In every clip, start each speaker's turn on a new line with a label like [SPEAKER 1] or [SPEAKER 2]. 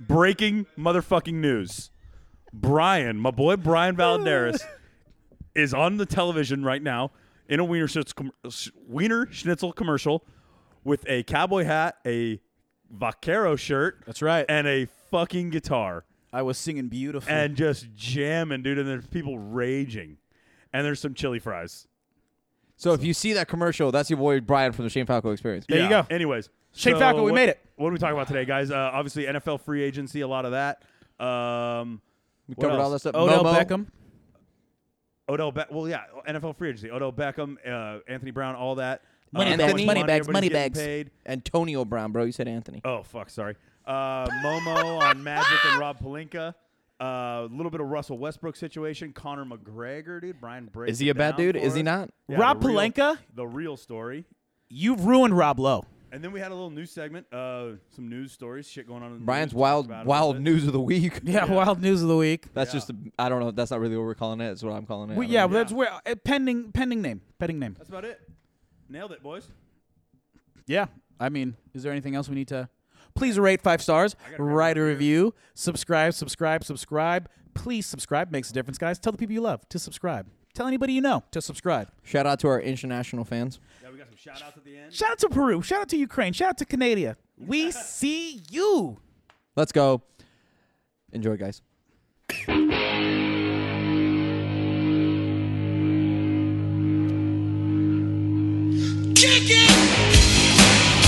[SPEAKER 1] breaking motherfucking news. Brian, my boy Brian Valadares, is on the television right now in a Wiener Schnitzel, com- Wiener Schnitzel commercial with a cowboy hat, a vaquero shirt,
[SPEAKER 2] That's right.
[SPEAKER 1] and a fucking guitar
[SPEAKER 2] I was singing beautifully.
[SPEAKER 1] and just jamming, dude. And there's people raging. And there's some chili fries.
[SPEAKER 3] So if you see that commercial, that's your boy Brian from the Shane Falco Experience.
[SPEAKER 2] There you go.
[SPEAKER 1] Anyways,
[SPEAKER 2] Shane
[SPEAKER 1] so
[SPEAKER 2] Falco, we
[SPEAKER 1] what-
[SPEAKER 2] made it.
[SPEAKER 1] What are we talking about today, guys? Uh, obviously, NFL free agency, a lot of that. Um, we
[SPEAKER 3] covered all that stuff.
[SPEAKER 2] Odell
[SPEAKER 3] Momo.
[SPEAKER 2] Beckham.
[SPEAKER 1] Odell Be- Well, yeah, NFL free agency. Odell Beckham, uh, Anthony Brown, all that.
[SPEAKER 2] Money
[SPEAKER 1] uh,
[SPEAKER 3] And
[SPEAKER 1] how
[SPEAKER 3] that's
[SPEAKER 1] much
[SPEAKER 2] Anthony.
[SPEAKER 3] money
[SPEAKER 1] money
[SPEAKER 3] bags, money
[SPEAKER 1] everybody's getting
[SPEAKER 3] bags.
[SPEAKER 1] Paid.
[SPEAKER 3] Antonio Brown, bro. You said Anthony.
[SPEAKER 1] Oh fuck, sorry. Uh, Momo on Magic and Rob Palinka. A little bit of Russell Westbrook situation. Connor McGregor, dude. Brian Brady.
[SPEAKER 3] Is he a bad dude? Is he not?
[SPEAKER 2] Rob Pelinka?
[SPEAKER 1] The real story.
[SPEAKER 2] You've ruined Rob Lowe.
[SPEAKER 1] And then we had a little news segment. Uh, some news stories, shit going on. In the
[SPEAKER 3] Brian's
[SPEAKER 1] news.
[SPEAKER 3] wild,
[SPEAKER 1] Talked about it a
[SPEAKER 3] wild
[SPEAKER 1] bit.
[SPEAKER 3] news of the week.
[SPEAKER 2] Yeah, wild news of the week.
[SPEAKER 3] That's just. A, I don't know. That's not really what we're calling it. It's what I'm calling it.
[SPEAKER 2] We,
[SPEAKER 3] I don't
[SPEAKER 2] yeah,
[SPEAKER 3] know.
[SPEAKER 2] well, that's where uh, pending pending name, pending name.
[SPEAKER 1] That's about it. Nailed it, boys.
[SPEAKER 2] Yeah, I mean, is there anything else we need to? Please rate five stars, write a review, subscribe, subscribe, subscribe. Please subscribe makes a difference, guys. Tell the people you love to subscribe. Tell anybody you know to subscribe.
[SPEAKER 3] Shout out to our international fans.
[SPEAKER 1] Yeah, we got some shout outs at the end.
[SPEAKER 2] Shout out to Peru. Shout out to Ukraine. Shout out to Canada. We see you.
[SPEAKER 3] Let's go. Enjoy, guys.
[SPEAKER 4] Kick it!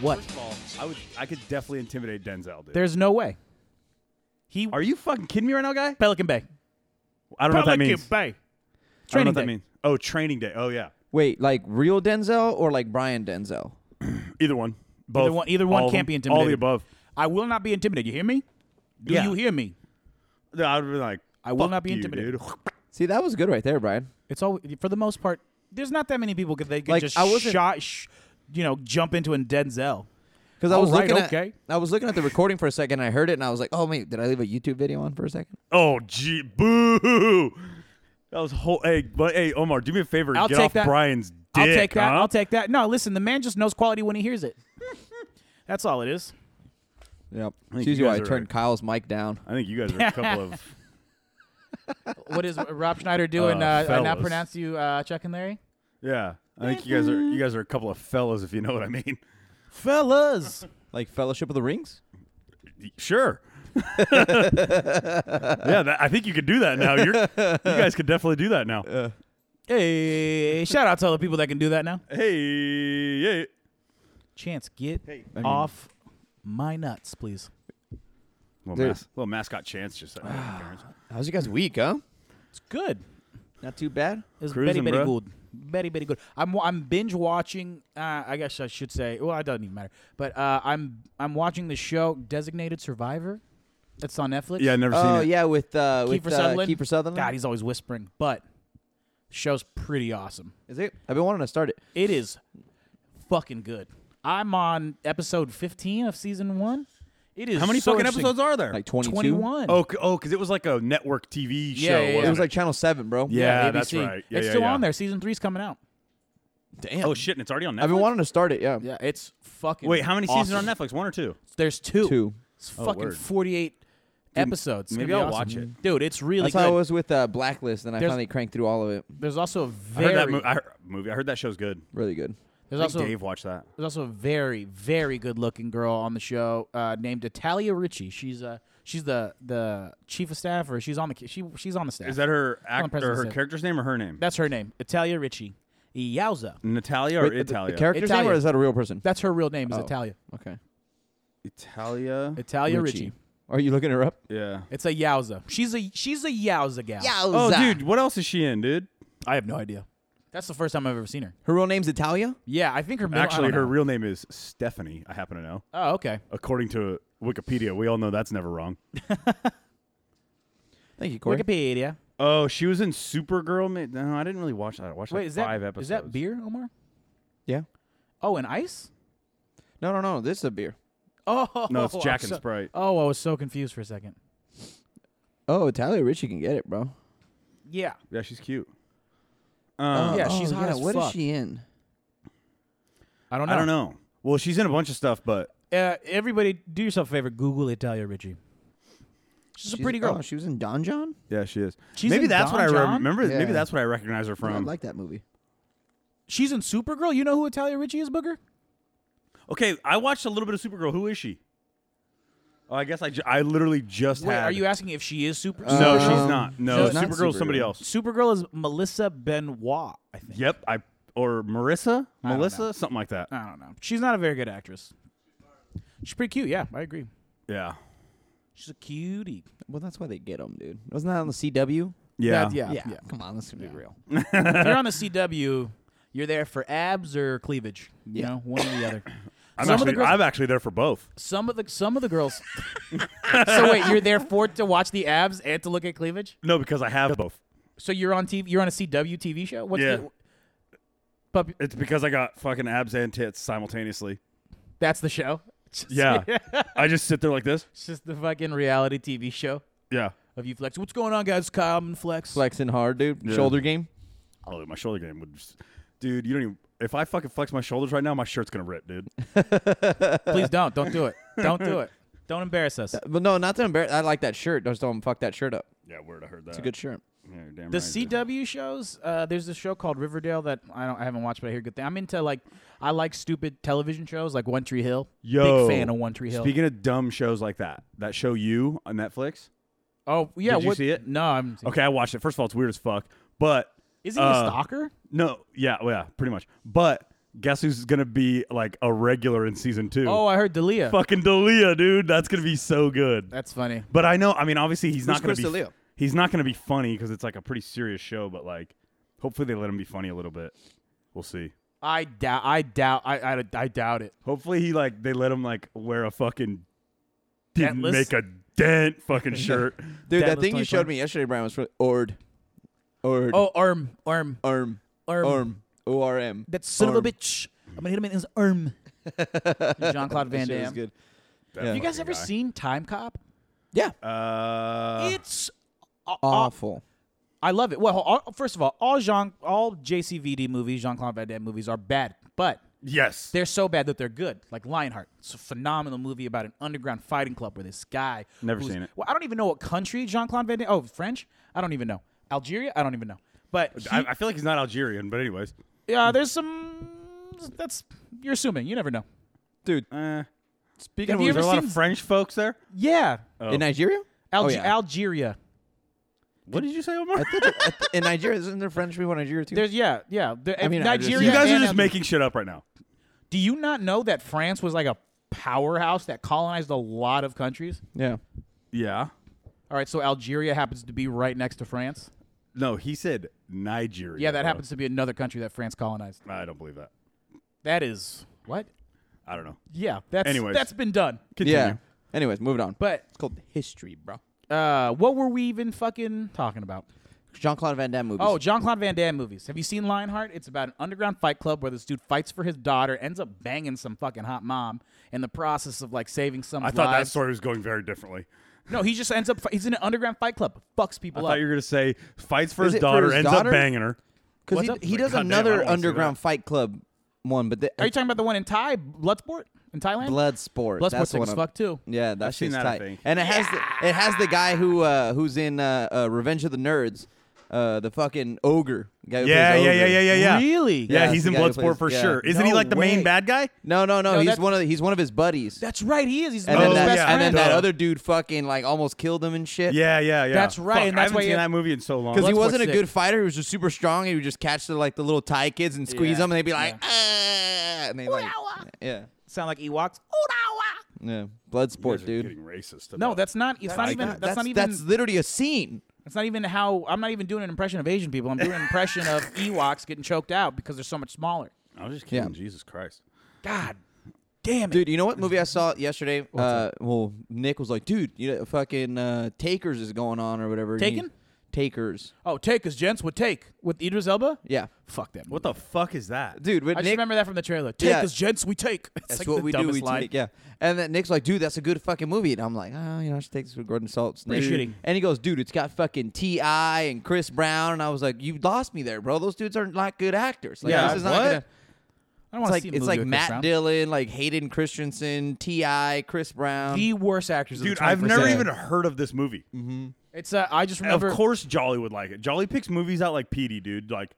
[SPEAKER 2] What?
[SPEAKER 1] First of all, I would, I could definitely intimidate Denzel, dude.
[SPEAKER 2] There's no way. He
[SPEAKER 1] Are you fucking kidding me right now, guy?
[SPEAKER 2] Pelican Bay.
[SPEAKER 1] I don't know what that means.
[SPEAKER 2] Bay.
[SPEAKER 1] I don't know
[SPEAKER 2] Training
[SPEAKER 1] what that
[SPEAKER 2] day.
[SPEAKER 1] means. Oh, training day. Oh yeah.
[SPEAKER 3] Wait, like real Denzel or like Brian Denzel?
[SPEAKER 1] Either one. Both.
[SPEAKER 2] Either one- either one
[SPEAKER 1] All of them.
[SPEAKER 2] can't be
[SPEAKER 1] All the
[SPEAKER 2] intimidated.
[SPEAKER 1] above.
[SPEAKER 2] I will not be intimidated. You hear me? Do
[SPEAKER 1] Yeah.
[SPEAKER 2] you hear me?
[SPEAKER 1] No, I would be like,
[SPEAKER 2] I will
[SPEAKER 1] "Fuck
[SPEAKER 2] not be
[SPEAKER 1] you,
[SPEAKER 2] intimidated."
[SPEAKER 1] dude.
[SPEAKER 3] See, that was good right there, Brian.
[SPEAKER 2] It's all for the most part. There's not that many people could they could
[SPEAKER 3] Like,
[SPEAKER 2] just
[SPEAKER 3] I wasn't-
[SPEAKER 2] shot, sh- you know, jump into and Denzel.
[SPEAKER 3] Because I was
[SPEAKER 2] Alright,
[SPEAKER 3] looking
[SPEAKER 2] okay.
[SPEAKER 3] at I was looking at the recording for a second. I heard it and I was like, oh wait, did I leave a YouTube video on for a second?
[SPEAKER 1] Oh, gee, boo. That was whole. Hey, but hey, Omar, do me a favor. and
[SPEAKER 2] I'll
[SPEAKER 1] get
[SPEAKER 2] take
[SPEAKER 1] off
[SPEAKER 2] that.
[SPEAKER 1] Brian's dick.
[SPEAKER 2] I'll take that.
[SPEAKER 1] huh?
[SPEAKER 2] I'll take that. No, listen, the man just knows quality when he hears it. That's all it is.
[SPEAKER 3] Yep.
[SPEAKER 1] think
[SPEAKER 3] It's
[SPEAKER 1] you
[SPEAKER 3] usually why I
[SPEAKER 1] guys are
[SPEAKER 3] turned
[SPEAKER 1] right.
[SPEAKER 3] Kyle's mic down.
[SPEAKER 1] I think you guys are a couple of.
[SPEAKER 2] What is Rob Schneider doing?
[SPEAKER 1] Uh,
[SPEAKER 2] Uh, I not
[SPEAKER 1] fellas.
[SPEAKER 2] pronounce you uh, Chuck and Larry.
[SPEAKER 1] Yeah, I think you guys are. You guys are a couple of fellas, if you know what I mean.
[SPEAKER 2] Fellas,
[SPEAKER 3] Like Fellowship of the Rings?
[SPEAKER 1] Sure. yeah, that, I think you could do that now. You're, you guys could definitely do that now.
[SPEAKER 2] Uh. hey, shout out to all the people that can do that now.
[SPEAKER 1] hey, yeah.
[SPEAKER 2] Chance, get
[SPEAKER 3] mean-
[SPEAKER 2] off my nuts, please.
[SPEAKER 1] Little,
[SPEAKER 3] Dude.
[SPEAKER 1] mas- little mascot chance just. Uh, Karens.
[SPEAKER 3] How's you guys' week, huh?
[SPEAKER 2] It's good.
[SPEAKER 3] Not too bad.
[SPEAKER 2] It's
[SPEAKER 1] Cruising,
[SPEAKER 2] very very
[SPEAKER 1] bro.
[SPEAKER 2] good. Very very good. I'm wa- I'm binge watching. Uh, I guess I should say. Well, it doesn't even matter. But uh, I'm I'm watching the show Designated Survivor. It's on Netflix.
[SPEAKER 1] yeah, I've never
[SPEAKER 3] Oh
[SPEAKER 1] seen it.
[SPEAKER 3] yeah, with uh with
[SPEAKER 2] Kiefer
[SPEAKER 3] uh,
[SPEAKER 2] Sutherland.
[SPEAKER 3] Kiefer Sutherland.
[SPEAKER 2] God, he's always whispering. But the show's pretty awesome.
[SPEAKER 3] Is it? I've been wanting to start it.
[SPEAKER 2] It is fucking good. I'm on episode 15 of season one. It is
[SPEAKER 1] How many
[SPEAKER 2] so
[SPEAKER 1] fucking
[SPEAKER 2] interesting.
[SPEAKER 1] episodes are there?
[SPEAKER 3] Like 22?
[SPEAKER 2] 21.
[SPEAKER 1] oh, c- oh, because it was like a network TV
[SPEAKER 2] Yeah,
[SPEAKER 1] show.
[SPEAKER 2] yeah, yeah.
[SPEAKER 1] wasn't
[SPEAKER 3] It was like Channel Seven, bro.
[SPEAKER 1] Yeah,
[SPEAKER 2] ABC.
[SPEAKER 1] that's right. Yeah,
[SPEAKER 2] it's
[SPEAKER 1] yeah,
[SPEAKER 2] still
[SPEAKER 1] yeah.
[SPEAKER 2] on there. Season three's coming out.
[SPEAKER 3] Damn.
[SPEAKER 1] Oh shit, and it's already on Netflix.
[SPEAKER 3] I've been wanting to start it. Yeah.
[SPEAKER 2] Yeah, it's fucking.
[SPEAKER 1] Wait, how many seasons are on
[SPEAKER 2] awesome.
[SPEAKER 1] Netflix? One or two? Oh,
[SPEAKER 2] There's two.
[SPEAKER 3] Two.
[SPEAKER 2] It's fucking
[SPEAKER 1] word.
[SPEAKER 2] 48 episodes. It's
[SPEAKER 1] maybe
[SPEAKER 2] gonna be
[SPEAKER 1] I'll watch
[SPEAKER 2] awesome.
[SPEAKER 1] it.
[SPEAKER 2] Dude, it's really
[SPEAKER 3] That's
[SPEAKER 2] good.
[SPEAKER 3] how I was with uh, Blacklist, and I
[SPEAKER 2] There's-
[SPEAKER 3] finally cranked through all of it.
[SPEAKER 2] there's also a
[SPEAKER 1] I
[SPEAKER 2] very
[SPEAKER 1] heard that mo- I heard, movie. I heard that show's good.
[SPEAKER 3] Really good.
[SPEAKER 2] there's
[SPEAKER 1] I think
[SPEAKER 2] also
[SPEAKER 1] Dave watched that.
[SPEAKER 2] there's also a very very good looking girl on the show uh, named Italia Ritchie. She's uh she's the the chief of staff or she's on the she she's on the staff.
[SPEAKER 1] Is that her
[SPEAKER 2] on
[SPEAKER 1] act
[SPEAKER 2] President
[SPEAKER 1] or her
[SPEAKER 2] Sam.
[SPEAKER 1] character's name or her name?
[SPEAKER 2] That's her name, Italia Ritchie. Yowza.
[SPEAKER 1] Natalia or
[SPEAKER 3] Wait, the-
[SPEAKER 1] Italia?
[SPEAKER 3] The character's name, or
[SPEAKER 2] Italia.
[SPEAKER 3] is that a real person?
[SPEAKER 2] That's her real name is
[SPEAKER 3] Oh.
[SPEAKER 2] Italia.
[SPEAKER 3] Okay.
[SPEAKER 1] Italia.
[SPEAKER 2] Italia Ritchie.
[SPEAKER 3] Are you looking her up?
[SPEAKER 1] yeah.
[SPEAKER 2] It's a Yowza. She's a she's a Yowza gal.
[SPEAKER 1] Oh, dude, what else is she in, dude?
[SPEAKER 2] I have no idea. That's the first time I've ever seen her.
[SPEAKER 3] Her real name's Italia.
[SPEAKER 2] Yeah, I think her middle, I
[SPEAKER 1] Actually,
[SPEAKER 2] don't
[SPEAKER 1] her
[SPEAKER 2] know.
[SPEAKER 1] real name is Stephanie. I happen to know,
[SPEAKER 2] Oh, okay.
[SPEAKER 1] according to Wikipedia. We all know that's never wrong.
[SPEAKER 3] Thank you, Corey.
[SPEAKER 2] Wikipedia.
[SPEAKER 1] Oh, she was in Supergirl. ma- No, I didn't really watch that. I watched
[SPEAKER 2] Wait,
[SPEAKER 1] like
[SPEAKER 2] is that
[SPEAKER 1] five episodes.
[SPEAKER 2] is that beer, Omar?
[SPEAKER 3] Yeah.
[SPEAKER 2] Oh, and ice?
[SPEAKER 3] No, no, no. This is a beer.
[SPEAKER 2] Oh,
[SPEAKER 1] No, it's
[SPEAKER 2] I'm
[SPEAKER 1] Jack and
[SPEAKER 2] so-
[SPEAKER 1] Sprite.
[SPEAKER 2] Oh, I was so confused for a second.
[SPEAKER 3] Oh, Talia Ritchie can get it, bro.
[SPEAKER 2] Yeah.
[SPEAKER 1] Yeah, she's cute.
[SPEAKER 3] Oh,
[SPEAKER 2] yeah, she's
[SPEAKER 3] oh,
[SPEAKER 2] hot
[SPEAKER 3] yeah.
[SPEAKER 2] as
[SPEAKER 3] What
[SPEAKER 2] fuck.
[SPEAKER 3] is she in?
[SPEAKER 2] I don't know.
[SPEAKER 1] I don't know. Well, she's in a bunch of stuff, but
[SPEAKER 2] Uh, everybody, do yourself a favor. Google Italia Ritchie. She's, a pretty girl.
[SPEAKER 3] Oh, she was in Don John.
[SPEAKER 1] yeah, she is.
[SPEAKER 2] She's
[SPEAKER 1] maybe
[SPEAKER 2] in
[SPEAKER 1] that's
[SPEAKER 2] Don
[SPEAKER 1] what I
[SPEAKER 2] John?
[SPEAKER 1] remember.
[SPEAKER 3] Yeah.
[SPEAKER 1] Maybe that's what I recognize her
[SPEAKER 3] I
[SPEAKER 1] from.
[SPEAKER 3] like that movie.
[SPEAKER 2] She's in Supergirl. You know who Italia Ritchie is, Booger?
[SPEAKER 1] okay, I watched a little bit of Supergirl. Who is she? Oh, I guess I, ju- I literally just
[SPEAKER 2] Wait,
[SPEAKER 1] had.
[SPEAKER 2] are you asking if she is Super?
[SPEAKER 1] No,
[SPEAKER 3] Um,
[SPEAKER 1] she's not. No,
[SPEAKER 3] she's not
[SPEAKER 1] Supergirl's somebody
[SPEAKER 3] Supergirl.
[SPEAKER 1] else.
[SPEAKER 2] Supergirl is Melissa Benoit. I think.
[SPEAKER 1] Yep, I or Marissa,
[SPEAKER 2] don't
[SPEAKER 1] Melissa, something like that.
[SPEAKER 2] I don't know. She's not a very good actress. She's pretty cute. Yeah, I agree.
[SPEAKER 1] Yeah,
[SPEAKER 2] She's a cutie.
[SPEAKER 3] Well, that's why they get them, dude. Wasn't that on the CW?
[SPEAKER 1] yeah,
[SPEAKER 2] yeah.
[SPEAKER 3] yeah. Come on, let's be real.
[SPEAKER 2] if you're on the CW, you're there for abs or cleavage. You
[SPEAKER 3] Yeah.
[SPEAKER 2] know, one or the other.
[SPEAKER 1] I'm
[SPEAKER 2] some of
[SPEAKER 1] actually,
[SPEAKER 2] the girls,
[SPEAKER 1] I'm actually there for both.
[SPEAKER 2] some of the some of the girls. so wait, you're there for to watch the abs and to look at cleavage.
[SPEAKER 1] No, because I have both.
[SPEAKER 2] So you're on TV. You're on a CW TV show. What's
[SPEAKER 1] Yeah.
[SPEAKER 2] The, Puppy-
[SPEAKER 1] It's because I got fucking abs and tits simultaneously.
[SPEAKER 2] that's the show. It's just-
[SPEAKER 1] Yeah, I just sit there like this.
[SPEAKER 2] it's just the fucking reality TV show
[SPEAKER 1] Yeah,
[SPEAKER 2] of you flex. What's going on, guys? It's Kyle and Flex.
[SPEAKER 3] Flexing hard, dude. Shoulder game.
[SPEAKER 1] oh, my shoulder game would, just, dude. You don't even. If I fucking flex my shoulders right now, my shirt's gonna rip, dude.
[SPEAKER 2] Please don't. Don't do it. Don't do it. Don't embarrass us.
[SPEAKER 3] But Uh, no, not to embarrass. I like that shirt. Just don't fuck that shirt up.
[SPEAKER 1] Yeah, word. I heard that.
[SPEAKER 3] It's a good shirt.
[SPEAKER 1] Yeah, you're damn
[SPEAKER 2] The
[SPEAKER 1] right, dude.
[SPEAKER 2] CW shows. Uh, there's a show called Riverdale that I don't. I haven't watched, but I hear good things. I'm into like, I like stupid television shows like One Tree Hill.
[SPEAKER 1] Yo,
[SPEAKER 2] big fan of One Tree Hill.
[SPEAKER 1] Speaking of dumb shows like that, that show you on Netflix.
[SPEAKER 2] oh yeah,
[SPEAKER 1] Did you
[SPEAKER 2] what-
[SPEAKER 1] see it?
[SPEAKER 2] No, I'm.
[SPEAKER 1] Okay, I watched it. First of all, it's weird as fuck, but
[SPEAKER 2] Is he
[SPEAKER 1] uh,
[SPEAKER 2] a stalker?
[SPEAKER 1] No, yeah, well, yeah, pretty much. But guess who's gonna be like a regular in season two?
[SPEAKER 2] Oh, I heard Dalia.
[SPEAKER 1] fucking Dalia, dude. That's gonna be so good.
[SPEAKER 2] That's funny.
[SPEAKER 1] But I know, I mean, obviously he's not gonna
[SPEAKER 3] Chris
[SPEAKER 1] be
[SPEAKER 3] D'Elia?
[SPEAKER 1] he's not gonna be funny because it's like a pretty serious show. But like, hopefully they let him be funny a little bit. We'll see.
[SPEAKER 2] I doubt. I doubt. I I, I doubt it.
[SPEAKER 1] Hopefully he like they let him like wear a fucking didn't
[SPEAKER 2] Dentless?
[SPEAKER 1] make a dent fucking shirt.
[SPEAKER 3] Dude,
[SPEAKER 2] That
[SPEAKER 3] that
[SPEAKER 2] was
[SPEAKER 3] thing
[SPEAKER 2] 2020.
[SPEAKER 3] you showed me yesterday, Brian, was really ord. Ord.
[SPEAKER 2] Oh, arm, arm,
[SPEAKER 3] Arm.
[SPEAKER 1] Erm.
[SPEAKER 2] arm.
[SPEAKER 3] Arm. O R M.
[SPEAKER 2] That son of
[SPEAKER 3] Arm.
[SPEAKER 2] a bitch. I'm gonna hit him in his Erm. arm. Jean Claude Van
[SPEAKER 3] That shit was
[SPEAKER 2] Damme.
[SPEAKER 3] good.
[SPEAKER 1] That
[SPEAKER 3] Yeah.
[SPEAKER 2] You guys
[SPEAKER 1] fucking
[SPEAKER 2] ever
[SPEAKER 1] guy.
[SPEAKER 2] seen Time Cop?
[SPEAKER 3] Yeah.
[SPEAKER 1] Uh,
[SPEAKER 2] it's aw- aw-
[SPEAKER 3] Awful.
[SPEAKER 2] I love it. Well, all, first of all, all Jean, all JCVD movies, Jean Claude Van Damme movies are bad, but
[SPEAKER 1] yes.
[SPEAKER 2] they're so bad that they're good. Like Lionheart, it's a phenomenal movie about an underground fighting club where this guy
[SPEAKER 1] Never
[SPEAKER 2] who's-
[SPEAKER 1] seen it.
[SPEAKER 2] Well, I don't even know what country Jean Claude Van Damme. Oh, French? I don't even know. Algeria? I don't even know. But
[SPEAKER 1] I,
[SPEAKER 2] he-
[SPEAKER 1] I feel like he's not Algerian, but anyways.
[SPEAKER 2] yeah, there's some. That's you're assuming. You never know.
[SPEAKER 3] Dude,
[SPEAKER 1] Eh.
[SPEAKER 3] speaking
[SPEAKER 2] Have you
[SPEAKER 1] Was
[SPEAKER 2] ever
[SPEAKER 1] there a lot
[SPEAKER 2] seen-
[SPEAKER 1] of French folks there?
[SPEAKER 2] Yeah,
[SPEAKER 1] Oh.
[SPEAKER 3] in Nigeria?
[SPEAKER 2] Alge-
[SPEAKER 3] Oh, yeah.
[SPEAKER 2] Algeria.
[SPEAKER 1] What did you say, Omar?
[SPEAKER 3] in Nigeria, isn't there French people in Nigeria too?
[SPEAKER 2] There's yeah, yeah. There-
[SPEAKER 3] I mean, I just-
[SPEAKER 2] Nigeria.
[SPEAKER 1] you guys are
[SPEAKER 2] and
[SPEAKER 1] just
[SPEAKER 2] Algeria.
[SPEAKER 1] making shit up right now.
[SPEAKER 2] Do you not know that France was like a powerhouse that colonized a lot of countries?
[SPEAKER 3] yeah.
[SPEAKER 1] Yeah.
[SPEAKER 2] All right, so Algeria happens to be right next to France.
[SPEAKER 1] No, he said Nigeria.
[SPEAKER 2] Yeah, that
[SPEAKER 1] bro.
[SPEAKER 2] happens to be another country that France colonized.
[SPEAKER 1] I don't believe that.
[SPEAKER 2] That is what?
[SPEAKER 1] I don't know.
[SPEAKER 2] Yeah, that's
[SPEAKER 1] Anyways.
[SPEAKER 2] that's been done.
[SPEAKER 1] Continue.
[SPEAKER 3] Yeah. Anyways, moving on.
[SPEAKER 2] But
[SPEAKER 3] it's called history, bro.
[SPEAKER 2] uh, what were we even fucking talking about?
[SPEAKER 3] Jean Claude Van Damme movies.
[SPEAKER 2] Oh, John Claude Van Damme movies. Have you seen Lionheart? It's about an underground fight club where this dude fights for his daughter, ends up banging some fucking hot mom in the process of like saving some.
[SPEAKER 1] I thought that story was going very differently.
[SPEAKER 2] No, he just ends up. He's in an underground fight club, fucks
[SPEAKER 1] I
[SPEAKER 2] people up.
[SPEAKER 1] thought you were going to say fights for his
[SPEAKER 3] Is it for
[SPEAKER 1] daughter,
[SPEAKER 3] his
[SPEAKER 1] ends
[SPEAKER 3] daughter?
[SPEAKER 1] up banging her.
[SPEAKER 3] because
[SPEAKER 2] what's
[SPEAKER 3] he,
[SPEAKER 2] up?
[SPEAKER 3] he does
[SPEAKER 1] Goddamn, I wanna
[SPEAKER 3] another
[SPEAKER 1] see
[SPEAKER 3] underground
[SPEAKER 1] that.
[SPEAKER 3] Fight Club one, but the, uh,
[SPEAKER 2] Are you talking about the one in Thai, Bloodsport in Thailand?
[SPEAKER 3] Blood Sport.
[SPEAKER 2] Bloodsport's
[SPEAKER 3] That's the
[SPEAKER 2] sick
[SPEAKER 3] one.
[SPEAKER 2] as
[SPEAKER 3] I'm-
[SPEAKER 2] fuck too.
[SPEAKER 3] Yeah, that
[SPEAKER 1] seen
[SPEAKER 3] shit's
[SPEAKER 1] that, I
[SPEAKER 3] tight.
[SPEAKER 1] think.
[SPEAKER 3] And it has the it has the guy who uh, who's in uh, uh, Revenge of the Nerds, uh, the fucking ogre. The guy who
[SPEAKER 1] Yeah,
[SPEAKER 3] plays
[SPEAKER 1] yeah,
[SPEAKER 3] ogre.
[SPEAKER 1] yeah, yeah, yeah, yeah.
[SPEAKER 2] Really?
[SPEAKER 1] Yeah,
[SPEAKER 3] Yeah,
[SPEAKER 1] he's
[SPEAKER 3] the
[SPEAKER 1] in
[SPEAKER 3] guy who
[SPEAKER 1] Bloodsport
[SPEAKER 3] plays-
[SPEAKER 1] for
[SPEAKER 3] yeah.
[SPEAKER 1] sure. Isn't he
[SPEAKER 2] No
[SPEAKER 1] like the main
[SPEAKER 2] way.
[SPEAKER 1] bad guy?
[SPEAKER 3] No, no, no.
[SPEAKER 2] No,
[SPEAKER 3] he's
[SPEAKER 2] that's-
[SPEAKER 3] one of the, he's one of his buddies.
[SPEAKER 2] That's right. He is. He's
[SPEAKER 3] and
[SPEAKER 2] one of
[SPEAKER 3] then
[SPEAKER 1] Oh,
[SPEAKER 2] his
[SPEAKER 3] that
[SPEAKER 2] best
[SPEAKER 1] yeah.
[SPEAKER 2] friend.
[SPEAKER 3] and then that
[SPEAKER 1] Duh.
[SPEAKER 3] other dude fucking like almost killed him and shit.
[SPEAKER 1] Yeah, yeah, yeah.
[SPEAKER 2] That's right,
[SPEAKER 1] Fuck,
[SPEAKER 2] and
[SPEAKER 1] I
[SPEAKER 2] that's
[SPEAKER 1] haven't
[SPEAKER 2] why
[SPEAKER 1] seen
[SPEAKER 2] you-
[SPEAKER 1] that movie in so long.
[SPEAKER 3] Because he
[SPEAKER 2] Bloodsport's
[SPEAKER 3] wasn't a
[SPEAKER 2] sick.
[SPEAKER 3] good fighter, he was just super strong. He would just catch the like the little Thai kids and squeeze
[SPEAKER 2] Yeah.
[SPEAKER 3] them, and they'd be like, ah, and they like,
[SPEAKER 2] Ooh-ah-wah.
[SPEAKER 3] yeah,
[SPEAKER 2] Sound like Ewoks. Ooh-ah-wah.
[SPEAKER 3] yeah, blood sport, dude.
[SPEAKER 1] Getting racist.
[SPEAKER 2] No,
[SPEAKER 1] about-
[SPEAKER 2] that's not. It's not
[SPEAKER 1] I
[SPEAKER 2] even.
[SPEAKER 1] got-
[SPEAKER 2] That's, not even.
[SPEAKER 3] that's literally a scene.
[SPEAKER 2] that's not even how. I'm not even doing an impression of Asian people. I'm doing an impression of Ewoks getting choked out because they're so much smaller.
[SPEAKER 1] I was just
[SPEAKER 3] Yeah.
[SPEAKER 1] kidding. Jesus Christ.
[SPEAKER 2] God, damn it.
[SPEAKER 3] Dude, you know what movie I saw yesterday? Uh, well, Nick was like, dude, you know, fucking uh, Takers is going on or whatever. and he-
[SPEAKER 2] Taken?
[SPEAKER 3] Takers.
[SPEAKER 2] Oh, take us, gents. Would take with Idris Elba.
[SPEAKER 3] Yeah,
[SPEAKER 2] Fuck that.
[SPEAKER 1] What the fuck is that?
[SPEAKER 3] dude. With
[SPEAKER 2] I just
[SPEAKER 3] Nick,
[SPEAKER 2] remember that from the trailer. Take
[SPEAKER 3] Yeah.
[SPEAKER 2] us, gents. We take. It's
[SPEAKER 3] that's
[SPEAKER 2] like
[SPEAKER 3] what
[SPEAKER 2] the
[SPEAKER 3] we do.
[SPEAKER 2] dumbest
[SPEAKER 3] We
[SPEAKER 2] line.
[SPEAKER 3] take, yeah. And then Nick's like, dude, that's a good fucking movie. And I'm like, oh, you know, I should take this with Gordon Salt.
[SPEAKER 2] Free shooting.
[SPEAKER 3] And he goes, dude, it's got fucking Ti and Chris Brown. And I was like, you lost me there, bro. Those dudes are not good actors. Like,
[SPEAKER 1] Yeah,
[SPEAKER 3] this is not
[SPEAKER 1] what?
[SPEAKER 3] gonna.
[SPEAKER 2] I don't want
[SPEAKER 3] It's
[SPEAKER 2] to
[SPEAKER 3] like
[SPEAKER 2] see a
[SPEAKER 3] it's
[SPEAKER 2] movie
[SPEAKER 3] like
[SPEAKER 2] with Chris
[SPEAKER 3] Matt
[SPEAKER 2] Brown.
[SPEAKER 3] Dillon, like Hayden Christensen, Ti, Chris Brown.
[SPEAKER 2] The worst actors. of
[SPEAKER 1] Dude,
[SPEAKER 2] the
[SPEAKER 1] I've never
[SPEAKER 2] 21st
[SPEAKER 1] even
[SPEAKER 2] century.
[SPEAKER 1] heard of this movie.
[SPEAKER 2] It's. Uh, I just remember.
[SPEAKER 1] Of course, Jolly would like it. Jolly picks movies out like Petey, dude. Like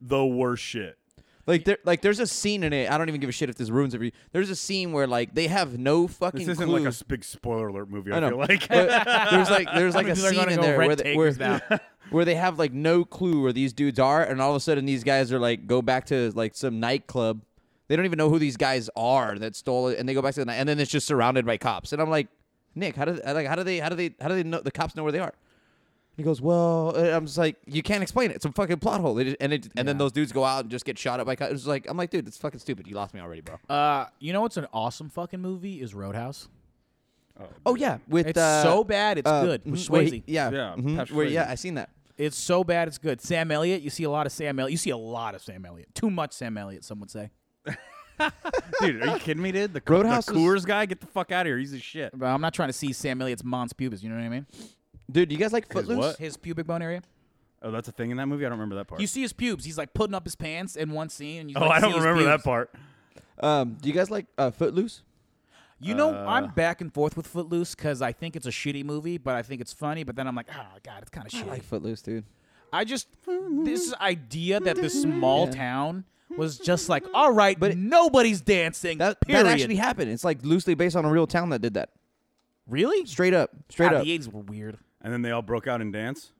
[SPEAKER 1] the worst shit.
[SPEAKER 3] Like there, like there's a scene in it. I don't even give a shit if this ruins it. for you. There's a scene where like they have no fucking.
[SPEAKER 1] This isn't
[SPEAKER 3] clue.
[SPEAKER 1] like a s- big spoiler alert movie. I,
[SPEAKER 3] I know.
[SPEAKER 1] feel like
[SPEAKER 3] But there's like there's like a
[SPEAKER 2] many people are
[SPEAKER 3] scene
[SPEAKER 2] gonna
[SPEAKER 3] in
[SPEAKER 2] go
[SPEAKER 3] there
[SPEAKER 2] rent
[SPEAKER 3] where they, where,
[SPEAKER 2] takers now?
[SPEAKER 3] where they have like no clue where these dudes are, and all of a sudden these guys are like go back to like some nightclub. They don't even know who these guys are that stole it, and they go back to the night, and then it's just surrounded by cops. And I'm like, Nick, how do like how do they how do they how do they know the cops know where they are? He goes, well, uh, I'm just like, you can't explain it. It's a fucking plot hole. They just, and it, and then those dudes go out and just get shot up by cops. It's like, I'm like, dude, it's fucking stupid. You lost me already, bro.
[SPEAKER 2] Uh, you know what's an awesome fucking movie is Roadhouse.
[SPEAKER 3] oh yeah, with
[SPEAKER 2] It's
[SPEAKER 3] uh,
[SPEAKER 2] so bad it's
[SPEAKER 3] uh,
[SPEAKER 2] good.
[SPEAKER 3] mhm,
[SPEAKER 2] With
[SPEAKER 3] where
[SPEAKER 2] Swayze.
[SPEAKER 3] he- yeah,
[SPEAKER 1] Yeah,
[SPEAKER 3] mhm,
[SPEAKER 1] Patrick
[SPEAKER 3] where,
[SPEAKER 1] Swayze.
[SPEAKER 3] yeah, I seen that.
[SPEAKER 2] It's so bad it's good. Sam Elliott, you see a lot of Sam Elliott. You see a lot of Sam Elliott. Too much Sam Elliott, some would say.
[SPEAKER 1] dude, are you kidding me, dude? The,
[SPEAKER 3] Roadhouse
[SPEAKER 1] the
[SPEAKER 3] was-
[SPEAKER 1] Coors guy, get the fuck out of here. He's a shit.
[SPEAKER 2] But I'm not trying to see Sam Elliott's mons pubis. You know what I mean?
[SPEAKER 3] Dude, you guys like
[SPEAKER 1] His
[SPEAKER 3] Footloose?
[SPEAKER 1] what?
[SPEAKER 2] His pubic bone area.
[SPEAKER 1] Oh, that's a thing in that movie. I don't remember that part.
[SPEAKER 2] You see his pubes. He's like putting up his pants in one scene. And you
[SPEAKER 1] oh,
[SPEAKER 2] like,
[SPEAKER 1] I
[SPEAKER 2] see
[SPEAKER 1] don't
[SPEAKER 2] his
[SPEAKER 1] remember that
[SPEAKER 2] pubes.
[SPEAKER 1] part.
[SPEAKER 3] Um, do you guys like uh, Footloose?
[SPEAKER 2] You know,
[SPEAKER 1] Uh,
[SPEAKER 2] I'm back and forth with Footloose because I think it's a shitty movie, but I think it's funny. But then I'm like, oh god, it's kind of shitty.
[SPEAKER 3] Footloose, dude.
[SPEAKER 2] I just this idea that this small town was just like, all right, but nobody's dancing.
[SPEAKER 3] That
[SPEAKER 2] period.
[SPEAKER 3] that actually happened. It's like loosely based on a real town that did that.
[SPEAKER 2] really
[SPEAKER 3] Straight up, straight
[SPEAKER 2] God,
[SPEAKER 3] up,
[SPEAKER 2] The 80s were weird.
[SPEAKER 1] And then they all broke out in dance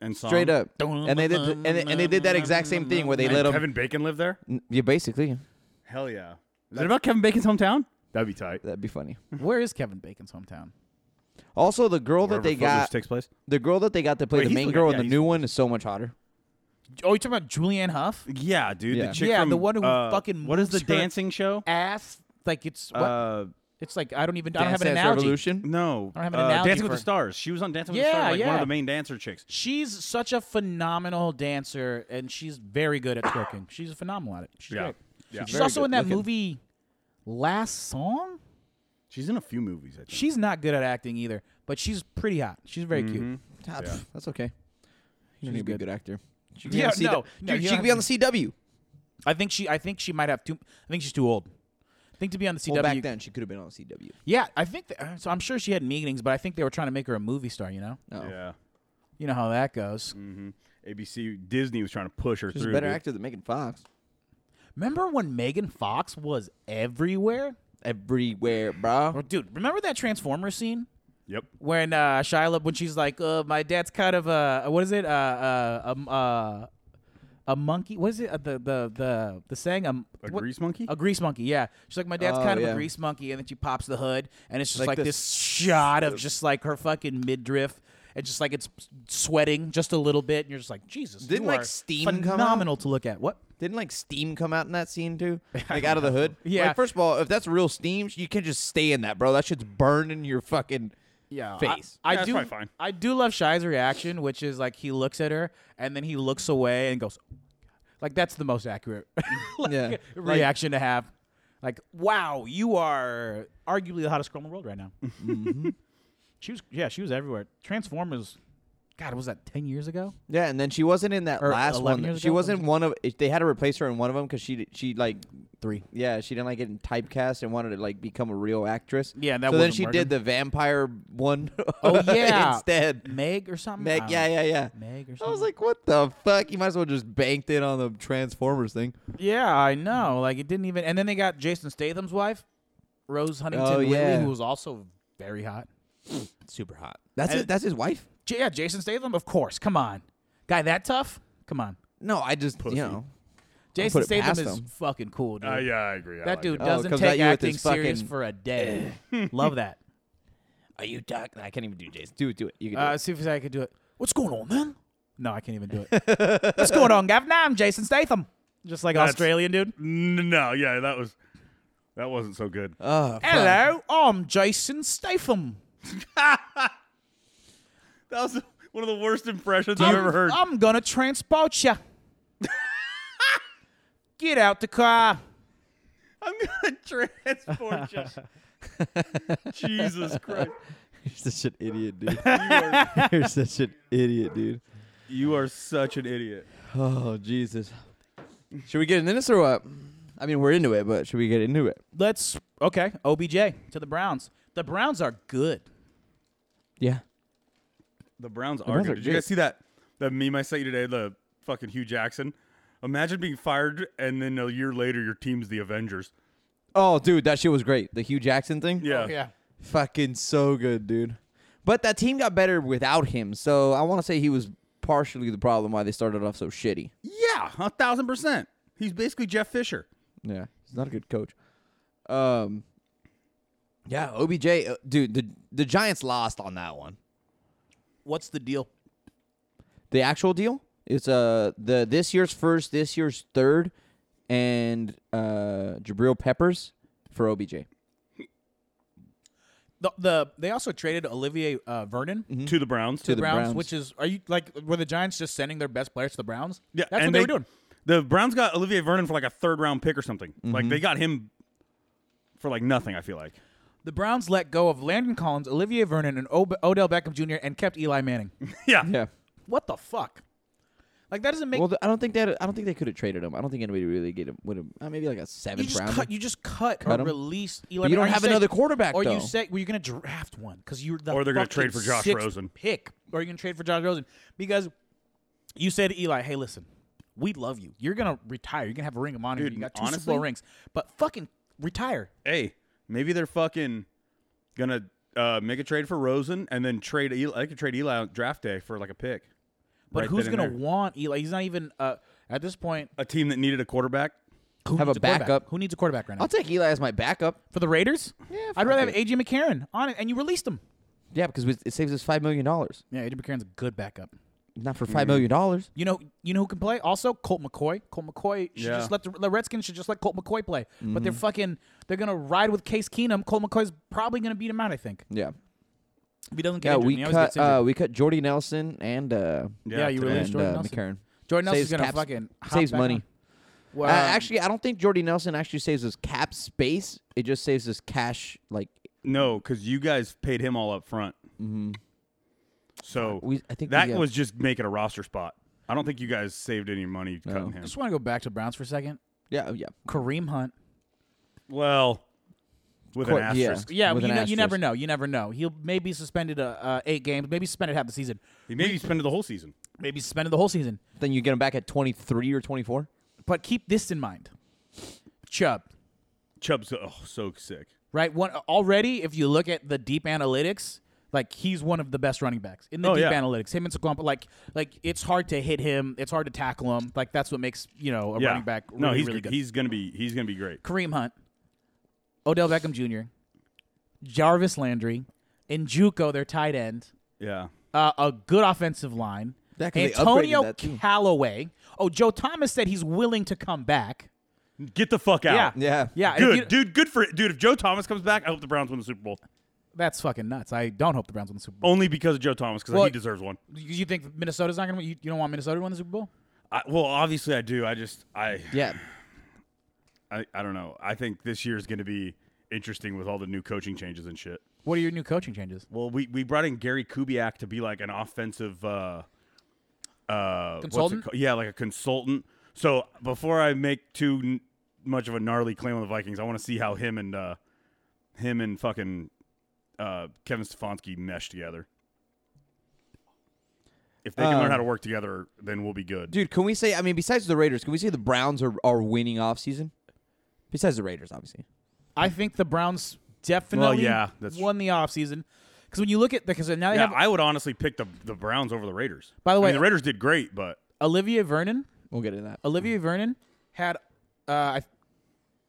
[SPEAKER 1] and song.
[SPEAKER 3] straight up. And they did the, and, they, and they did that exact same thing where they
[SPEAKER 1] And
[SPEAKER 3] let them.
[SPEAKER 1] Kevin Bacon lived there.
[SPEAKER 3] Yeah, basically,
[SPEAKER 1] Hell yeah. Is it about Kevin Bacon's hometown? That'd be tight.
[SPEAKER 3] that'd be funny.
[SPEAKER 2] Where is Kevin Bacon's hometown?
[SPEAKER 3] Also, the girl
[SPEAKER 1] Wherever
[SPEAKER 3] that they
[SPEAKER 1] Footloose
[SPEAKER 3] got,
[SPEAKER 1] takes place.
[SPEAKER 3] the girl that they got to play
[SPEAKER 1] Wait,
[SPEAKER 3] the
[SPEAKER 1] he's
[SPEAKER 3] main
[SPEAKER 1] looking-
[SPEAKER 3] girl
[SPEAKER 1] yeah,
[SPEAKER 3] in the
[SPEAKER 1] he's
[SPEAKER 3] new one is so much hotter.
[SPEAKER 2] Oh, you talking about Julianne Huff?
[SPEAKER 1] Yeah, dude.
[SPEAKER 3] Yeah.
[SPEAKER 1] The chick
[SPEAKER 2] Yeah,
[SPEAKER 1] from,
[SPEAKER 2] the one who
[SPEAKER 1] uh,
[SPEAKER 2] fucking
[SPEAKER 1] What is the
[SPEAKER 2] moves her-
[SPEAKER 1] dancing show?
[SPEAKER 2] Ass? Like it's what?
[SPEAKER 1] Uh,
[SPEAKER 2] it's like I don't even I don't
[SPEAKER 3] Dance
[SPEAKER 2] have an
[SPEAKER 3] Dance
[SPEAKER 2] analogy.
[SPEAKER 3] Revolution.
[SPEAKER 1] no.
[SPEAKER 2] I don't have an
[SPEAKER 1] uh,
[SPEAKER 2] analogy
[SPEAKER 1] Dancing with
[SPEAKER 2] for
[SPEAKER 1] the
[SPEAKER 2] it.
[SPEAKER 1] Stars. She was on Dancing with
[SPEAKER 2] Yeah,
[SPEAKER 1] the Stars, like one
[SPEAKER 2] yeah.
[SPEAKER 1] of the main dancer chicks.
[SPEAKER 2] She's such a phenomenal dancer, and she's very good at twerking. She's phenomenal at it. She's
[SPEAKER 1] Yeah.
[SPEAKER 2] great.
[SPEAKER 1] Yeah.
[SPEAKER 2] She's
[SPEAKER 3] Very
[SPEAKER 2] also
[SPEAKER 3] good
[SPEAKER 2] in that
[SPEAKER 3] looking.
[SPEAKER 2] movie Last Song.
[SPEAKER 1] She's in a few movies, I think.
[SPEAKER 2] She's not good at acting either, but she's pretty hot. She's very cute.
[SPEAKER 3] Ah,
[SPEAKER 1] Yeah.
[SPEAKER 3] pff, That's okay. You
[SPEAKER 2] She's
[SPEAKER 3] don't need to be a
[SPEAKER 2] good.
[SPEAKER 3] good actor. She
[SPEAKER 2] Yeah,
[SPEAKER 3] on the CW.
[SPEAKER 2] no, no,
[SPEAKER 3] Dude,
[SPEAKER 2] you
[SPEAKER 3] she
[SPEAKER 2] don't
[SPEAKER 3] could be on the
[SPEAKER 2] have
[SPEAKER 3] CW.
[SPEAKER 2] I think she I think she might have too I think she's too old. I think to be on the CW.
[SPEAKER 3] Well, back then she could have been on the CW.
[SPEAKER 2] Yeah, I think that, so I'm sure she had meetings, but I think they were trying to make her a movie star, you know?
[SPEAKER 3] No,
[SPEAKER 1] Yeah.
[SPEAKER 2] You know how that goes.
[SPEAKER 3] Mm.
[SPEAKER 1] ABC Disney was trying to push her
[SPEAKER 3] she's a
[SPEAKER 1] through.
[SPEAKER 3] better
[SPEAKER 1] dude.
[SPEAKER 3] actor than Megan Fox.
[SPEAKER 2] Remember when Megan Fox was everywhere?
[SPEAKER 3] Everywhere, bro.
[SPEAKER 2] Or dude, remember that Transformer scene
[SPEAKER 1] Yep.
[SPEAKER 2] when uh Shia LaBeouf when she's like, uh, "My dad's kind of a what is it? Uh, uh, um, uh, a monkey? What is it? Uh, the the the the saying um,
[SPEAKER 1] A
[SPEAKER 2] what-
[SPEAKER 1] grease monkey?
[SPEAKER 2] A grease monkey, yeah. She's like, my dad's
[SPEAKER 3] Oh,
[SPEAKER 2] kind of
[SPEAKER 3] yeah.
[SPEAKER 2] a grease monkey, and then she pops the hood, and it's just like,
[SPEAKER 3] Like this-
[SPEAKER 2] this, shot of just like her fucking midriff, and just like it's sweating just a little bit, and you're just like, Jesus,
[SPEAKER 3] Didn't,
[SPEAKER 2] you
[SPEAKER 3] like,
[SPEAKER 2] are
[SPEAKER 3] steam come out?
[SPEAKER 2] phenomenal to look at. What?
[SPEAKER 3] Didn't like steam come out in that scene too? Like out of the hood.
[SPEAKER 2] Yeah.
[SPEAKER 3] Like, first of all, if that's real steam, you can't just stay in that, bro. That shit's burning your fucking
[SPEAKER 2] Yeah,
[SPEAKER 3] face.
[SPEAKER 2] I, I
[SPEAKER 1] Yeah, that's
[SPEAKER 2] do.
[SPEAKER 1] probably fine.
[SPEAKER 2] I do love Shy's reaction, which is like he looks at her and then he looks away and goes, like that's the most accurate like,
[SPEAKER 3] Yeah. Like-
[SPEAKER 2] reaction to have. Like, wow, you are arguably the hottest girl in the world right now.
[SPEAKER 3] Mm-hmm.
[SPEAKER 2] she was, yeah, she was everywhere. Transformers, God, was that ten years ago?
[SPEAKER 3] yeah, and then she wasn't in that
[SPEAKER 2] Or
[SPEAKER 3] last
[SPEAKER 2] 11
[SPEAKER 3] one.
[SPEAKER 2] years
[SPEAKER 3] she
[SPEAKER 2] ago?
[SPEAKER 3] wasn't one of. it- They had to replace her in one of them because she di- she like
[SPEAKER 2] Three.
[SPEAKER 3] yeah she didn't like getting typecast and wanted to like become a real actress.
[SPEAKER 2] Yeah, and that
[SPEAKER 3] so then
[SPEAKER 2] wasn't
[SPEAKER 3] she
[SPEAKER 2] working.
[SPEAKER 3] did the vampire one.
[SPEAKER 2] Oh yeah,
[SPEAKER 3] instead.
[SPEAKER 2] Meg or something.
[SPEAKER 3] Meg,
[SPEAKER 2] I don't
[SPEAKER 3] yeah,
[SPEAKER 2] know.
[SPEAKER 3] yeah, yeah.
[SPEAKER 2] Meg or
[SPEAKER 3] I
[SPEAKER 2] something.
[SPEAKER 3] was like, what the fuck? You might as well just banked in on the Transformers thing.
[SPEAKER 2] yeah, I know. Like it didn't even. And then they got Jason Statham's wife, Rose Huntington
[SPEAKER 3] Oh,
[SPEAKER 2] Whitley,
[SPEAKER 3] yeah.
[SPEAKER 2] who was also very hot.
[SPEAKER 3] Super hot. That's
[SPEAKER 2] And-
[SPEAKER 3] it. That's his wife.
[SPEAKER 2] J- Yeah, Jason Statham, of course. Come on, guy that tough? Come on,
[SPEAKER 3] No, I just
[SPEAKER 1] Pussy.
[SPEAKER 3] you know
[SPEAKER 2] Jason
[SPEAKER 3] it past
[SPEAKER 2] Statham is
[SPEAKER 3] him.
[SPEAKER 2] fucking cool, dude.
[SPEAKER 1] Uh, yeah, I agree. I
[SPEAKER 2] That
[SPEAKER 1] like
[SPEAKER 2] dude
[SPEAKER 1] it.
[SPEAKER 3] Oh,
[SPEAKER 2] doesn't
[SPEAKER 3] comes at
[SPEAKER 2] take
[SPEAKER 3] you with
[SPEAKER 2] acting
[SPEAKER 3] his
[SPEAKER 2] serious
[SPEAKER 3] fucking-
[SPEAKER 2] for a day. Love that.
[SPEAKER 3] Are you duck? I can't even do Jason. Do it, do it. You can do
[SPEAKER 2] Uh, see if I could do it. What's going on, man? No, I can't even do it. What's going on, Gav? Nah, I'm Jason Statham. Just like
[SPEAKER 1] That's-
[SPEAKER 2] Australian dude.
[SPEAKER 1] N- No, yeah, that was that wasn't so good.
[SPEAKER 3] it. Uh,
[SPEAKER 2] Hello, I'm Jason Statham.
[SPEAKER 1] that was One of the worst impressions I've ever heard.
[SPEAKER 2] I'm gonna transport ya. Get out the car.
[SPEAKER 1] I'm gonna transport you. Jesus Christ.
[SPEAKER 3] You're such an idiot, dude.
[SPEAKER 1] You are,
[SPEAKER 3] You're such an idiot, dude.
[SPEAKER 1] you are such an idiot.
[SPEAKER 3] Oh Jesus. Should we get into this or what? I mean, we're into it, but should we get into it?
[SPEAKER 2] Let's okay. OBJ to the Browns. The Browns are good.
[SPEAKER 3] Yeah.
[SPEAKER 1] The Browns are
[SPEAKER 3] Browns
[SPEAKER 1] good.
[SPEAKER 3] are
[SPEAKER 1] Did you
[SPEAKER 3] good.
[SPEAKER 1] guys see that that meme I sent you today? The fucking Hugh Jackson. Imagine being fired and then a year later your team's the Avengers.
[SPEAKER 3] Oh, dude, that shit was great. The Hugh Jackson thing.
[SPEAKER 1] Yeah.
[SPEAKER 3] Fucking so good, dude. But that team got better without him, so I want to say he was partially the problem why they started off so shitty.
[SPEAKER 1] Yeah, a thousand percent. He's basically Jeff Fisher.
[SPEAKER 3] Yeah, he's not a good coach. Um, yeah, OBJ, uh, dude, the the Giants lost on that one.
[SPEAKER 2] What's the deal?
[SPEAKER 3] The actual deal is uh the this year's first, this year's third, and uh Jabril Peppers for OBJ.
[SPEAKER 2] The, the they also traded Olivier uh, Vernon to
[SPEAKER 1] To Mhm. the Browns.
[SPEAKER 3] Mm-hmm. To the Browns.
[SPEAKER 2] which is are you like were the Giants just sending their best players to the Browns?
[SPEAKER 1] yeah,
[SPEAKER 2] that's
[SPEAKER 1] and
[SPEAKER 2] what they, were doing.
[SPEAKER 1] The Browns got Olivier Vernon for like a third round pick or something. Like they got him for like nothing, I feel like.
[SPEAKER 2] The Browns let go of Landon Collins, Olivier Vernon, and Ob- Odell Beckham Jr. and kept Eli Manning.
[SPEAKER 1] yeah.
[SPEAKER 3] Yeah.
[SPEAKER 2] what the fuck? Like that doesn't make
[SPEAKER 3] Well, th- I don't think that I don't think they could have traded him. I don't think anybody really gave him would have uh, maybe like a
[SPEAKER 2] you
[SPEAKER 3] seventh
[SPEAKER 2] just
[SPEAKER 3] round.
[SPEAKER 2] cut. You just cut,
[SPEAKER 3] Cut
[SPEAKER 2] or
[SPEAKER 3] 'em.
[SPEAKER 2] release Eli.
[SPEAKER 3] But you
[SPEAKER 2] Manning.
[SPEAKER 3] don't
[SPEAKER 2] Or
[SPEAKER 3] have
[SPEAKER 2] say-
[SPEAKER 3] another quarterback,
[SPEAKER 2] Or
[SPEAKER 3] though.
[SPEAKER 2] you say, well, you're going to draft one because you're the
[SPEAKER 1] Or they're
[SPEAKER 2] going
[SPEAKER 1] gonna
[SPEAKER 2] to
[SPEAKER 1] trade for Josh Rosen.
[SPEAKER 2] pick, or you're going to trade for Josh Rosen because you said to Eli, "Hey, listen, we love you. You're going to retire. You're going to have a ring of honor.
[SPEAKER 1] Dude,
[SPEAKER 2] you got two Super
[SPEAKER 1] honestly-
[SPEAKER 2] Bowl rings, but fucking retire."
[SPEAKER 1] Hey, maybe they're fucking gonna uh, make a trade for Rosen and then trade Eli. I could trade Eli on draft day for like a pick.
[SPEAKER 2] But
[SPEAKER 1] Right
[SPEAKER 2] who's
[SPEAKER 1] then and
[SPEAKER 2] going to
[SPEAKER 1] there.
[SPEAKER 2] want Eli? He's not even uh, at this point.
[SPEAKER 1] a team that needed a quarterback?
[SPEAKER 2] Who
[SPEAKER 3] Have
[SPEAKER 2] needs
[SPEAKER 3] a
[SPEAKER 2] quarterback?
[SPEAKER 3] backup.
[SPEAKER 2] Who needs a quarterback right now?
[SPEAKER 3] I'll take Eli as my backup.
[SPEAKER 2] for the Raiders,
[SPEAKER 3] Yeah,
[SPEAKER 2] I'd rather
[SPEAKER 3] fuck
[SPEAKER 2] have AJ McCarron on it, and you released him.
[SPEAKER 3] Yeah, because we- it saves us five million dollars.
[SPEAKER 2] Yeah, AJ McCarron's a good backup.
[SPEAKER 3] Not for
[SPEAKER 2] Mm-hmm.
[SPEAKER 3] five million dollars.
[SPEAKER 2] You know, you know who can play? Also, Colt McCoy. Colt McCoy should
[SPEAKER 1] Yeah.
[SPEAKER 2] just let the, the Redskins should just let Colt McCoy play. But they're fucking they're gonna ride with Case Keenum. Colt McCoy's probably gonna beat him out. I think
[SPEAKER 3] Yeah.
[SPEAKER 2] if he doesn't get
[SPEAKER 3] Yeah,
[SPEAKER 2] injured,
[SPEAKER 3] we
[SPEAKER 2] he always
[SPEAKER 3] cut
[SPEAKER 2] gets injured.
[SPEAKER 3] uh, we cut Jordy Nelson and uh
[SPEAKER 2] Yeah, you
[SPEAKER 1] today.
[SPEAKER 2] released
[SPEAKER 3] and
[SPEAKER 2] Jordy
[SPEAKER 3] uh,
[SPEAKER 2] Nelson.
[SPEAKER 3] McCarron.
[SPEAKER 2] Jordan Nelson's
[SPEAKER 3] saves
[SPEAKER 2] gonna
[SPEAKER 3] caps-
[SPEAKER 2] fucking hop
[SPEAKER 3] saves
[SPEAKER 2] back
[SPEAKER 3] money.
[SPEAKER 2] on. Well,
[SPEAKER 3] Uh, actually, I don't think Jordy Nelson actually saves us cap space. It just saves us cash. Like
[SPEAKER 1] No, because you guys paid him all up front. Mm-hmm. So
[SPEAKER 3] we, I think
[SPEAKER 1] that
[SPEAKER 3] we, uh,
[SPEAKER 1] was just making a roster spot. I don't think you guys saved any money cutting
[SPEAKER 2] I
[SPEAKER 1] him.
[SPEAKER 2] just want to go back to Browns for a second.
[SPEAKER 3] yeah, oh, yeah,
[SPEAKER 2] Kareem Hunt.
[SPEAKER 1] Well, with
[SPEAKER 3] Court-
[SPEAKER 1] an
[SPEAKER 3] yeah.
[SPEAKER 1] asterisk,
[SPEAKER 2] Yeah,
[SPEAKER 3] With
[SPEAKER 2] you,
[SPEAKER 3] an
[SPEAKER 2] know, you
[SPEAKER 3] asterisk.
[SPEAKER 2] never know. You never know. He'll maybe suspended uh, uh, eight games. Maybe suspended half the season.
[SPEAKER 1] he maybe spent the whole season.
[SPEAKER 2] Maybe suspended the whole season.
[SPEAKER 3] Then you get him back at twenty three or twenty four.
[SPEAKER 2] But keep this in mind. Chubb,
[SPEAKER 1] Chubb's oh, so sick.
[SPEAKER 2] right? One already, if you look at the deep analytics, like he's one of the best running backs in the
[SPEAKER 1] Oh,
[SPEAKER 2] deep
[SPEAKER 1] yeah.
[SPEAKER 2] analytics. Him and Saquon, but, like like it's hard to hit him. It's hard to tackle him. Like that's what makes you know a
[SPEAKER 1] Yeah.
[SPEAKER 2] running back really,
[SPEAKER 1] no, he's
[SPEAKER 2] really
[SPEAKER 1] g-
[SPEAKER 2] good.
[SPEAKER 1] he's gonna be he's gonna be great.
[SPEAKER 2] Kareem Hunt, Odell Beckham Jr., Jarvis Landry, and JUCO, their tight end,
[SPEAKER 1] Yeah,
[SPEAKER 2] uh, a good offensive line.
[SPEAKER 3] Yeah, 'cause they
[SPEAKER 2] Antonio
[SPEAKER 3] upgraded that, too.
[SPEAKER 2] Callaway. Oh, Joe Thomas said he's willing to come back.
[SPEAKER 1] get the fuck out.
[SPEAKER 3] Yeah.
[SPEAKER 2] yeah. if
[SPEAKER 1] Good
[SPEAKER 2] you-
[SPEAKER 1] dude, good for it, dude. If Joe Thomas comes back, I hope the Browns win the Super Bowl.
[SPEAKER 2] That's fucking nuts. I don't hope the Browns win the Super Bowl.
[SPEAKER 1] Only because of Joe Thomas, because
[SPEAKER 2] Well-
[SPEAKER 1] he deserves one.
[SPEAKER 2] You you think Minnesota's not going to win? You, you don't want Minnesota to win the Super Bowl?
[SPEAKER 1] I, well, obviously I do. I just I,
[SPEAKER 3] Yeah,
[SPEAKER 1] I I don't know. I think this year is going to be interesting with all the new coaching changes and shit.
[SPEAKER 2] What are your new coaching changes?
[SPEAKER 1] Well, we we brought in Gary Kubiak to be like an offensive uh uh what's it
[SPEAKER 2] Consultant?
[SPEAKER 1] called? yeah, like a consultant. So before I make too n- much of a gnarly claim on the Vikings, I want to see how him and uh him and fucking uh Kevin Stefanski mesh together. If they can
[SPEAKER 3] Um,
[SPEAKER 1] learn how to work together, then we'll be good.
[SPEAKER 3] dude. Can we say? I mean, besides the Raiders, can we say the Browns are are winning off season? Besides the Raiders, obviously.
[SPEAKER 2] I think the Browns definitely
[SPEAKER 1] yeah, that's-
[SPEAKER 2] won the offseason. Because when you look at, because now they
[SPEAKER 1] yeah,
[SPEAKER 2] have
[SPEAKER 1] I would honestly pick the the Browns over the Raiders.
[SPEAKER 2] By the
[SPEAKER 1] I
[SPEAKER 2] way-
[SPEAKER 1] mean, the Raiders did great, but
[SPEAKER 2] Olivia Vernon.
[SPEAKER 3] We'll get into that.
[SPEAKER 2] Olivia Vernon had, uh, I,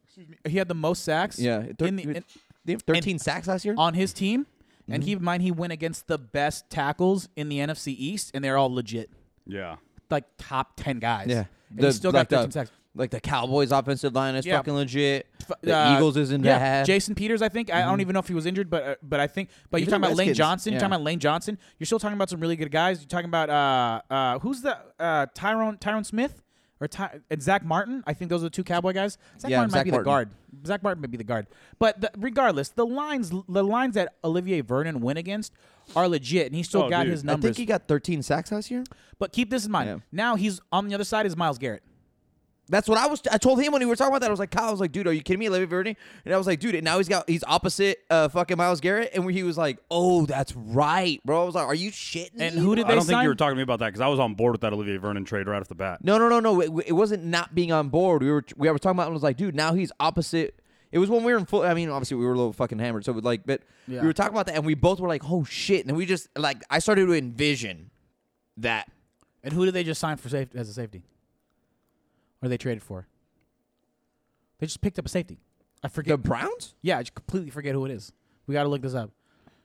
[SPEAKER 2] excuse me, he had the most sacks
[SPEAKER 3] Yeah, thir-
[SPEAKER 2] in the, in,
[SPEAKER 3] they have thirteen sacks last year.
[SPEAKER 2] on his team.
[SPEAKER 3] Mm-hmm.
[SPEAKER 2] And keep in mind, he went against the best tackles in the NFC East, and they're all legit,
[SPEAKER 1] yeah.
[SPEAKER 2] like top 10 guys.
[SPEAKER 3] yeah,
[SPEAKER 2] And he still
[SPEAKER 3] like
[SPEAKER 2] got 13
[SPEAKER 3] the,
[SPEAKER 2] sacks.
[SPEAKER 3] Like the Cowboys' offensive line is
[SPEAKER 2] Yeah.
[SPEAKER 3] fucking legit.
[SPEAKER 2] F-
[SPEAKER 3] The Mm-hmm.
[SPEAKER 2] uh,
[SPEAKER 3] Eagles is in
[SPEAKER 2] yeah.
[SPEAKER 3] bad.
[SPEAKER 2] Jason Peters, I think. I, I don't even know if he was injured, but uh, but I think. But you're
[SPEAKER 3] Even
[SPEAKER 2] talking
[SPEAKER 3] the
[SPEAKER 2] about Lane
[SPEAKER 3] Redskins,
[SPEAKER 2] Johnson. You're
[SPEAKER 3] yeah.
[SPEAKER 2] talking about Lane Johnson. You're still talking about some really good guys. You're talking about uh uh who's the uh Tyrone Tyrone Smith or Ty- and Zach Martin. I think those are the two Cowboy guys. Zach
[SPEAKER 3] Yeah,
[SPEAKER 2] Martin might
[SPEAKER 3] Zach
[SPEAKER 2] be the
[SPEAKER 3] Martin.
[SPEAKER 2] guard. Zach Martin might be the guard. But the, regardless, the lines the lines that Olivier Vernon went against are legit, and he still
[SPEAKER 1] Oh,
[SPEAKER 2] got
[SPEAKER 1] dude.
[SPEAKER 2] his
[SPEAKER 1] I
[SPEAKER 3] I
[SPEAKER 2] numbers.
[SPEAKER 3] think he got 13 sacks last year.
[SPEAKER 2] but keep this in mind.
[SPEAKER 3] Yeah.
[SPEAKER 2] Now he's on the other side is Miles Garrett.
[SPEAKER 3] That's what I was. I told him when we were talking about that. I was like, Kyle, I was like, dude, are you kidding me, Levy Verde? And I was like, dude, and now he's got he's opposite uh, fucking Miles Garrett, and he was like, oh, that's right, bro. I was like, are you shitting?
[SPEAKER 2] And
[SPEAKER 3] me,
[SPEAKER 2] who did
[SPEAKER 3] bro?"
[SPEAKER 1] I
[SPEAKER 2] they
[SPEAKER 1] don't think
[SPEAKER 2] sign-
[SPEAKER 1] you were talking to me about that because I was on board with that Olivier Vernon trade right off the bat.
[SPEAKER 3] No, no, no, no. It, it wasn't not being on board. We were we were talking about. it, and I was like, dude, now he's opposite. It was when we were in full. I mean, obviously we were a little fucking hammered, so it was like, but
[SPEAKER 2] Yeah.
[SPEAKER 3] we were talking about that, and we both were like, oh shit, and then we just like I started to envision that.
[SPEAKER 2] And who did they just sign for safety as a safety? Or they traded for? They just picked up a safety. I forget.
[SPEAKER 3] The Browns?
[SPEAKER 2] yeah, I just completely forget who it is. We got to look this up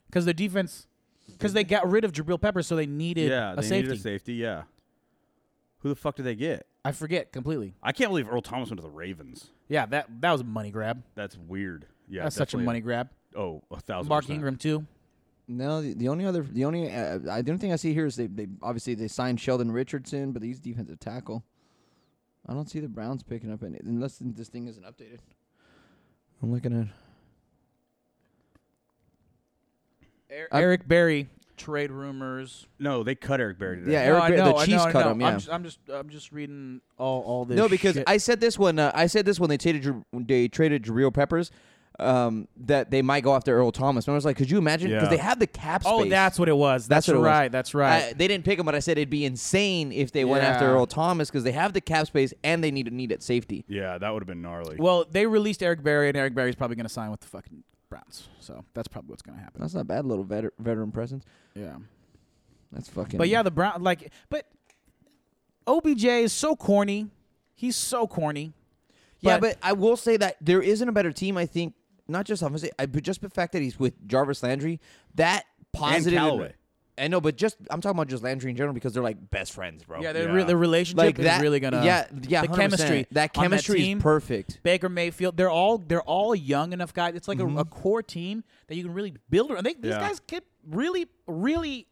[SPEAKER 2] because their defense, because they got rid of Jabril Peppers, so they needed
[SPEAKER 1] Yeah,
[SPEAKER 2] a
[SPEAKER 1] they
[SPEAKER 2] safety.
[SPEAKER 1] needed a safety. Yeah. Who the fuck did they get?
[SPEAKER 2] I forget completely.
[SPEAKER 1] I can't believe Earl Thomas went to the Ravens.
[SPEAKER 2] Yeah, that that was a money grab.
[SPEAKER 1] That's weird. Yeah,
[SPEAKER 2] That's such a
[SPEAKER 1] definitely.
[SPEAKER 2] money grab.
[SPEAKER 1] Oh, a thousand.
[SPEAKER 2] Mark
[SPEAKER 1] percent.
[SPEAKER 2] Ingram too.
[SPEAKER 3] No, the, the only other, the only, uh, I the only thing I see here is they, they obviously they signed Sheldon Richardson, but he's defensive tackle. I don't see the Browns picking up any unless this thing isn't updated. I'm looking at. I'm-
[SPEAKER 2] Eric Berry trade rumors.
[SPEAKER 1] No, they cut Eric Berry today.
[SPEAKER 3] Yeah,
[SPEAKER 2] No,
[SPEAKER 3] Eric,
[SPEAKER 2] I
[SPEAKER 3] Berry-
[SPEAKER 2] know,
[SPEAKER 3] the
[SPEAKER 2] I
[SPEAKER 3] Chiefs
[SPEAKER 2] know, I
[SPEAKER 3] cut
[SPEAKER 2] know.
[SPEAKER 3] him. Yeah.
[SPEAKER 2] I'm just, I'm just I'm just reading all all this.
[SPEAKER 3] no, because
[SPEAKER 2] shit.
[SPEAKER 3] I said this when uh, I said this when they traded Jer- when they traded Jareel Peppers, um, that they might go after Earl Thomas. And I was like, could you imagine? Because
[SPEAKER 1] Yeah.
[SPEAKER 3] they have the cap space.
[SPEAKER 2] oh that's what it was. That's,
[SPEAKER 3] That's what it was.
[SPEAKER 2] right. That's right.
[SPEAKER 3] I, they didn't pick him, but I said it'd be insane if they went after
[SPEAKER 2] Yeah.
[SPEAKER 3] Earl Thomas because they have the cap space and they need a need at safety.
[SPEAKER 1] Yeah, that would have been gnarly.
[SPEAKER 2] Well, they released Eric Berry, and Eric Berry's probably going to sign with the fucking Browns. So that's probably what's going to happen.
[SPEAKER 3] That's not bad, little veter- veteran presence.
[SPEAKER 2] Yeah.
[SPEAKER 3] That's fucking.
[SPEAKER 2] But yeah, the Brown like, but OBJ is so corny. He's so corny.
[SPEAKER 3] yeah, but I will say that there isn't a better team. I think not just obviously, I, but just the fact that he's with Jarvis Landry, that positive.
[SPEAKER 1] Callaway.
[SPEAKER 3] I know, but just I'm talking about just Landry in general because they're like best friends, bro.
[SPEAKER 2] yeah, their
[SPEAKER 1] Yeah.
[SPEAKER 2] re- their relationship
[SPEAKER 3] like
[SPEAKER 2] is
[SPEAKER 3] that.
[SPEAKER 2] really going to
[SPEAKER 3] yeah, yeah,
[SPEAKER 2] the
[SPEAKER 3] 100%.
[SPEAKER 2] chemistry
[SPEAKER 3] That
[SPEAKER 2] on
[SPEAKER 3] chemistry
[SPEAKER 2] team,
[SPEAKER 3] is perfect.
[SPEAKER 2] Baker Mayfield, they're all they're all young enough guys. It's like a, a core team that you can really build around. They, these
[SPEAKER 1] Yeah.
[SPEAKER 2] guys could really, really,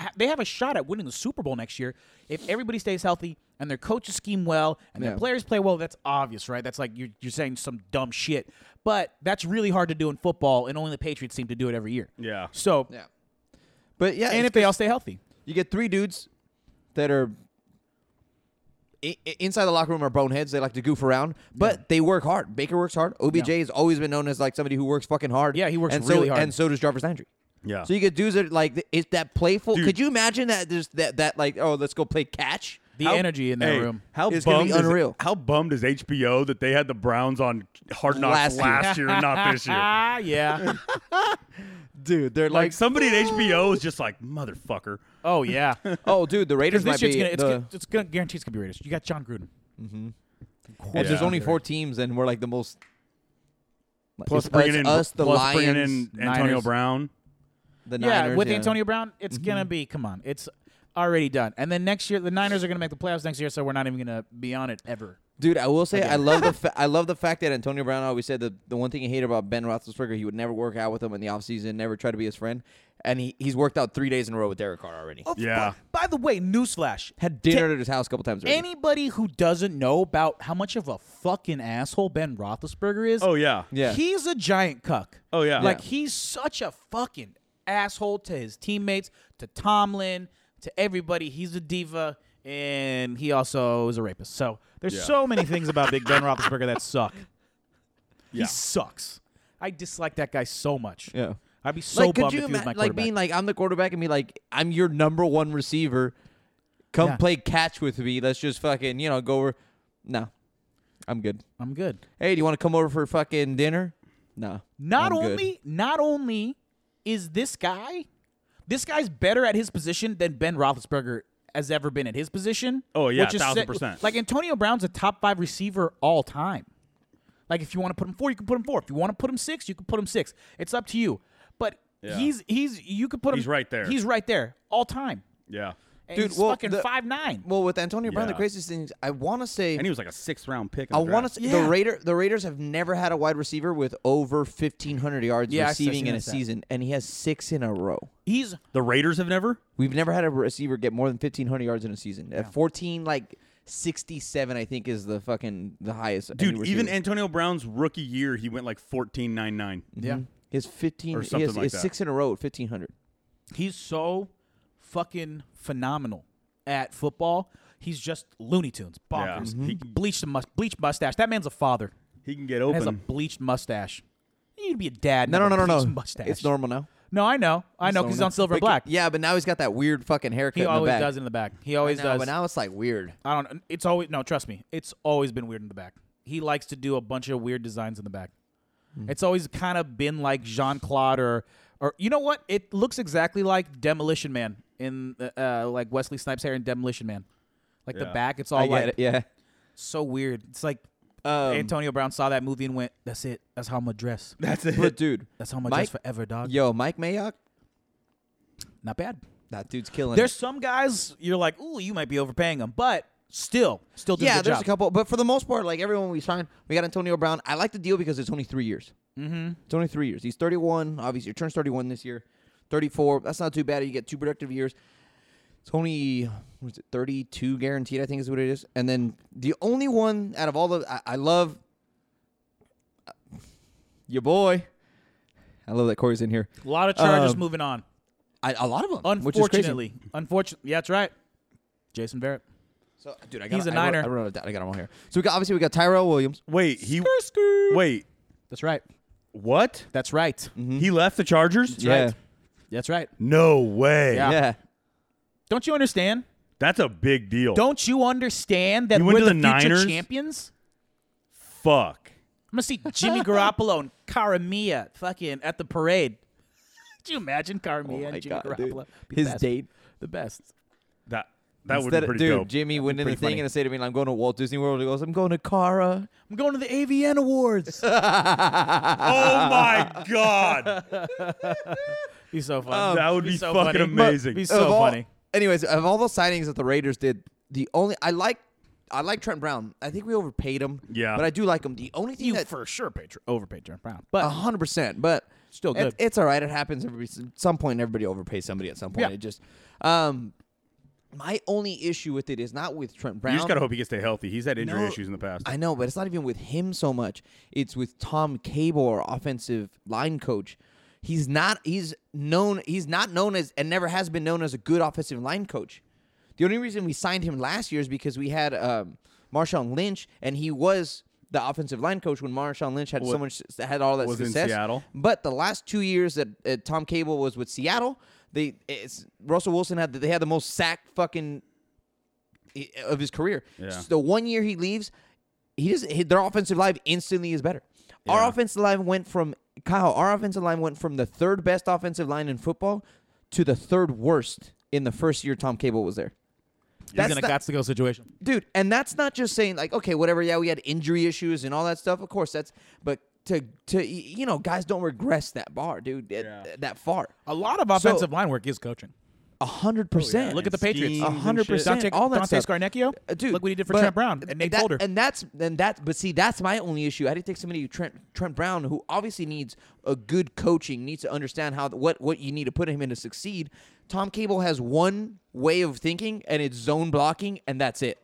[SPEAKER 2] ha- they have a shot at winning the Super Bowl next year if everybody stays healthy and their coaches scheme well and their
[SPEAKER 3] Yeah.
[SPEAKER 2] players play well. That's obvious, right? That's like you're, you're saying some dumb shit, but that's really hard to do in football, and only the Patriots seem to do it every year.
[SPEAKER 1] yeah.
[SPEAKER 2] So,
[SPEAKER 3] Yeah, but yeah,
[SPEAKER 2] and
[SPEAKER 3] it's
[SPEAKER 2] if they
[SPEAKER 3] good.
[SPEAKER 2] all stay healthy,
[SPEAKER 3] you get three dudes that are. i- i- Inside the locker room are boneheads. They like to goof around, but they work hard. Baker works hard. OBJ has always been known as like somebody who works fucking hard.
[SPEAKER 2] Yeah, he works
[SPEAKER 3] and
[SPEAKER 2] really
[SPEAKER 3] so,
[SPEAKER 2] hard.
[SPEAKER 3] And so does Jarvis Landry.
[SPEAKER 1] Yeah.
[SPEAKER 3] So you could do that like th- it's that playful.
[SPEAKER 1] Dude.
[SPEAKER 3] Could you imagine that there's that that like oh let's go play catch?
[SPEAKER 2] the
[SPEAKER 1] How-
[SPEAKER 2] energy in that
[SPEAKER 1] hey,
[SPEAKER 2] room.
[SPEAKER 1] How
[SPEAKER 3] It's gonna
[SPEAKER 1] bummed
[SPEAKER 3] be
[SPEAKER 1] is-
[SPEAKER 3] unreal.
[SPEAKER 1] how bummed is HBO that they had the Browns on Hard Knocks
[SPEAKER 3] Last year.
[SPEAKER 1] last year, and not this year?
[SPEAKER 2] Ah, yeah.
[SPEAKER 3] Dude, they're
[SPEAKER 1] Like somebody at HBO is just like motherfucker.
[SPEAKER 2] oh yeah.
[SPEAKER 3] oh dude, the Raiders might
[SPEAKER 2] Because this
[SPEAKER 3] be
[SPEAKER 2] year's gonna, it's,
[SPEAKER 3] the-
[SPEAKER 2] gonna, it's gonna guarantee it's gonna be Raiders. You got John Gruden.
[SPEAKER 3] if there's
[SPEAKER 1] Yeah.
[SPEAKER 3] only four teams and we're like the most. like,
[SPEAKER 1] Plus
[SPEAKER 3] it's
[SPEAKER 1] bringing
[SPEAKER 3] us,
[SPEAKER 1] in
[SPEAKER 3] us, the
[SPEAKER 1] plus
[SPEAKER 3] Lions,
[SPEAKER 1] bringing in Antonio
[SPEAKER 2] Niners.
[SPEAKER 1] Brown.
[SPEAKER 3] the
[SPEAKER 2] yeah, Mm-hmm.
[SPEAKER 3] Niners,
[SPEAKER 2] with Antonio Brown, it's gonna be. Come on, it's already done. And then next year, the Niners are gonna make the playoffs next year, so we're not even gonna be on it ever.
[SPEAKER 3] Dude, I will say I love the fa- I love the fact that Antonio Brown always said that the one thing he hated about Ben Roethlisberger he would never work out with him in the offseason, never try to be his friend, and he, he's worked out three days in a row with Derek Carr already.
[SPEAKER 1] Yeah.
[SPEAKER 2] By, by the way, newsflash:
[SPEAKER 3] Had dinner at his house a couple times already.
[SPEAKER 2] anybody who doesn't know about how much of a fucking asshole Ben Roethlisberger is,
[SPEAKER 1] Oh yeah.
[SPEAKER 3] Yeah.
[SPEAKER 2] he's a giant cuck.
[SPEAKER 1] Oh, yeah.
[SPEAKER 2] like
[SPEAKER 3] Yeah.
[SPEAKER 2] he's such a fucking asshole to his teammates, to Tomlin, to everybody. He's a diva, and he also is a rapist. So there's
[SPEAKER 1] Yeah.
[SPEAKER 2] so many things about Big Ben Roethlisberger that suck.
[SPEAKER 1] Yeah.
[SPEAKER 2] He sucks. I dislike that guy so much.
[SPEAKER 3] Yeah.
[SPEAKER 2] I'd be so
[SPEAKER 3] like,
[SPEAKER 2] bummed
[SPEAKER 3] could you
[SPEAKER 2] if he was my
[SPEAKER 3] imagine, like
[SPEAKER 2] quarterback.
[SPEAKER 3] being like, I'm the quarterback, and be like, I'm your number one receiver. Come
[SPEAKER 2] Yeah.
[SPEAKER 3] play catch with me. Let's just fucking, you know, go over. No, I'm good.
[SPEAKER 2] I'm good.
[SPEAKER 3] Hey, do you want to come over for fucking dinner? No.
[SPEAKER 2] Not
[SPEAKER 3] I'm good.
[SPEAKER 2] only not only is this guy, this guy's better at his position than Ben Roethlisberger has ever been at his position.
[SPEAKER 1] Oh, yeah,
[SPEAKER 2] which is
[SPEAKER 1] 1000%.
[SPEAKER 2] Like Antonio Brown's a top five receiver all time. Like if you want to put him four, you can put him four. If you want to put him six, you can put him six. It's up to you. But
[SPEAKER 1] Yeah.
[SPEAKER 2] he's he's you could put him.
[SPEAKER 1] He's right there.
[SPEAKER 2] He's right there all time.
[SPEAKER 1] Yeah.
[SPEAKER 2] And
[SPEAKER 3] Dude,
[SPEAKER 2] he's
[SPEAKER 3] well,
[SPEAKER 2] fucking
[SPEAKER 3] the-
[SPEAKER 2] five nine.
[SPEAKER 3] Well, with Antonio Brown, the
[SPEAKER 1] Yeah.
[SPEAKER 3] craziest thing is I want to say
[SPEAKER 1] And he was like a sixth round pick. in
[SPEAKER 3] I
[SPEAKER 1] the
[SPEAKER 3] want
[SPEAKER 1] draft.
[SPEAKER 3] to.
[SPEAKER 2] Yeah.
[SPEAKER 3] The Raider, the Raiders have never had a wide receiver with over fifteen hundred yards
[SPEAKER 2] Yeah, I- I seen
[SPEAKER 3] receiving in a
[SPEAKER 2] that stat.
[SPEAKER 3] season, and he has six in a row.
[SPEAKER 2] He's
[SPEAKER 1] The Raiders have never.
[SPEAKER 3] We've never had a receiver get more than fifteen hundred yards in a season. At fourteen, like sixty-seven, I think is the fucking the highest. any
[SPEAKER 1] Dude, even
[SPEAKER 3] receiver.
[SPEAKER 1] Antonio Brown's rookie year, he went like 14 9 9.
[SPEAKER 2] yeah.
[SPEAKER 3] he has fifteen.
[SPEAKER 1] or
[SPEAKER 3] he
[SPEAKER 1] something
[SPEAKER 3] has, he
[SPEAKER 1] like
[SPEAKER 3] has
[SPEAKER 1] that.
[SPEAKER 3] six in a row at fifteen hundred.
[SPEAKER 2] He's so fucking phenomenal at football. He's just Looney Tunes, bonkers.
[SPEAKER 1] Yeah. Mhm. He-
[SPEAKER 2] Bleached mus- bleached mustache. That man's a father.
[SPEAKER 1] He can get
[SPEAKER 2] He has a
[SPEAKER 1] open.
[SPEAKER 2] bleached mustache. You'd be a dad.
[SPEAKER 3] No, no,
[SPEAKER 2] not
[SPEAKER 3] no,
[SPEAKER 2] a
[SPEAKER 3] no, no.
[SPEAKER 2] bleached Mustache.
[SPEAKER 3] It's normal now.
[SPEAKER 2] No, I know. I know because he's
[SPEAKER 3] Normal.
[SPEAKER 2] on silver and
[SPEAKER 3] But-
[SPEAKER 2] black.
[SPEAKER 3] Yeah, but now he's got that weird fucking haircut.
[SPEAKER 2] He
[SPEAKER 3] in the
[SPEAKER 2] always
[SPEAKER 3] back.
[SPEAKER 2] does it in the back. He always
[SPEAKER 3] I know,
[SPEAKER 2] does.
[SPEAKER 3] But now it's like weird.
[SPEAKER 2] I don't. It's always no. Trust me. It's always been weird in the back. He likes to do a bunch of weird designs in the back. It's always kind of been like Jean Claude or or you know what? It looks exactly like Demolition Man in uh, uh, like Wesley Snipes' hair in Demolition Man. Like the
[SPEAKER 1] Yeah.
[SPEAKER 2] back, it's
[SPEAKER 3] I
[SPEAKER 2] all
[SPEAKER 3] get
[SPEAKER 2] like
[SPEAKER 3] it. Yeah.
[SPEAKER 2] so weird. It's like
[SPEAKER 3] Um,
[SPEAKER 2] Antonio Brown saw that movie and went, "That's it. That's how I'm gonna dress.
[SPEAKER 1] That's it.
[SPEAKER 3] But dude,
[SPEAKER 2] That's how I'm gonna
[SPEAKER 3] Mike-
[SPEAKER 2] dress forever, dog."
[SPEAKER 3] yo, Mike Mayock,
[SPEAKER 2] Not bad.
[SPEAKER 3] that dude's killing. it.
[SPEAKER 2] There's some guys you're like, "Ooh, you might be overpaying them," but still, still doing
[SPEAKER 3] yeah,
[SPEAKER 2] a good
[SPEAKER 3] there's
[SPEAKER 2] job.
[SPEAKER 3] a couple, but for the most part, like everyone we signed, we got Antonio Brown. I like the deal because it's only three years. Mm-hmm. It's only three years. He's 31. Obviously, he turns 31 this year. 34. That's not too bad. You get two productive years. It's only what is it 32 guaranteed? I think is what it is. And then the only one out of all the I, I love uh, your boy. I love that Corey's in here.
[SPEAKER 2] A lot of Chargers
[SPEAKER 3] Um,
[SPEAKER 2] moving on.
[SPEAKER 3] I, a lot of them, which is crazy.
[SPEAKER 2] Unfortunately, unfortunately, yeah, that's right. Jason Verrett.
[SPEAKER 3] So, dude, I got
[SPEAKER 2] He's a
[SPEAKER 3] I wrote-
[SPEAKER 2] Niner.
[SPEAKER 3] I wrote it down. I got him on here. So we got obviously we got Tyrell Williams.
[SPEAKER 1] Wait, he. Wait,
[SPEAKER 2] That's right.
[SPEAKER 1] what?
[SPEAKER 2] That's right.
[SPEAKER 1] He left the Chargers?
[SPEAKER 3] yeah,
[SPEAKER 2] right. That's right.
[SPEAKER 1] No way.
[SPEAKER 2] Yeah.
[SPEAKER 3] yeah.
[SPEAKER 2] Don't you understand?
[SPEAKER 1] That's a big deal.
[SPEAKER 2] Don't you understand that
[SPEAKER 1] You
[SPEAKER 2] we're
[SPEAKER 1] went
[SPEAKER 2] the,
[SPEAKER 1] to the
[SPEAKER 2] future
[SPEAKER 1] Niners?
[SPEAKER 2] champions?
[SPEAKER 1] Fuck.
[SPEAKER 2] I'm gonna see Jimmy Garoppolo and Karamia fucking at the parade. Could you imagine Karamia and Jimmy
[SPEAKER 3] Oh dude.
[SPEAKER 2] Garoppolo? Be the
[SPEAKER 3] His
[SPEAKER 2] best.
[SPEAKER 3] date.
[SPEAKER 2] the best.
[SPEAKER 1] That that would be
[SPEAKER 3] Instead of-
[SPEAKER 1] pretty
[SPEAKER 3] dude,
[SPEAKER 1] dope.
[SPEAKER 3] Jimmy went in the
[SPEAKER 2] pretty
[SPEAKER 3] thing
[SPEAKER 2] funny.
[SPEAKER 3] and said to me, "I'm going to Walt Disney World." He goes, "I'm going to Cara."
[SPEAKER 2] I'm going to the AVN Awards.
[SPEAKER 1] oh my god.
[SPEAKER 2] He's so funny.
[SPEAKER 1] that would
[SPEAKER 2] He's
[SPEAKER 1] be
[SPEAKER 2] so
[SPEAKER 1] fucking
[SPEAKER 2] funny.
[SPEAKER 1] amazing.
[SPEAKER 2] He's
[SPEAKER 3] Of
[SPEAKER 2] so
[SPEAKER 3] all-
[SPEAKER 2] funny.
[SPEAKER 3] Anyways, of all those signings that the Raiders did, the only I like, I like Trent Brown. I think we overpaid him.
[SPEAKER 1] Yeah.
[SPEAKER 3] but I do like him. The only thing
[SPEAKER 2] You
[SPEAKER 3] that
[SPEAKER 2] for sure paid, overpaid John Brown, but
[SPEAKER 3] hundred percent, but
[SPEAKER 2] Still
[SPEAKER 3] it-
[SPEAKER 2] good.
[SPEAKER 3] it's all right. It happens. Every at some point, everybody overpays somebody at some point.
[SPEAKER 2] Yeah.
[SPEAKER 3] It just, um, my only issue with it is not with Trent Brown.
[SPEAKER 1] You just gotta hope he can stay healthy. He's had injury
[SPEAKER 3] No,
[SPEAKER 1] issues in the past.
[SPEAKER 3] I know, but it's not even with him so much. It's with Tom Cable, our offensive line coach. He's not. He's known. He's not known as, and never has been known as a good offensive line coach. The only reason we signed him last year is because we had um, Marshawn Lynch, and he was the offensive line coach when Marshawn Lynch had so much had all that
[SPEAKER 1] was in
[SPEAKER 3] success.
[SPEAKER 1] Seattle.
[SPEAKER 3] But the last two years that uh, Tom Cable was with Seattle, they it's, Russell Wilson had they had the most sacked fucking i- of his career.
[SPEAKER 1] Yeah.
[SPEAKER 3] So the one year he leaves, he doesn't. His, their offensive line instantly is better. Our
[SPEAKER 1] Yeah.
[SPEAKER 3] offensive line went from Kyle. Our offensive line went from the third best offensive line in football to the third worst in the first year Tom Cable was there.
[SPEAKER 2] he's in
[SPEAKER 3] not-
[SPEAKER 2] a gots to go situation.
[SPEAKER 3] dude and that's not just saying like okay whatever yeah we had injury issues and all that stuff of course that's but to to y- you know guys don't regress that bar dude that,
[SPEAKER 1] Yeah.
[SPEAKER 3] that far
[SPEAKER 2] A lot of offensive line work is coaching.
[SPEAKER 3] a hundred percent
[SPEAKER 2] Look at the Patriots.
[SPEAKER 1] schemes and
[SPEAKER 3] hundred
[SPEAKER 1] shit.
[SPEAKER 3] percent.
[SPEAKER 2] Dante,
[SPEAKER 3] All that
[SPEAKER 2] Dante
[SPEAKER 3] stuff.
[SPEAKER 2] Scarnecchio.
[SPEAKER 3] Uh, dude
[SPEAKER 2] look what he did for
[SPEAKER 3] but-
[SPEAKER 2] Trent Brown and Nate
[SPEAKER 3] that-
[SPEAKER 2] Folder.
[SPEAKER 3] and that's and that's but see that's my only issue i didn't take somebody who trent trent brown who obviously needs a good coaching needs to understand how what what you need to put him in to succeed tom cable has one way of thinking and it's zone blocking and that's it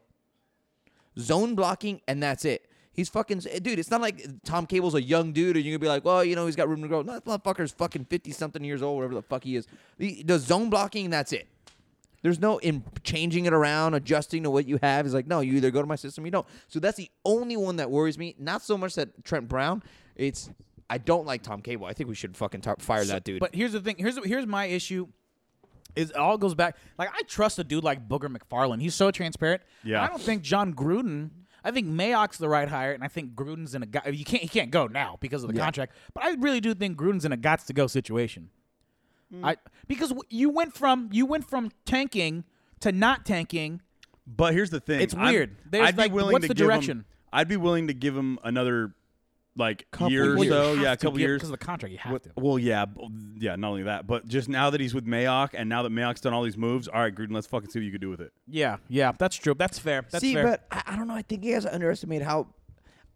[SPEAKER 3] zone blocking, and that's it. He's fucking dude. It's not like Tom Cable's a young dude, and you're gonna be like, well, you know, he's got room to grow. No, that motherfucker's fucking fifty something years old, whatever the fuck he is. The, the zone blocking, and that's it. There's no in changing it around, adjusting to what you have. He's like, no, you either go to my system, or you don't. So that's the only one that worries me. Not so much that Trent Brown. It's I don't like Tom Cable. I think we should fucking tar- fire that dude.
[SPEAKER 2] But here's the thing. Here's here's my issue. Is it all goes back. Like I trust a dude like Booger McFarland. He's so transparent.
[SPEAKER 1] Yeah.
[SPEAKER 2] I don't think John Gruden. I think Mayock's the right hire, and I think Gruden's in a guy. You can't he can't go now because of the contract. But I really do think Gruden's in a gots to go situation.
[SPEAKER 1] Mm.
[SPEAKER 2] I because w- you went from you went from tanking to not tanking.
[SPEAKER 1] But here's the thing.
[SPEAKER 2] It's
[SPEAKER 1] I'm-
[SPEAKER 2] weird. There's
[SPEAKER 1] I'd
[SPEAKER 2] like,
[SPEAKER 1] be willing
[SPEAKER 2] what's
[SPEAKER 1] to
[SPEAKER 2] the
[SPEAKER 1] give him-
[SPEAKER 2] direction?
[SPEAKER 1] I'd be willing to give him another like
[SPEAKER 2] Couple
[SPEAKER 1] year or
[SPEAKER 2] years.
[SPEAKER 1] so.
[SPEAKER 2] You
[SPEAKER 1] Yeah, a
[SPEAKER 2] have to
[SPEAKER 1] couple
[SPEAKER 2] give-
[SPEAKER 1] years.
[SPEAKER 2] because of the contract. You have
[SPEAKER 1] Well,
[SPEAKER 2] to.
[SPEAKER 1] well, yeah, b- yeah. Not only that, but just now that he's with Mayock, and now that Mayock's done all these moves, all right, Gruden, let's fucking see what you can do with it.
[SPEAKER 2] Yeah, yeah, that's true. That's fair. That's
[SPEAKER 3] See,
[SPEAKER 2] fair.
[SPEAKER 3] but I, I don't know. I think you guys underestimate how.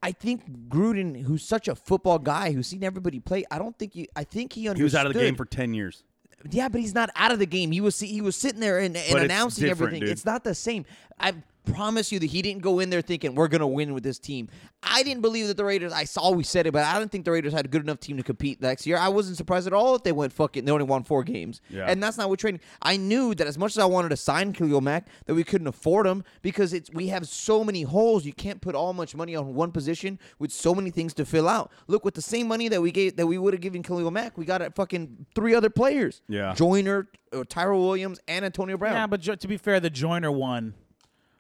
[SPEAKER 3] I think Gruden, who's such a football guy, who's seen everybody play, I don't think you. I think he understood.
[SPEAKER 1] He was out of the game for ten years.
[SPEAKER 3] Yeah, but he's not out of the game. He was he was sitting there and, and
[SPEAKER 1] But it's
[SPEAKER 3] announcing
[SPEAKER 1] different,
[SPEAKER 3] everything.
[SPEAKER 1] dude.
[SPEAKER 3] It's not the same. I promise you that he didn't go in there thinking we're gonna win with this team. I didn't believe that the Raiders. I saw we said it, but I didn't think the Raiders had a good enough team to compete next year. I wasn't surprised at all that they went fucking. They only won four games,
[SPEAKER 1] Yeah.
[SPEAKER 3] and that's not what trading. I knew that as much as I wanted to sign Khalil Mack, that we couldn't afford him because it's we have so many holes. You can't put all much money on one position with so many things to fill out. Look, with the same money that we gave that we would have given Khalil Mack, we got at fucking three other players.
[SPEAKER 1] Yeah.
[SPEAKER 3] Joyner, uh, Tyrell Williams, and Antonio Brown.
[SPEAKER 2] yeah, but jo- to be fair, the Joiner one,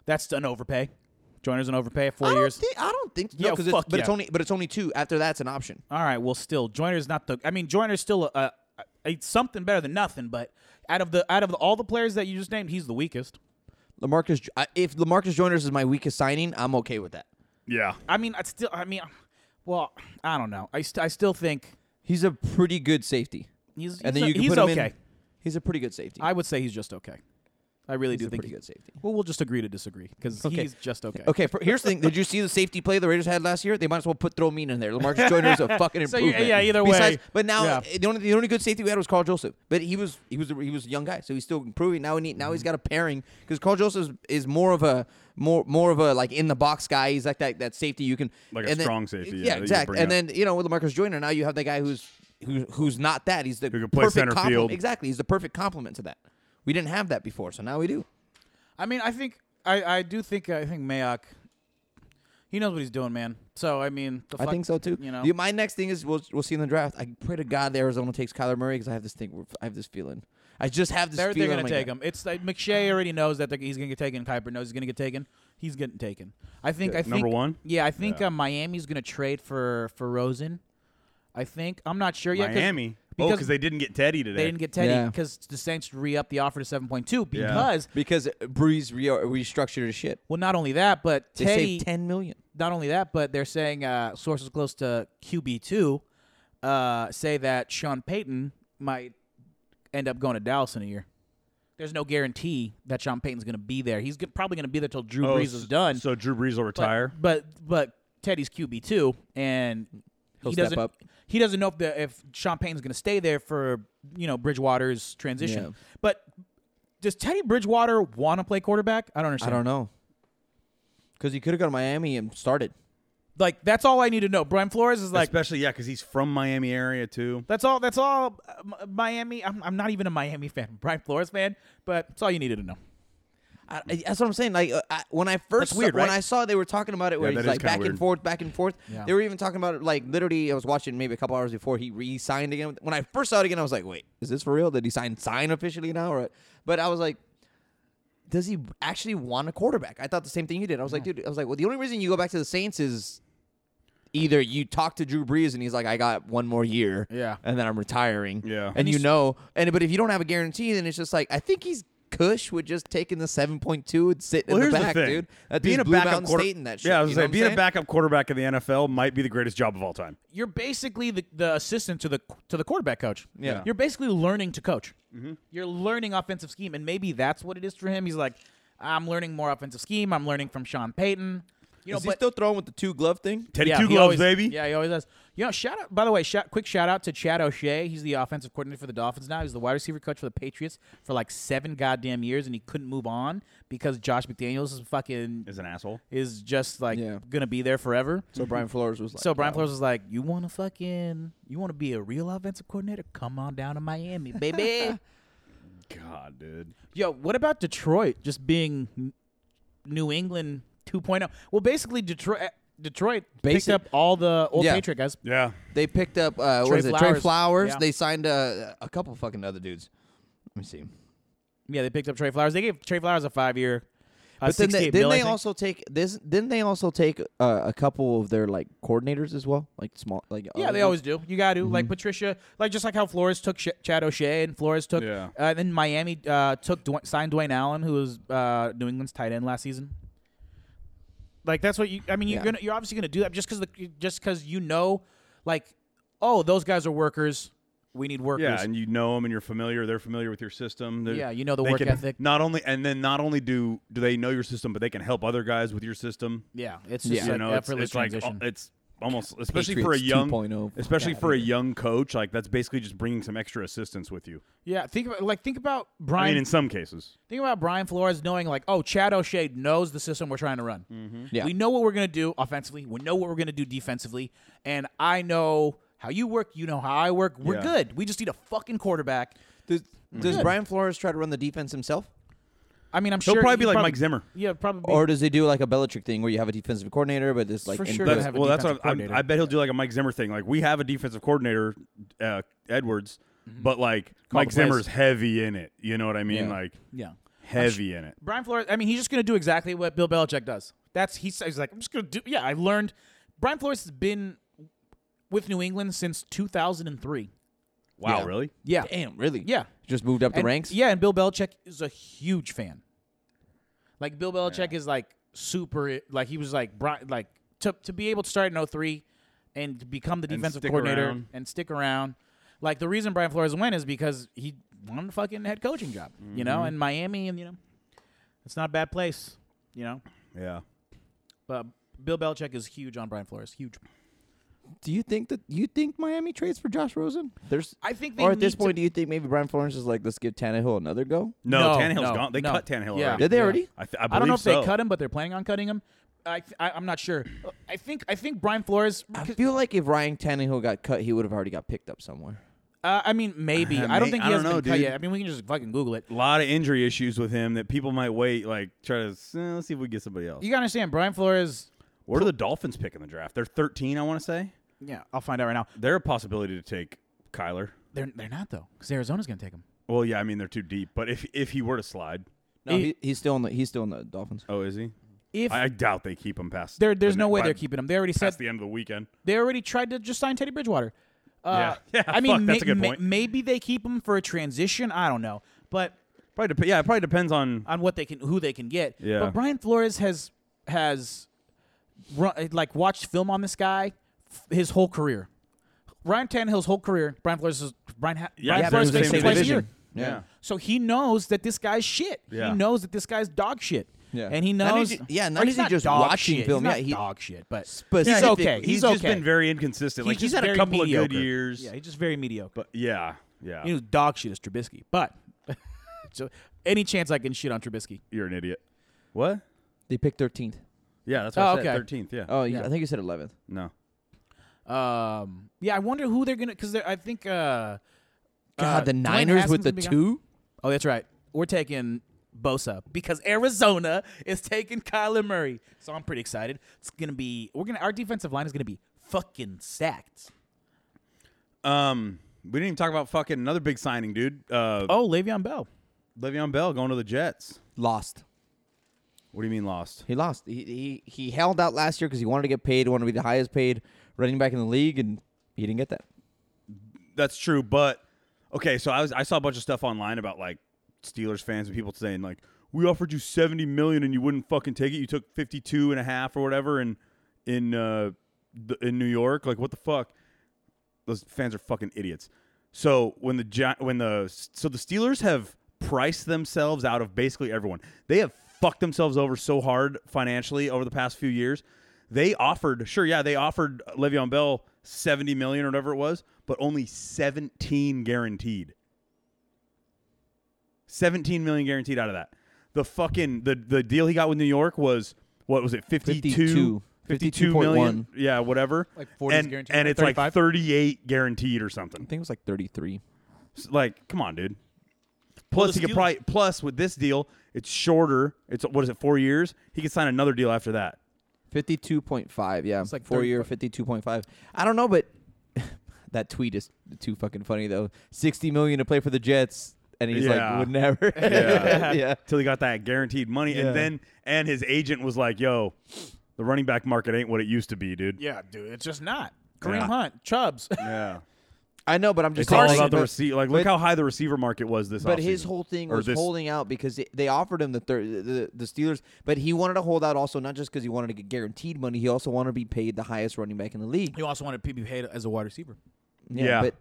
[SPEAKER 2] that's an overpay. Joiner's an overpay at four
[SPEAKER 3] I don't
[SPEAKER 2] years.
[SPEAKER 3] think I don't think
[SPEAKER 2] Yeah,
[SPEAKER 3] no, 'cause it's-
[SPEAKER 2] fuck
[SPEAKER 3] but it's
[SPEAKER 2] yeah.
[SPEAKER 3] only but it's only two. After that's an option.
[SPEAKER 2] All right, well, still Joiner's not the. I mean, Joiner's still a, a, a- something better than nothing. But out of the out of the, all the players that you just named, he's the weakest.
[SPEAKER 3] Lamarcus, Jo- I- if Lamarcus Joyner's is my weakest signing, I'm okay with that.
[SPEAKER 1] Yeah,
[SPEAKER 2] I mean, I still. I mean, well, I don't know. I st- I still think
[SPEAKER 3] He's a pretty good safety,
[SPEAKER 2] he's
[SPEAKER 3] and
[SPEAKER 2] he's,
[SPEAKER 3] then
[SPEAKER 2] a-
[SPEAKER 3] you can
[SPEAKER 2] he's
[SPEAKER 3] put him
[SPEAKER 2] okay.
[SPEAKER 3] in. He's a pretty good safety.
[SPEAKER 2] I would say he's just okay. I really
[SPEAKER 3] He's
[SPEAKER 2] do
[SPEAKER 3] a
[SPEAKER 2] think
[SPEAKER 3] pretty
[SPEAKER 2] he-
[SPEAKER 3] good safety.
[SPEAKER 2] Well, we'll just agree to disagree because
[SPEAKER 3] Okay.
[SPEAKER 2] he's just okay.
[SPEAKER 3] Okay, for, here's the thing. Did you see the safety play the Raiders had last year? They might as well put throw mean in there. Lamarcus Joyner is a fucking
[SPEAKER 2] So you-
[SPEAKER 3] improvement.
[SPEAKER 2] yeah, either
[SPEAKER 3] Besides-
[SPEAKER 2] way,
[SPEAKER 3] But now
[SPEAKER 2] yeah.
[SPEAKER 3] uh, the only the only good safety we had was Carl Joseph. But he was he was he was a young guy, so he's still improving. Now he need, now he's
[SPEAKER 2] Mm-hmm.
[SPEAKER 3] got a pairing because Carl Joseph is, is more of a more more of a like in the box guy. He's like that that safety you can
[SPEAKER 1] Like a
[SPEAKER 3] and then-
[SPEAKER 1] strong safety, yeah,
[SPEAKER 3] Yeah,
[SPEAKER 1] that you
[SPEAKER 3] exactly.
[SPEAKER 1] bring
[SPEAKER 3] And
[SPEAKER 1] up.
[SPEAKER 3] then you know with Lamarcus Joyner, now you have the guy who's who, who's not that. He's the
[SPEAKER 1] Who can play
[SPEAKER 3] perfect
[SPEAKER 1] center
[SPEAKER 3] complement-
[SPEAKER 1] field.
[SPEAKER 3] Exactly, he's the perfect complement to that. We didn't have that before, so now we do.
[SPEAKER 2] I mean, I think I, I do think I think Mayock. He knows what he's doing, man. So I mean, the
[SPEAKER 3] I
[SPEAKER 2] fuck-
[SPEAKER 3] think so too.
[SPEAKER 2] You know,
[SPEAKER 3] The- my next thing is we'll we'll see in the draft. I pray to God that Arizona takes Kyler Murray because I have this thing. I have this feeling. I just have this.
[SPEAKER 2] they're, they're
[SPEAKER 3] feeling
[SPEAKER 2] gonna
[SPEAKER 3] my
[SPEAKER 2] take
[SPEAKER 3] gut.
[SPEAKER 2] him. It's like McShay already knows that they're- he's gonna get taken. Kuiper knows he's gonna get taken. He's getting taken. I think. I think
[SPEAKER 1] number one?
[SPEAKER 2] Yeah, I think
[SPEAKER 1] Yeah.
[SPEAKER 2] Uh, Miami's gonna trade for for Rosen. I think I'm not sure yet. 'cause
[SPEAKER 1] Miami. Oh,
[SPEAKER 2] because-
[SPEAKER 1] because they didn't get Teddy today.
[SPEAKER 2] They didn't get Teddy
[SPEAKER 3] Yeah.
[SPEAKER 2] because the Saints re up the offer to 7.2 because
[SPEAKER 3] because Breeze re- restructured his shit.
[SPEAKER 2] well, not only that, but
[SPEAKER 3] They
[SPEAKER 2] Teddy.
[SPEAKER 3] saved ten million.
[SPEAKER 2] not only that, but they're saying uh, sources close to QB2 uh, say that Sean Payton might end up going to Dallas in a year. There's no guarantee that Sean Payton's going to be there. He's g- probably going to be there till Drew
[SPEAKER 1] Oh,
[SPEAKER 2] Brees is
[SPEAKER 1] s-
[SPEAKER 2] done.
[SPEAKER 1] So Drew Brees will
[SPEAKER 2] but,
[SPEAKER 1] retire.
[SPEAKER 2] But but Teddy's QB2 and
[SPEAKER 3] He'll
[SPEAKER 2] he
[SPEAKER 3] step
[SPEAKER 2] doesn't
[SPEAKER 3] up.
[SPEAKER 2] he doesn't know if the, if Sean Payton's going to stay there for, you know, Bridgewater's transition.
[SPEAKER 3] Yeah.
[SPEAKER 2] But does Teddy Bridgewater want to play quarterback? I don't
[SPEAKER 3] I
[SPEAKER 2] understand.
[SPEAKER 3] don't know. Because he could have gone to Miami and started.
[SPEAKER 2] Like that's all I need to know. Brian Flores is like
[SPEAKER 1] Especially yeah, because he's from Miami area too.
[SPEAKER 2] That's all. That's all. uh, M- Miami. I'm, I'm not even a Miami fan. I'm a Brian Flores fan, but it's all you needed to know.
[SPEAKER 3] I, I- that's what I'm saying. Like uh, I, when I first
[SPEAKER 2] That's weird,
[SPEAKER 3] saw, when
[SPEAKER 2] right?
[SPEAKER 3] I saw they were talking about it, where
[SPEAKER 1] that
[SPEAKER 3] he's
[SPEAKER 1] is
[SPEAKER 3] like
[SPEAKER 1] kinda
[SPEAKER 3] back and
[SPEAKER 1] weird.
[SPEAKER 3] forth, back and forth.
[SPEAKER 2] Yeah.
[SPEAKER 3] They were even talking about it. Like literally, I was watching maybe a couple hours before he re-signed again. When I first saw it again, I was like, "Wait, is this for real? Did he sign sign officially now?" Or but I was like, does he actually want a quarterback? I thought the same thing you did. I was like, dude, I was like, well, the only reason you go back to the Saints is either you talk to Drew Brees and he's like, I got one more year,
[SPEAKER 2] Yeah.
[SPEAKER 3] and then I'm retiring,
[SPEAKER 1] Yeah.
[SPEAKER 3] and,
[SPEAKER 1] And
[SPEAKER 3] you
[SPEAKER 2] he's-
[SPEAKER 3] know, and but if you don't have a guarantee, then it's just like I think he's cush with just taking the seven point two and sitting
[SPEAKER 1] Well,
[SPEAKER 3] in
[SPEAKER 1] here's
[SPEAKER 3] the back,
[SPEAKER 1] the thing,
[SPEAKER 3] dude. That
[SPEAKER 1] being
[SPEAKER 3] dude's
[SPEAKER 1] a
[SPEAKER 3] Blue
[SPEAKER 1] backup
[SPEAKER 3] Mountain
[SPEAKER 1] quarter-
[SPEAKER 3] State in that shit.
[SPEAKER 1] Yeah, I was
[SPEAKER 3] you
[SPEAKER 1] gonna say
[SPEAKER 3] know what I'm
[SPEAKER 1] being a
[SPEAKER 3] saying?
[SPEAKER 1] backup quarterback in the NFL might be the greatest job of all time.
[SPEAKER 2] You're basically the, the assistant to the to the quarterback coach.
[SPEAKER 3] Yeah.
[SPEAKER 2] You're basically learning to coach. You're learning offensive scheme, and maybe that's what it is for him. He's like, I'm learning more offensive scheme. I'm learning from Sean Payton. You know,
[SPEAKER 3] Is he
[SPEAKER 2] but
[SPEAKER 3] still throwing with the two glove thing?
[SPEAKER 1] Teddy
[SPEAKER 2] yeah,
[SPEAKER 1] two
[SPEAKER 2] he
[SPEAKER 1] gloves,
[SPEAKER 2] always-
[SPEAKER 1] baby.
[SPEAKER 2] Yeah, he always does. You know, shout out. By the way, shout, quick shout out to Chad O'Shea. He's the offensive coordinator for the Dolphins now. He's the wide receiver coach for the Patriots for like seven goddamn years, and he couldn't move on because Josh McDaniels is fucking
[SPEAKER 1] Is an asshole.
[SPEAKER 2] is just like
[SPEAKER 3] Yeah.
[SPEAKER 2] gonna be there forever.
[SPEAKER 3] So Brian Flores was like, uh,
[SPEAKER 2] So Brian
[SPEAKER 3] "Wow."
[SPEAKER 2] Flores was like, "You want to fucking, you want to be a real offensive coordinator? Come on down to Miami, baby."
[SPEAKER 1] God, dude.
[SPEAKER 2] Yo, what about Detroit just being N- New England 2.0? Well, basically Detroit, eh, Detroit picked
[SPEAKER 3] Basic-
[SPEAKER 2] up all the old
[SPEAKER 3] Yeah.
[SPEAKER 2] Patriot guys.
[SPEAKER 1] Yeah.
[SPEAKER 3] They picked up uh, what
[SPEAKER 2] Trey
[SPEAKER 3] is it? Trey
[SPEAKER 2] Flowers.
[SPEAKER 3] Flowers.
[SPEAKER 2] Yeah.
[SPEAKER 3] They signed uh, a couple fucking other dudes. Let me see.
[SPEAKER 2] Yeah, they picked up Trey Flowers. They gave Trey Flowers a five year. Uh,
[SPEAKER 3] But then they,
[SPEAKER 2] 68
[SPEAKER 3] then
[SPEAKER 2] mil, I
[SPEAKER 3] they
[SPEAKER 2] think.
[SPEAKER 3] also take this. Then they also take uh, a couple of their like coordinators as well, like small, like
[SPEAKER 2] Yeah,
[SPEAKER 3] other
[SPEAKER 2] they
[SPEAKER 1] Uh-huh.
[SPEAKER 3] ones.
[SPEAKER 2] always do. You got to
[SPEAKER 1] Mm-hmm.
[SPEAKER 2] like Patricia, like just like how Flores took Sh- Chad O'Shea and Flores took.
[SPEAKER 1] Yeah.
[SPEAKER 2] Uh, and then Miami uh, took Dwayne, signed Dwayne Allen, who was uh, New England's tight end last season. Like that's what you. I mean, you're
[SPEAKER 3] Yeah.
[SPEAKER 2] gonna you're obviously gonna do that just because just because you know, like, oh, those guys are workers. We need workers.
[SPEAKER 1] Yeah, and you know them, and you're familiar. They're familiar with your system. They're-
[SPEAKER 2] Yeah, you know the
[SPEAKER 1] they
[SPEAKER 2] work
[SPEAKER 1] can
[SPEAKER 2] ethic.
[SPEAKER 1] Not only, and then not only do do they know your system, but they can help other guys with your system.
[SPEAKER 2] Yeah, it's just
[SPEAKER 3] Yeah.
[SPEAKER 1] you
[SPEAKER 2] like
[SPEAKER 1] know, it's,
[SPEAKER 2] effortless
[SPEAKER 1] it's like uh,
[SPEAKER 2] transition.
[SPEAKER 1] it's almost especially for a
[SPEAKER 3] Patriots
[SPEAKER 1] young,
[SPEAKER 2] oh.
[SPEAKER 3] 2.0.
[SPEAKER 1] especially for a young coach. Like that's basically just bringing some extra assistance with you.
[SPEAKER 2] yeah, think about like think about
[SPEAKER 1] I
[SPEAKER 2] Brian.
[SPEAKER 1] mean, in some cases,
[SPEAKER 2] think about Brian Flores knowing like, oh, Chad O'Shea knows the system we're trying to run.
[SPEAKER 3] Yeah.
[SPEAKER 2] We know what we're gonna do offensively. We know what we're gonna do defensively, and I know how you work. You know how I work. We're
[SPEAKER 1] Yeah.
[SPEAKER 2] good. We just need a fucking quarterback.
[SPEAKER 3] Does, does Brian Flores try to run the defense himself?
[SPEAKER 2] I mean, I'm
[SPEAKER 1] he'll
[SPEAKER 2] sure
[SPEAKER 1] probably
[SPEAKER 2] he
[SPEAKER 1] be like Mike Zimmer.
[SPEAKER 2] Yeah, probably.
[SPEAKER 3] Or does he do like a Belichick thing where you have a defensive coordinator, but it's like
[SPEAKER 2] For
[SPEAKER 3] in-
[SPEAKER 2] sure.
[SPEAKER 1] That's,
[SPEAKER 2] gonna have a
[SPEAKER 1] well, that's what
[SPEAKER 2] defensive
[SPEAKER 1] I'm,
[SPEAKER 2] coordinator.
[SPEAKER 1] I bet he'll do like a Mike Zimmer thing. Like we have a defensive coordinator, uh, Edwards, but like Mike
[SPEAKER 2] Mm-hmm. the plays.
[SPEAKER 1] Zimmer's heavy in it. You know what I mean?
[SPEAKER 3] Yeah.
[SPEAKER 1] Like
[SPEAKER 2] yeah.
[SPEAKER 1] heavy in it.
[SPEAKER 2] Brian Flores. I mean, he's just going to do exactly what Bill Belichick does. That's he's, he's like, I'm just going to do. Yeah, I learned. Brian Flores has been with New England since 2003.
[SPEAKER 1] Wow,
[SPEAKER 3] Yeah.
[SPEAKER 1] really?
[SPEAKER 2] Yeah,
[SPEAKER 3] Damn, really?
[SPEAKER 2] yeah.
[SPEAKER 3] Just moved up the
[SPEAKER 2] And-
[SPEAKER 3] ranks.
[SPEAKER 2] Yeah, and Bill Belichick is a huge fan. Like Bill Belichick is like super. Like he was like Brian. Like to to be able to start in 03 and to become the defensive
[SPEAKER 1] stick
[SPEAKER 2] coordinator
[SPEAKER 1] around.
[SPEAKER 2] and stick around. Like the reason Brian Flores went is because he won a fucking head coaching job. You
[SPEAKER 3] Mm-hmm.
[SPEAKER 2] know, in Miami, and you know, it's not a bad place. You know,
[SPEAKER 1] Yeah.
[SPEAKER 2] But Bill Belichick is huge on Brian Flores. Huge.
[SPEAKER 3] Do you think that you think Miami trades for Josh Rosen? There's,
[SPEAKER 2] I think they
[SPEAKER 3] or at this
[SPEAKER 2] need
[SPEAKER 3] point,
[SPEAKER 2] to-
[SPEAKER 3] do you think maybe Brian Flores is like, let's give Tannehill another go?
[SPEAKER 1] No,
[SPEAKER 2] No,
[SPEAKER 1] Tannehill's
[SPEAKER 2] no,
[SPEAKER 1] gone. They
[SPEAKER 2] no.
[SPEAKER 1] cut Tannehill
[SPEAKER 2] Yeah.
[SPEAKER 1] already.
[SPEAKER 3] Did they
[SPEAKER 2] Yeah.
[SPEAKER 3] already?
[SPEAKER 1] I, th- I,
[SPEAKER 2] I don't know if
[SPEAKER 1] believe so.
[SPEAKER 2] they cut him, but they're planning on cutting him. I, th- I I'm not sure. I think I think Brian Flores.
[SPEAKER 3] I feel like if Ryan Tannehill got cut, he would have already got picked up somewhere.
[SPEAKER 2] Uh, I mean, maybe.
[SPEAKER 1] Uh,
[SPEAKER 2] I don't
[SPEAKER 1] may-
[SPEAKER 2] think
[SPEAKER 1] I don't
[SPEAKER 2] he has been
[SPEAKER 1] know,
[SPEAKER 2] cut
[SPEAKER 1] dude.
[SPEAKER 2] yet. I mean, we can just fucking Google it.
[SPEAKER 1] A lot of injury issues with him that people might wait, like try to eh, let's see if we get somebody else.
[SPEAKER 2] You gotta understand, Brian Flores.
[SPEAKER 1] Where do the Dolphins pick in the draft? They're 13, I want to say.
[SPEAKER 2] Yeah, I'll find out right now.
[SPEAKER 1] They're a possibility to take Kyler.
[SPEAKER 2] They're they're not though, because Arizona's gonna take him.
[SPEAKER 1] Well, yeah, I mean they're too deep, but if if he were to slide,
[SPEAKER 3] No,
[SPEAKER 2] He-
[SPEAKER 3] he, he's still in the he's still in the Dolphins.
[SPEAKER 1] oh, is he?
[SPEAKER 2] If
[SPEAKER 1] I, I doubt they keep him past.
[SPEAKER 2] there there's
[SPEAKER 1] the-
[SPEAKER 2] no way
[SPEAKER 1] by-
[SPEAKER 2] they're keeping him. They already said
[SPEAKER 1] past the end of the weekend.
[SPEAKER 2] they already tried to just sign Teddy Bridgewater. Uh,
[SPEAKER 1] Yeah. Yeah,
[SPEAKER 2] I mean,
[SPEAKER 1] fuck, that's a good point.
[SPEAKER 2] maybe they keep him for a transition. I don't know, but
[SPEAKER 1] Probably, dep- yeah, it probably depends on.
[SPEAKER 2] on what they can who they can get.
[SPEAKER 1] Yeah.
[SPEAKER 2] But Brian Flores has has run, like watched film on this guy f- his whole career. Ryan Tannehill's whole career, Brian Flores is Brian, ha-
[SPEAKER 1] Yeah,
[SPEAKER 2] Brian
[SPEAKER 1] they're
[SPEAKER 2] Flores
[SPEAKER 1] in the
[SPEAKER 2] plays
[SPEAKER 1] same
[SPEAKER 2] him twice a
[SPEAKER 1] division.
[SPEAKER 2] year.
[SPEAKER 1] Yeah.
[SPEAKER 2] So he knows that this guy's shit.
[SPEAKER 1] Yeah.
[SPEAKER 2] He knows that this guy's dog shit.
[SPEAKER 3] Yeah.
[SPEAKER 2] And he
[SPEAKER 3] Not only
[SPEAKER 2] knows
[SPEAKER 3] ju- yeah,
[SPEAKER 2] or
[SPEAKER 3] not
[SPEAKER 2] he's
[SPEAKER 3] only just
[SPEAKER 2] dog
[SPEAKER 3] watching
[SPEAKER 2] shit.
[SPEAKER 3] film,
[SPEAKER 2] He's not
[SPEAKER 3] yeah, he-
[SPEAKER 2] dog shit, but he's
[SPEAKER 3] Specifically,
[SPEAKER 2] okay. He's,
[SPEAKER 1] He's,
[SPEAKER 2] okay.
[SPEAKER 1] just been very inconsistent. Like
[SPEAKER 2] he's
[SPEAKER 1] he's had a
[SPEAKER 2] very
[SPEAKER 1] couple of
[SPEAKER 2] mediocre.
[SPEAKER 1] good years.
[SPEAKER 2] Yeah, he's just very mediocre.
[SPEAKER 1] But yeah, yeah,
[SPEAKER 2] you know, dog shit is Trubisky. But so any chance I can shit on Trubisky?
[SPEAKER 1] you're an idiot. What?
[SPEAKER 3] They picked 13th.
[SPEAKER 1] Yeah, that's what
[SPEAKER 2] Oh,
[SPEAKER 1] I said.
[SPEAKER 2] okay.
[SPEAKER 1] Thirteenth. Yeah.
[SPEAKER 3] Oh, you
[SPEAKER 2] Yeah.
[SPEAKER 3] I think you said 11th.
[SPEAKER 1] no.
[SPEAKER 2] Um, yeah, I wonder who they're gonna because I think. Uh,
[SPEAKER 3] God,
[SPEAKER 2] uh,
[SPEAKER 3] the
[SPEAKER 2] Dwayne
[SPEAKER 3] Niners
[SPEAKER 2] Haskins
[SPEAKER 3] with the
[SPEAKER 2] gonna be gone.
[SPEAKER 3] two.
[SPEAKER 2] Oh, that's right. We're taking Bosa because Arizona is taking Kyler Murray. So I'm pretty excited. It's gonna be we're gonna our defensive line is gonna be fucking stacked.
[SPEAKER 1] Um, we didn't even talk about fucking another big signing, dude. Uh,
[SPEAKER 2] Oh, Le'Veon Bell.
[SPEAKER 1] Le'Veon Bell going to the Jets.
[SPEAKER 3] Lost.
[SPEAKER 1] What do you mean lost?
[SPEAKER 3] He lost. He he, he held out last year because he wanted to get paid, wanted to be the highest paid running back in the league, and he didn't get that.
[SPEAKER 1] That's true, but okay. So I was I saw a bunch of stuff online about like Steelers fans and people saying like we offered you seventy million and you wouldn't fucking take it. You took 52 and a half or whatever in in uh, the, in New York. Like what the fuck? Those fans are fucking idiots. So when the Gi- when the so the Steelers have priced themselves out of basically everyone. They have fucked themselves over so hard financially over the past few years. They offered, sure, yeah, they offered Le'Veon Bell seventy million or whatever it was, but only seventeen guaranteed. Seventeen million guaranteed out of that. The fucking the the deal he got with New York was what was it 52,
[SPEAKER 3] 52.
[SPEAKER 1] 52 million, yeah, whatever.
[SPEAKER 2] Like 40 is
[SPEAKER 1] and,
[SPEAKER 2] guaranteed,
[SPEAKER 1] and
[SPEAKER 2] like
[SPEAKER 1] it's
[SPEAKER 2] 35?
[SPEAKER 1] like thirty-eight guaranteed or something.
[SPEAKER 3] I think it was like 33.
[SPEAKER 1] S- like come on dude plus
[SPEAKER 2] the
[SPEAKER 1] he could
[SPEAKER 2] Steelers-
[SPEAKER 1] probably plus with this deal it's shorter it's what is it four years he could sign another deal after that
[SPEAKER 3] 52.5, yeah.
[SPEAKER 2] It's like
[SPEAKER 3] four
[SPEAKER 2] 30
[SPEAKER 3] year, 52.5. I don't know, but that tweet is too fucking funny, though. 60 million to play for the Jets, and he's
[SPEAKER 1] Yeah.
[SPEAKER 3] like, would never.
[SPEAKER 1] Yeah.
[SPEAKER 3] yeah.
[SPEAKER 1] till he got that guaranteed money
[SPEAKER 3] Yeah.
[SPEAKER 1] and then and his agent was like yo the running back market ain't what it used to be dude
[SPEAKER 2] Yeah, dude, it's just not.
[SPEAKER 1] Yeah.
[SPEAKER 2] Kareem Hunt, Chubbs.
[SPEAKER 1] yeah
[SPEAKER 3] I know, but I'm just
[SPEAKER 1] It's all
[SPEAKER 3] saying-
[SPEAKER 1] about the
[SPEAKER 3] but-
[SPEAKER 1] receiver. Like, look
[SPEAKER 3] but-
[SPEAKER 1] how high the receiver market was this.
[SPEAKER 3] But his
[SPEAKER 1] offseason.
[SPEAKER 3] whole thing
[SPEAKER 1] Or
[SPEAKER 3] was
[SPEAKER 1] this-
[SPEAKER 3] holding out because it- they offered him the, thir- the the Steelers, but he wanted to hold out also not just because he wanted to get guaranteed money, he also wanted to be paid the highest running back in the league.
[SPEAKER 2] You also wanted to be paid as a wide receiver,
[SPEAKER 1] Yeah.
[SPEAKER 3] but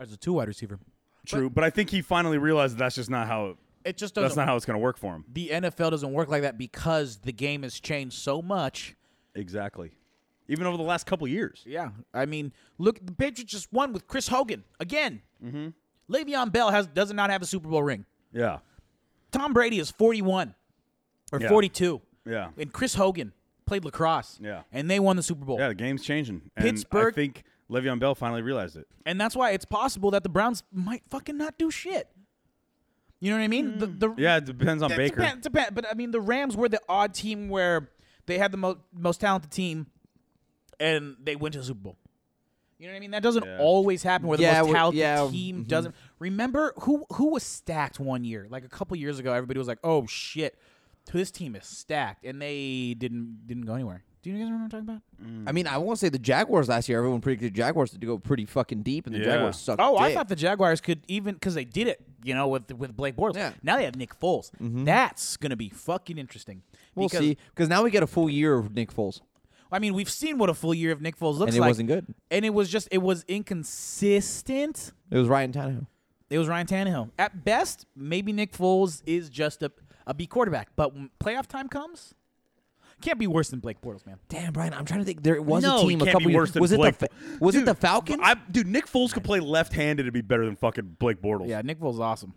[SPEAKER 2] as a two wide receiver.
[SPEAKER 1] true. But, I think he finally realized that's just not how.
[SPEAKER 2] It just doesn't.
[SPEAKER 1] That's not how it's going to work for him.
[SPEAKER 2] the NFL doesn't work like that because the game has changed so much.
[SPEAKER 1] Exactly. Even over the last couple years.
[SPEAKER 2] Yeah, I mean, look, the Patriots just won with Chris Hogan again. Mm-hmm. Le'Veon Bell has does not have a Super Bowl ring.
[SPEAKER 1] Yeah.
[SPEAKER 2] Tom Brady is 41 or
[SPEAKER 1] Yeah.
[SPEAKER 2] 42.
[SPEAKER 1] Yeah.
[SPEAKER 2] And Chris Hogan played lacrosse.
[SPEAKER 1] Yeah.
[SPEAKER 2] And they won the Super Bowl.
[SPEAKER 1] Yeah. The game's changing. And I
[SPEAKER 2] Pittsburgh-
[SPEAKER 1] think Le'Veon Bell finally realized it.
[SPEAKER 2] And that's why it's possible that the Browns might fucking not do shit. You know what I mean? The, the,
[SPEAKER 1] Yeah. It depends on
[SPEAKER 2] That
[SPEAKER 1] Baker.
[SPEAKER 2] depend- depend- but I mean, the Rams were the odd team where they had the mo- most talented team, and they went to the Super Bowl. You know what I mean? That doesn't
[SPEAKER 1] Yeah.
[SPEAKER 2] always happen. Where the
[SPEAKER 3] Yeah,
[SPEAKER 2] most
[SPEAKER 3] we-
[SPEAKER 2] talented
[SPEAKER 3] yeah,
[SPEAKER 2] team
[SPEAKER 3] mhm.
[SPEAKER 2] doesn't. Remember who who was stacked one year? Like a couple years ago, everybody was like, "Oh shit, this team is stacked," and they didn't didn't go anywhere. Do you guys remember what I'm talking about?
[SPEAKER 3] I mean, I won't say the Jaguars last year. Everyone predicted the Jaguars to go pretty fucking deep, and the
[SPEAKER 1] Yeah.
[SPEAKER 3] Jaguars sucked.
[SPEAKER 2] Oh, I
[SPEAKER 3] dick.
[SPEAKER 2] thought the Jaguars could even because they did it, you know, with with Blake Bortles.
[SPEAKER 3] Yeah. Mm-hmm.
[SPEAKER 2] Now they have Nick Foles. That's gonna be fucking interesting.
[SPEAKER 3] we'll
[SPEAKER 2] because
[SPEAKER 3] see because now we get a full year of Nick Foles,
[SPEAKER 2] I mean, we've seen what a full year of Nick Foles looks
[SPEAKER 3] and it
[SPEAKER 2] like,
[SPEAKER 3] wasn't good.
[SPEAKER 2] and it was just it was inconsistent.
[SPEAKER 3] It was Ryan Tannehill.
[SPEAKER 2] It was Ryan Tannehill. At best, maybe Nick Foles is just a a B quarterback, but when playoff time comes, can't be worse than Blake Bortles, man.
[SPEAKER 3] Damn, Brian, I'm trying to think. There was
[SPEAKER 1] No,
[SPEAKER 3] a
[SPEAKER 1] he
[SPEAKER 3] team a
[SPEAKER 1] can't
[SPEAKER 3] couple
[SPEAKER 1] be
[SPEAKER 3] years.
[SPEAKER 1] worse than
[SPEAKER 3] was
[SPEAKER 1] Blake.
[SPEAKER 3] it the Fa- was it the
[SPEAKER 1] Dude,
[SPEAKER 3] Falcons?
[SPEAKER 1] I, dude, Nick Foles could play left-handed and be better than fucking Blake Bortles.
[SPEAKER 2] Yeah, Nick Foles is awesome.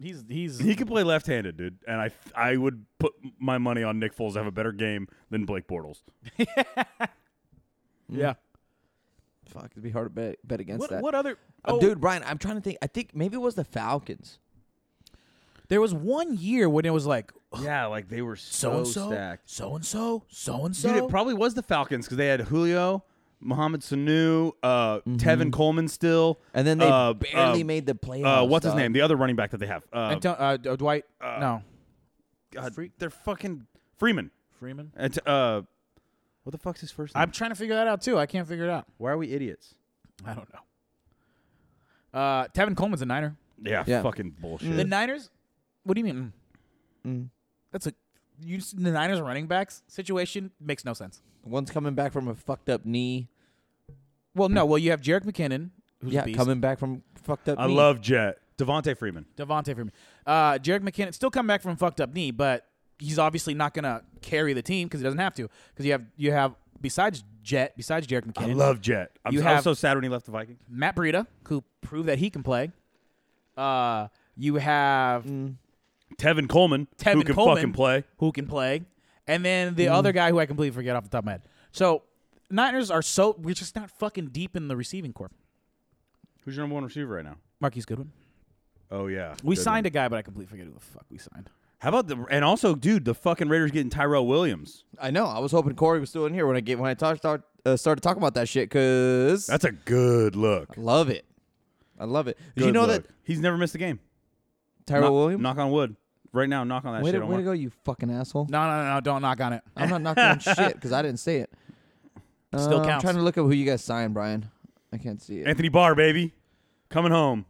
[SPEAKER 2] He's he's
[SPEAKER 1] He could play left-handed, dude, and I I would put my money on Nick Foles to have a better game than Blake Bortles.
[SPEAKER 2] yeah.
[SPEAKER 3] Fuck, it'd be hard to bet, bet against
[SPEAKER 2] What,
[SPEAKER 3] that.
[SPEAKER 2] what other?
[SPEAKER 3] Uh,
[SPEAKER 2] Oh,
[SPEAKER 3] Dude, Brian, I'm trying to think. I think maybe it was the Falcons.
[SPEAKER 2] there was one year when it was like
[SPEAKER 1] Yeah, like they were
[SPEAKER 2] so and so, so and so, so and
[SPEAKER 1] Dude, it
[SPEAKER 2] so.
[SPEAKER 1] probably was the Falcons because they had Julio, Mohamed Sanu, uh, Tevin Coleman still,
[SPEAKER 3] Mm-hmm. And then they
[SPEAKER 1] uh,
[SPEAKER 3] barely
[SPEAKER 1] uh,
[SPEAKER 3] made the playoffs.
[SPEAKER 1] Uh, what's his
[SPEAKER 3] dog.
[SPEAKER 1] name? The other running back that they have.
[SPEAKER 3] Um,
[SPEAKER 1] Uh,
[SPEAKER 2] uh, Dwight, no,
[SPEAKER 1] God,
[SPEAKER 2] Free-
[SPEAKER 1] they're fucking Freeman.
[SPEAKER 2] Freeman.
[SPEAKER 1] And t- uh, what the fuck's his first name?
[SPEAKER 2] I'm trying to figure that out too. I can't figure it out.
[SPEAKER 1] Why are we idiots?
[SPEAKER 2] I don't know. Uh, Tevin Coleman's a Niner.
[SPEAKER 1] Yeah,
[SPEAKER 3] Yeah.
[SPEAKER 1] fucking bullshit.
[SPEAKER 2] The Niners? What do you mean? mm?
[SPEAKER 3] Mm.
[SPEAKER 2] That's a you. s- The Niners running backs situation makes no sense.
[SPEAKER 3] One's coming back from a fucked up knee.
[SPEAKER 2] Well, no. Well, you have Jarek McKinnon, who's a
[SPEAKER 3] Yeah,
[SPEAKER 2] beast.
[SPEAKER 3] coming back from fucked up.
[SPEAKER 1] I
[SPEAKER 3] knee.
[SPEAKER 1] love Jet Devontae Freeman.
[SPEAKER 2] Devontae Freeman. Uh, Jarek McKinnon still come back from a fucked up knee, but he's obviously not gonna carry the team because he doesn't have to. Because you have you have besides Jet, besides Jarek McKinnon,
[SPEAKER 1] I love Jet. I'm
[SPEAKER 2] You
[SPEAKER 1] so, I was
[SPEAKER 2] have-
[SPEAKER 1] so sad when he left the Vikings.
[SPEAKER 2] Matt Breida, who proved that he can play. Uh, you have
[SPEAKER 1] Tevin Coleman, who
[SPEAKER 2] Tevin
[SPEAKER 1] can
[SPEAKER 2] Coleman,
[SPEAKER 1] fucking play.
[SPEAKER 2] who can play, and then the other guy who I completely forget off the top of my head. So Niners are so we're just not fucking deep in the receiving corps.
[SPEAKER 1] Who's your number one receiver right now?
[SPEAKER 2] Marquise Goodwin.
[SPEAKER 1] Oh yeah,
[SPEAKER 2] We
[SPEAKER 1] Good
[SPEAKER 2] signed
[SPEAKER 1] one.
[SPEAKER 2] a guy, but I completely forget who the fuck we signed.
[SPEAKER 1] How about the and also, dude, the fucking Raiders getting Tyrell Williams.
[SPEAKER 3] I know. I was hoping Corey was still in here when I get when I talk, start, uh, started talking about that shit because I
[SPEAKER 1] That's a good look.
[SPEAKER 3] love it. I love it. Did you
[SPEAKER 1] Good
[SPEAKER 3] know
[SPEAKER 1] look. he's never missed a game?
[SPEAKER 3] that Tyrell
[SPEAKER 1] knock,
[SPEAKER 3] Williams?
[SPEAKER 1] Knock on wood. Right now, knock on that
[SPEAKER 3] way
[SPEAKER 1] shit. I
[SPEAKER 3] to, way
[SPEAKER 1] want-
[SPEAKER 3] to go, you fucking asshole.
[SPEAKER 2] No, no, no, no don't knock on it.
[SPEAKER 3] I'm not knocking on shit because I didn't say it.
[SPEAKER 2] Still
[SPEAKER 3] Uh, I'm
[SPEAKER 2] counts.
[SPEAKER 3] trying to look up who you guys signed, Brian. I can't see it.
[SPEAKER 1] Anthony Barr, baby, coming home.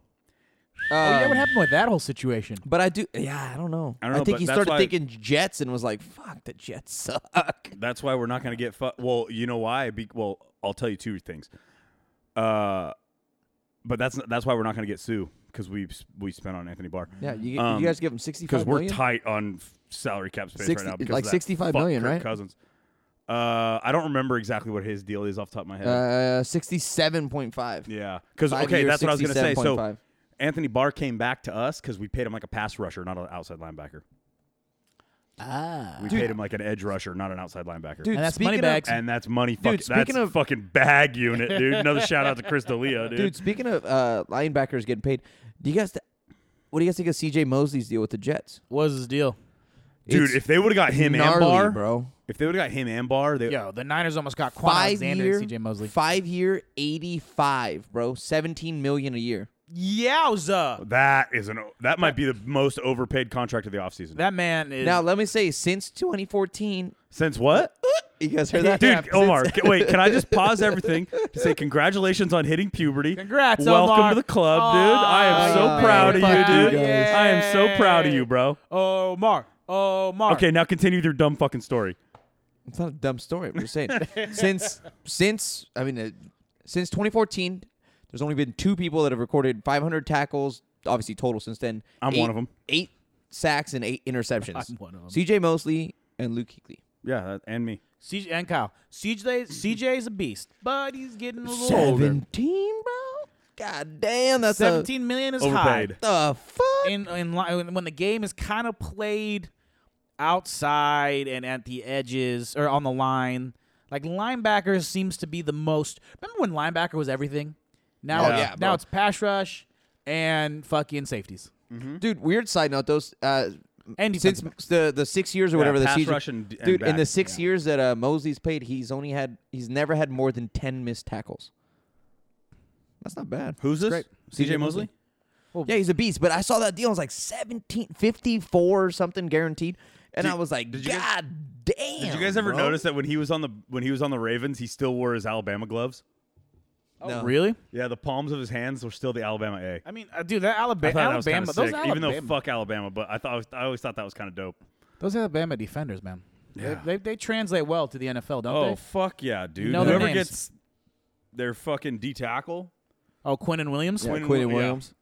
[SPEAKER 2] oh yeah,
[SPEAKER 3] Um,
[SPEAKER 2] what happened with that whole situation?
[SPEAKER 3] But I do. Yeah, I don't know.
[SPEAKER 1] I don't know,
[SPEAKER 3] think
[SPEAKER 1] but
[SPEAKER 3] he
[SPEAKER 1] that's
[SPEAKER 3] started
[SPEAKER 1] why-
[SPEAKER 3] thinking Jets and was like, "Fuck, the Jets suck."
[SPEAKER 1] That's why we're not going to get. Fu- well, you know why? Be- well, I'll tell you two things. Uh, but that's that's why we're not going to get Sue because we we spent on Anthony Barr.
[SPEAKER 3] Yeah, you,
[SPEAKER 1] Um,
[SPEAKER 3] you guys give him sixty-five
[SPEAKER 1] because we're
[SPEAKER 3] million?
[SPEAKER 1] tight on f- salary cap space
[SPEAKER 3] 60
[SPEAKER 1] right now. Because
[SPEAKER 3] like
[SPEAKER 1] of that
[SPEAKER 3] 65
[SPEAKER 1] fuck
[SPEAKER 3] million,
[SPEAKER 1] Kirk
[SPEAKER 3] right?
[SPEAKER 1] Cousins. Uh, I don't remember exactly what his deal is off the top of my head.
[SPEAKER 3] Uh, sixty-seven point five.
[SPEAKER 1] yeah, because
[SPEAKER 3] five
[SPEAKER 1] okay,
[SPEAKER 3] years,
[SPEAKER 1] that's what I was going to say. So
[SPEAKER 3] 67.5.
[SPEAKER 1] Anthony Barr came back to us because we paid him like a pass rusher, not an outside linebacker.
[SPEAKER 2] Ah,
[SPEAKER 1] We paid him like an edge rusher, not an outside linebacker.
[SPEAKER 3] Dude,
[SPEAKER 2] and that's
[SPEAKER 3] speaking
[SPEAKER 2] money
[SPEAKER 3] of-
[SPEAKER 2] bags.
[SPEAKER 1] and that's money. Fucking, that's
[SPEAKER 3] speaking of-
[SPEAKER 1] fucking bag unit, dude. Another shout out to Chris D'Elia, dude.
[SPEAKER 3] Dude, speaking of uh, linebackers getting paid, do you guys? Th- what do you guys think of C.J. Mosley's deal with the Jets?
[SPEAKER 2] what was his deal?
[SPEAKER 1] Dude,
[SPEAKER 3] It's
[SPEAKER 1] if they would have got him and
[SPEAKER 3] gnarly,
[SPEAKER 1] Barr,
[SPEAKER 3] bro.
[SPEAKER 1] if they would have got him and Barr, they,
[SPEAKER 2] Yo, the Niners almost got Quan
[SPEAKER 3] Five
[SPEAKER 2] Alexander
[SPEAKER 3] year,
[SPEAKER 2] and CJ Mosley.
[SPEAKER 3] five year, eighty-five, bro. Seventeen million a year.
[SPEAKER 2] Yowza!
[SPEAKER 1] that is an that might be the most overpaid contract of the offseason.
[SPEAKER 2] That man is
[SPEAKER 3] Now, let me say, since 2014,
[SPEAKER 1] Since what?
[SPEAKER 3] You guys heard that?
[SPEAKER 1] Dude,
[SPEAKER 2] Yeah,
[SPEAKER 1] Omar, ca- wait, can I just pause everything to say congratulations on hitting puberty?
[SPEAKER 2] Congrats,
[SPEAKER 1] Welcome
[SPEAKER 2] Omar.
[SPEAKER 1] to the club, dude. I am so
[SPEAKER 2] Aw,
[SPEAKER 1] proud of
[SPEAKER 2] fuck
[SPEAKER 1] you,
[SPEAKER 2] you
[SPEAKER 1] dude.
[SPEAKER 2] guys.
[SPEAKER 1] I am so proud of you, bro.
[SPEAKER 2] Omar. Omar.
[SPEAKER 1] Okay, now continue with your dumb fucking story.
[SPEAKER 3] It's not a dumb story. I'm just saying. since since I mean, uh, since 2014, there's only been two people that have recorded 500 tackles, obviously total since then.
[SPEAKER 1] I'm
[SPEAKER 3] Eight-
[SPEAKER 1] one of 'em.
[SPEAKER 3] Eight sacks and eight interceptions.
[SPEAKER 2] I'm one of 'em.
[SPEAKER 3] C.J. Mosley and Luke Kuechly.
[SPEAKER 1] Yeah, that- and me.
[SPEAKER 2] CJ and Kyle. CJ CJ's a beast, but he's getting a little older.
[SPEAKER 3] 17, bro. God damn, that's
[SPEAKER 2] Seventeen million is high.
[SPEAKER 1] Overpaid.
[SPEAKER 3] a the fuck.
[SPEAKER 2] in in line, when the game is kind of played outside and at the edges or on the line. Like linebacker seems to be the most. Remember when linebacker was everything? Now,
[SPEAKER 3] Oh,
[SPEAKER 2] it's,
[SPEAKER 3] yeah, bro.
[SPEAKER 2] now it's pass rush and fucking safeties.
[SPEAKER 3] Dude, weird side note. Those uh,
[SPEAKER 2] And defense.
[SPEAKER 3] since the the six years or whatever the
[SPEAKER 1] pass
[SPEAKER 3] season,
[SPEAKER 1] rush and- and
[SPEAKER 3] dude, in
[SPEAKER 1] back,
[SPEAKER 3] the six years that uh, Mosley's played, he's only had he's never had more than ten missed tackles. That's not bad.
[SPEAKER 1] Who's
[SPEAKER 3] That's
[SPEAKER 1] this?
[SPEAKER 3] great.
[SPEAKER 1] CJ Mosley? Oh.
[SPEAKER 3] Yeah, he's a beast. But I saw that deal. It was like 17, 54 or something guaranteed, and
[SPEAKER 1] Did-
[SPEAKER 3] I was like,
[SPEAKER 1] did you guys-
[SPEAKER 3] God damn!
[SPEAKER 1] Did you guys ever
[SPEAKER 3] bro."
[SPEAKER 1] notice that when he was on the when he was on the Ravens, he still wore his Alabama gloves? Oh,
[SPEAKER 3] No.
[SPEAKER 2] Really?
[SPEAKER 1] Yeah, the palms of his hands were still the Alabama A.
[SPEAKER 2] I mean, uh, dude, that
[SPEAKER 1] I
[SPEAKER 2] Alabama,
[SPEAKER 1] thought that was
[SPEAKER 2] Alabama,
[SPEAKER 1] kind of
[SPEAKER 2] those
[SPEAKER 1] sick,
[SPEAKER 2] Alabama,
[SPEAKER 1] even though fuck Alabama, but I thought I always thought that was kind of dope.
[SPEAKER 2] those Alabama defenders, man.
[SPEAKER 1] Yeah.
[SPEAKER 2] They, they they translate well to the NFL, don't
[SPEAKER 1] Oh
[SPEAKER 2] they?
[SPEAKER 1] fuck yeah, dude!
[SPEAKER 2] know their
[SPEAKER 1] Whoever
[SPEAKER 2] names.
[SPEAKER 1] gets their fucking D tackle,
[SPEAKER 2] Oh, Quinn and Williams.
[SPEAKER 3] Yeah,
[SPEAKER 1] Quinn-
[SPEAKER 3] Quinn
[SPEAKER 1] yeah.
[SPEAKER 3] Williams.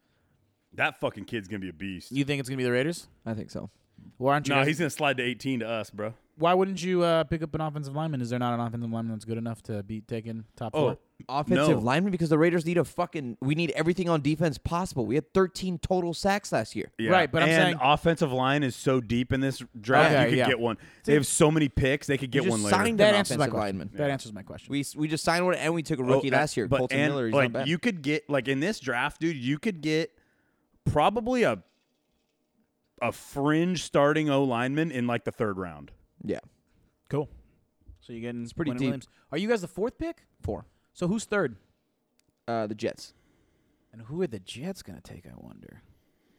[SPEAKER 1] that fucking kid's gonna be a beast.
[SPEAKER 2] You think it's gonna be the Raiders?
[SPEAKER 3] I think so.
[SPEAKER 2] Well, aren't you?
[SPEAKER 1] No,
[SPEAKER 2] guys-
[SPEAKER 1] he's gonna slide to 18 to us, bro.
[SPEAKER 2] Why wouldn't you uh, pick up an offensive lineman? Is there not an offensive lineman that's good enough to be taken top
[SPEAKER 1] Oh,
[SPEAKER 2] four?
[SPEAKER 3] Offensive
[SPEAKER 1] No.
[SPEAKER 3] lineman because the Raiders need a fucking. We need everything on defense possible. We had 13 total sacks last year.
[SPEAKER 1] yeah.
[SPEAKER 2] Right, but I'm
[SPEAKER 1] and
[SPEAKER 2] saying-
[SPEAKER 1] offensive line is so deep in this draft,
[SPEAKER 2] Okay,
[SPEAKER 1] you could
[SPEAKER 2] yeah.
[SPEAKER 1] get one. They have so many picks, they could get
[SPEAKER 3] just
[SPEAKER 1] one later.
[SPEAKER 3] signed
[SPEAKER 2] That
[SPEAKER 3] an
[SPEAKER 2] answers my
[SPEAKER 3] offensive
[SPEAKER 2] question.
[SPEAKER 3] lineman.
[SPEAKER 2] That answers my question.
[SPEAKER 3] We we just signed one and we took a
[SPEAKER 1] Oh,
[SPEAKER 3] rookie
[SPEAKER 1] uh,
[SPEAKER 3] last year.
[SPEAKER 1] but
[SPEAKER 3] Colton
[SPEAKER 1] and,
[SPEAKER 3] Miller. He's
[SPEAKER 1] like
[SPEAKER 3] not bad.
[SPEAKER 1] you could get like in this draft, dude, you could get probably a a fringe starting O lineman in like the third round.
[SPEAKER 3] yeah,
[SPEAKER 2] Cool. So you're getting it's
[SPEAKER 3] pretty deep.
[SPEAKER 2] Are you guys the fourth pick?
[SPEAKER 3] four.
[SPEAKER 2] So who's third?
[SPEAKER 3] Uh, the Jets.
[SPEAKER 2] And who are the Jets gonna take? I wonder.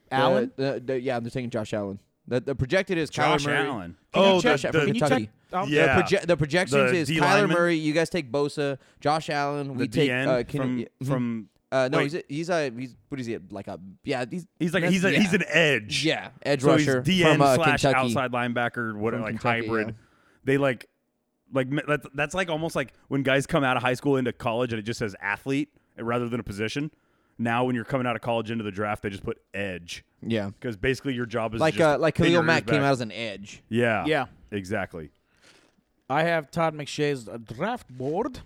[SPEAKER 3] The-
[SPEAKER 2] Allen.
[SPEAKER 3] the- the- yeah, they're taking Josh Allen. The, the projected is
[SPEAKER 1] Josh
[SPEAKER 3] Kyler Murray.
[SPEAKER 1] Allen.
[SPEAKER 3] Can you
[SPEAKER 1] oh,
[SPEAKER 3] check-
[SPEAKER 1] the,
[SPEAKER 3] can
[SPEAKER 1] the,
[SPEAKER 3] you Kentucky.
[SPEAKER 2] out-
[SPEAKER 1] Yeah.
[SPEAKER 3] The, proje- the projections
[SPEAKER 1] The
[SPEAKER 3] is
[SPEAKER 1] D
[SPEAKER 3] Kyler
[SPEAKER 1] lineman?
[SPEAKER 3] Murray. You guys take Bosa, Josh Allen.
[SPEAKER 1] the
[SPEAKER 3] We take
[SPEAKER 1] DN
[SPEAKER 3] uh, Ken-
[SPEAKER 1] from
[SPEAKER 3] yeah, mhm.
[SPEAKER 1] from
[SPEAKER 3] uh, no,
[SPEAKER 1] wait.
[SPEAKER 3] he's a, he's a he's what is he like a yeah he's
[SPEAKER 1] He's like
[SPEAKER 3] that's-
[SPEAKER 1] he's a,
[SPEAKER 3] yeah.
[SPEAKER 1] he's an edge.
[SPEAKER 3] yeah edge
[SPEAKER 1] so he's
[SPEAKER 3] rusher
[SPEAKER 1] DN
[SPEAKER 3] from uh,
[SPEAKER 1] slash
[SPEAKER 3] Kentucky.
[SPEAKER 1] outside linebacker, what
[SPEAKER 3] From
[SPEAKER 1] like
[SPEAKER 3] Kentucky,
[SPEAKER 1] hybrid.
[SPEAKER 3] yeah.
[SPEAKER 1] They like like m- that's, that's like almost like when guys come out of high school into college and it just says athlete rather than a position. Now when you're coming out of college into the draft, they just put edge
[SPEAKER 3] Yeah,
[SPEAKER 1] because basically your job is
[SPEAKER 3] like
[SPEAKER 1] just
[SPEAKER 3] uh, like
[SPEAKER 1] pin
[SPEAKER 3] Khalil
[SPEAKER 1] your
[SPEAKER 3] Mack
[SPEAKER 1] ears
[SPEAKER 3] came
[SPEAKER 1] back.
[SPEAKER 3] out as an edge.
[SPEAKER 1] yeah
[SPEAKER 2] Yeah.
[SPEAKER 1] exactly.
[SPEAKER 2] I have Todd McShay's uh, draft board.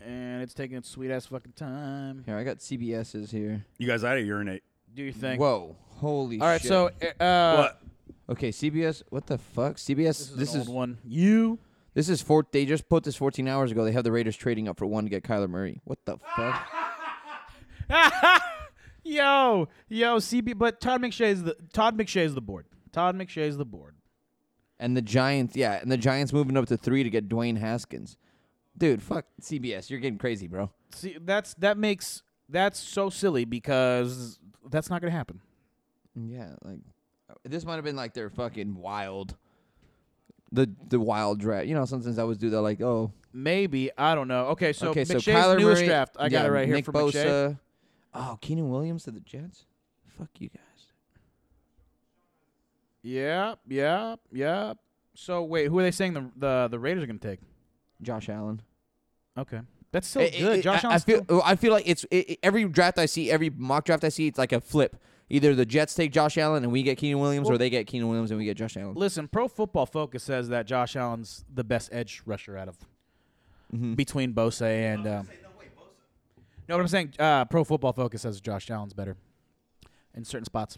[SPEAKER 2] And it's taking its sweet ass fucking time.
[SPEAKER 3] Here I got CBS's here.
[SPEAKER 1] You guys, I had to urinate.
[SPEAKER 2] Do your thing.
[SPEAKER 3] Whoa, holy!
[SPEAKER 2] All right,
[SPEAKER 3] shit.
[SPEAKER 2] so uh, uh,
[SPEAKER 1] But
[SPEAKER 3] okay, CBS. What the fuck? CBS.
[SPEAKER 2] this is
[SPEAKER 3] This
[SPEAKER 2] an
[SPEAKER 3] is
[SPEAKER 2] old one. You
[SPEAKER 3] This is four. They just put this 14 hours ago. They have the Raiders trading up for one to get Kyler Murray. What the fuck?
[SPEAKER 2] yo, yo, CB. But Todd McShay's the Todd McShay's the board. Todd McShay's the board.
[SPEAKER 3] And the Giants, yeah, and the Giants moving up to three to get Dwayne Haskins. Dude, fuck CBS. You're getting crazy, bro.
[SPEAKER 2] See, that's that makes that's so silly because that's not gonna happen.
[SPEAKER 3] Yeah, like uh, this might have been like their fucking wild, the the wild draft. You know, sometimes I always do that. Like, oh,
[SPEAKER 2] Maybe I don't know. Okay, so
[SPEAKER 3] okay, so
[SPEAKER 2] McShay's
[SPEAKER 3] Kyler
[SPEAKER 2] newest
[SPEAKER 3] Murray,
[SPEAKER 2] draft. I got
[SPEAKER 3] yeah,
[SPEAKER 2] it right here
[SPEAKER 3] Nick
[SPEAKER 2] for McShay.
[SPEAKER 3] Bosa. Oh, Keenan Williams to the Jets. Fuck you guys.
[SPEAKER 2] Yeah, yeah, yeah. So wait, who are they saying the the, the Raiders are gonna take?
[SPEAKER 3] Josh Allen.
[SPEAKER 2] Okay, that's still
[SPEAKER 3] It- it-
[SPEAKER 2] good.
[SPEAKER 3] it-
[SPEAKER 2] Josh
[SPEAKER 3] I,
[SPEAKER 2] Allen's
[SPEAKER 3] I feel.
[SPEAKER 2] still-
[SPEAKER 3] I feel like it's it, it- every draft I see, every mock draft I see, it's like a flip. Either the Jets take Josh Allen and we get Keenan Williams, or
[SPEAKER 2] Well-
[SPEAKER 3] they get Keenan Williams and we get Josh Allen.
[SPEAKER 2] Listen, Pro Football Focus says that Josh Allen's the best edge rusher out of
[SPEAKER 1] Mm-hmm.
[SPEAKER 2] between Bosa and. Um, no, what I'm saying, uh, Pro Football Focus says Josh Allen's better in certain spots.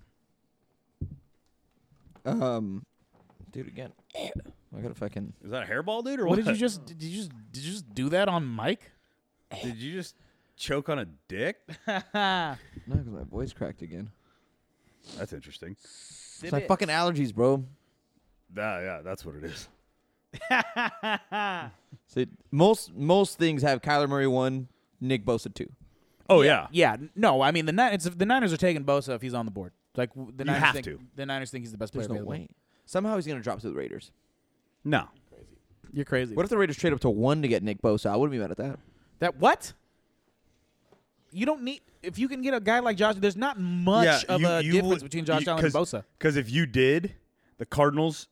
[SPEAKER 3] Um, dude, again, I gotta fucking.
[SPEAKER 1] is that a hairball, dude, or
[SPEAKER 2] What
[SPEAKER 1] what?
[SPEAKER 2] did you just did you just did you just do that on Mike?
[SPEAKER 1] Did you just choke on a dick?
[SPEAKER 2] Sip
[SPEAKER 3] No, 'cause my voice cracked again.
[SPEAKER 1] That's interesting.
[SPEAKER 3] It's my fucking allergies, bro.
[SPEAKER 1] Yeah, yeah, that's what it is.
[SPEAKER 3] See, most most things have Kyler Murray one, Nick Bosa two.
[SPEAKER 1] Oh yeah,
[SPEAKER 2] Yeah, n- no, I mean the Ni- it's, the Niners are taking Bosa if he's on the board. Like w- the
[SPEAKER 1] You
[SPEAKER 2] Niners
[SPEAKER 1] have
[SPEAKER 2] think
[SPEAKER 1] to.
[SPEAKER 2] the Niners think he's the best
[SPEAKER 3] There's
[SPEAKER 2] player
[SPEAKER 3] no
[SPEAKER 2] available.
[SPEAKER 3] way. Somehow he's gonna drop to the Raiders.
[SPEAKER 1] No.
[SPEAKER 2] You're crazy.
[SPEAKER 3] What if the Raiders trade up to one to get Nick Bosa? I wouldn't be mad at that.
[SPEAKER 2] that what? You don't need if you can get a guy like Josh. There's not much of a difference between Josh Allen and Bosa.
[SPEAKER 1] Because if you did, the Cardinals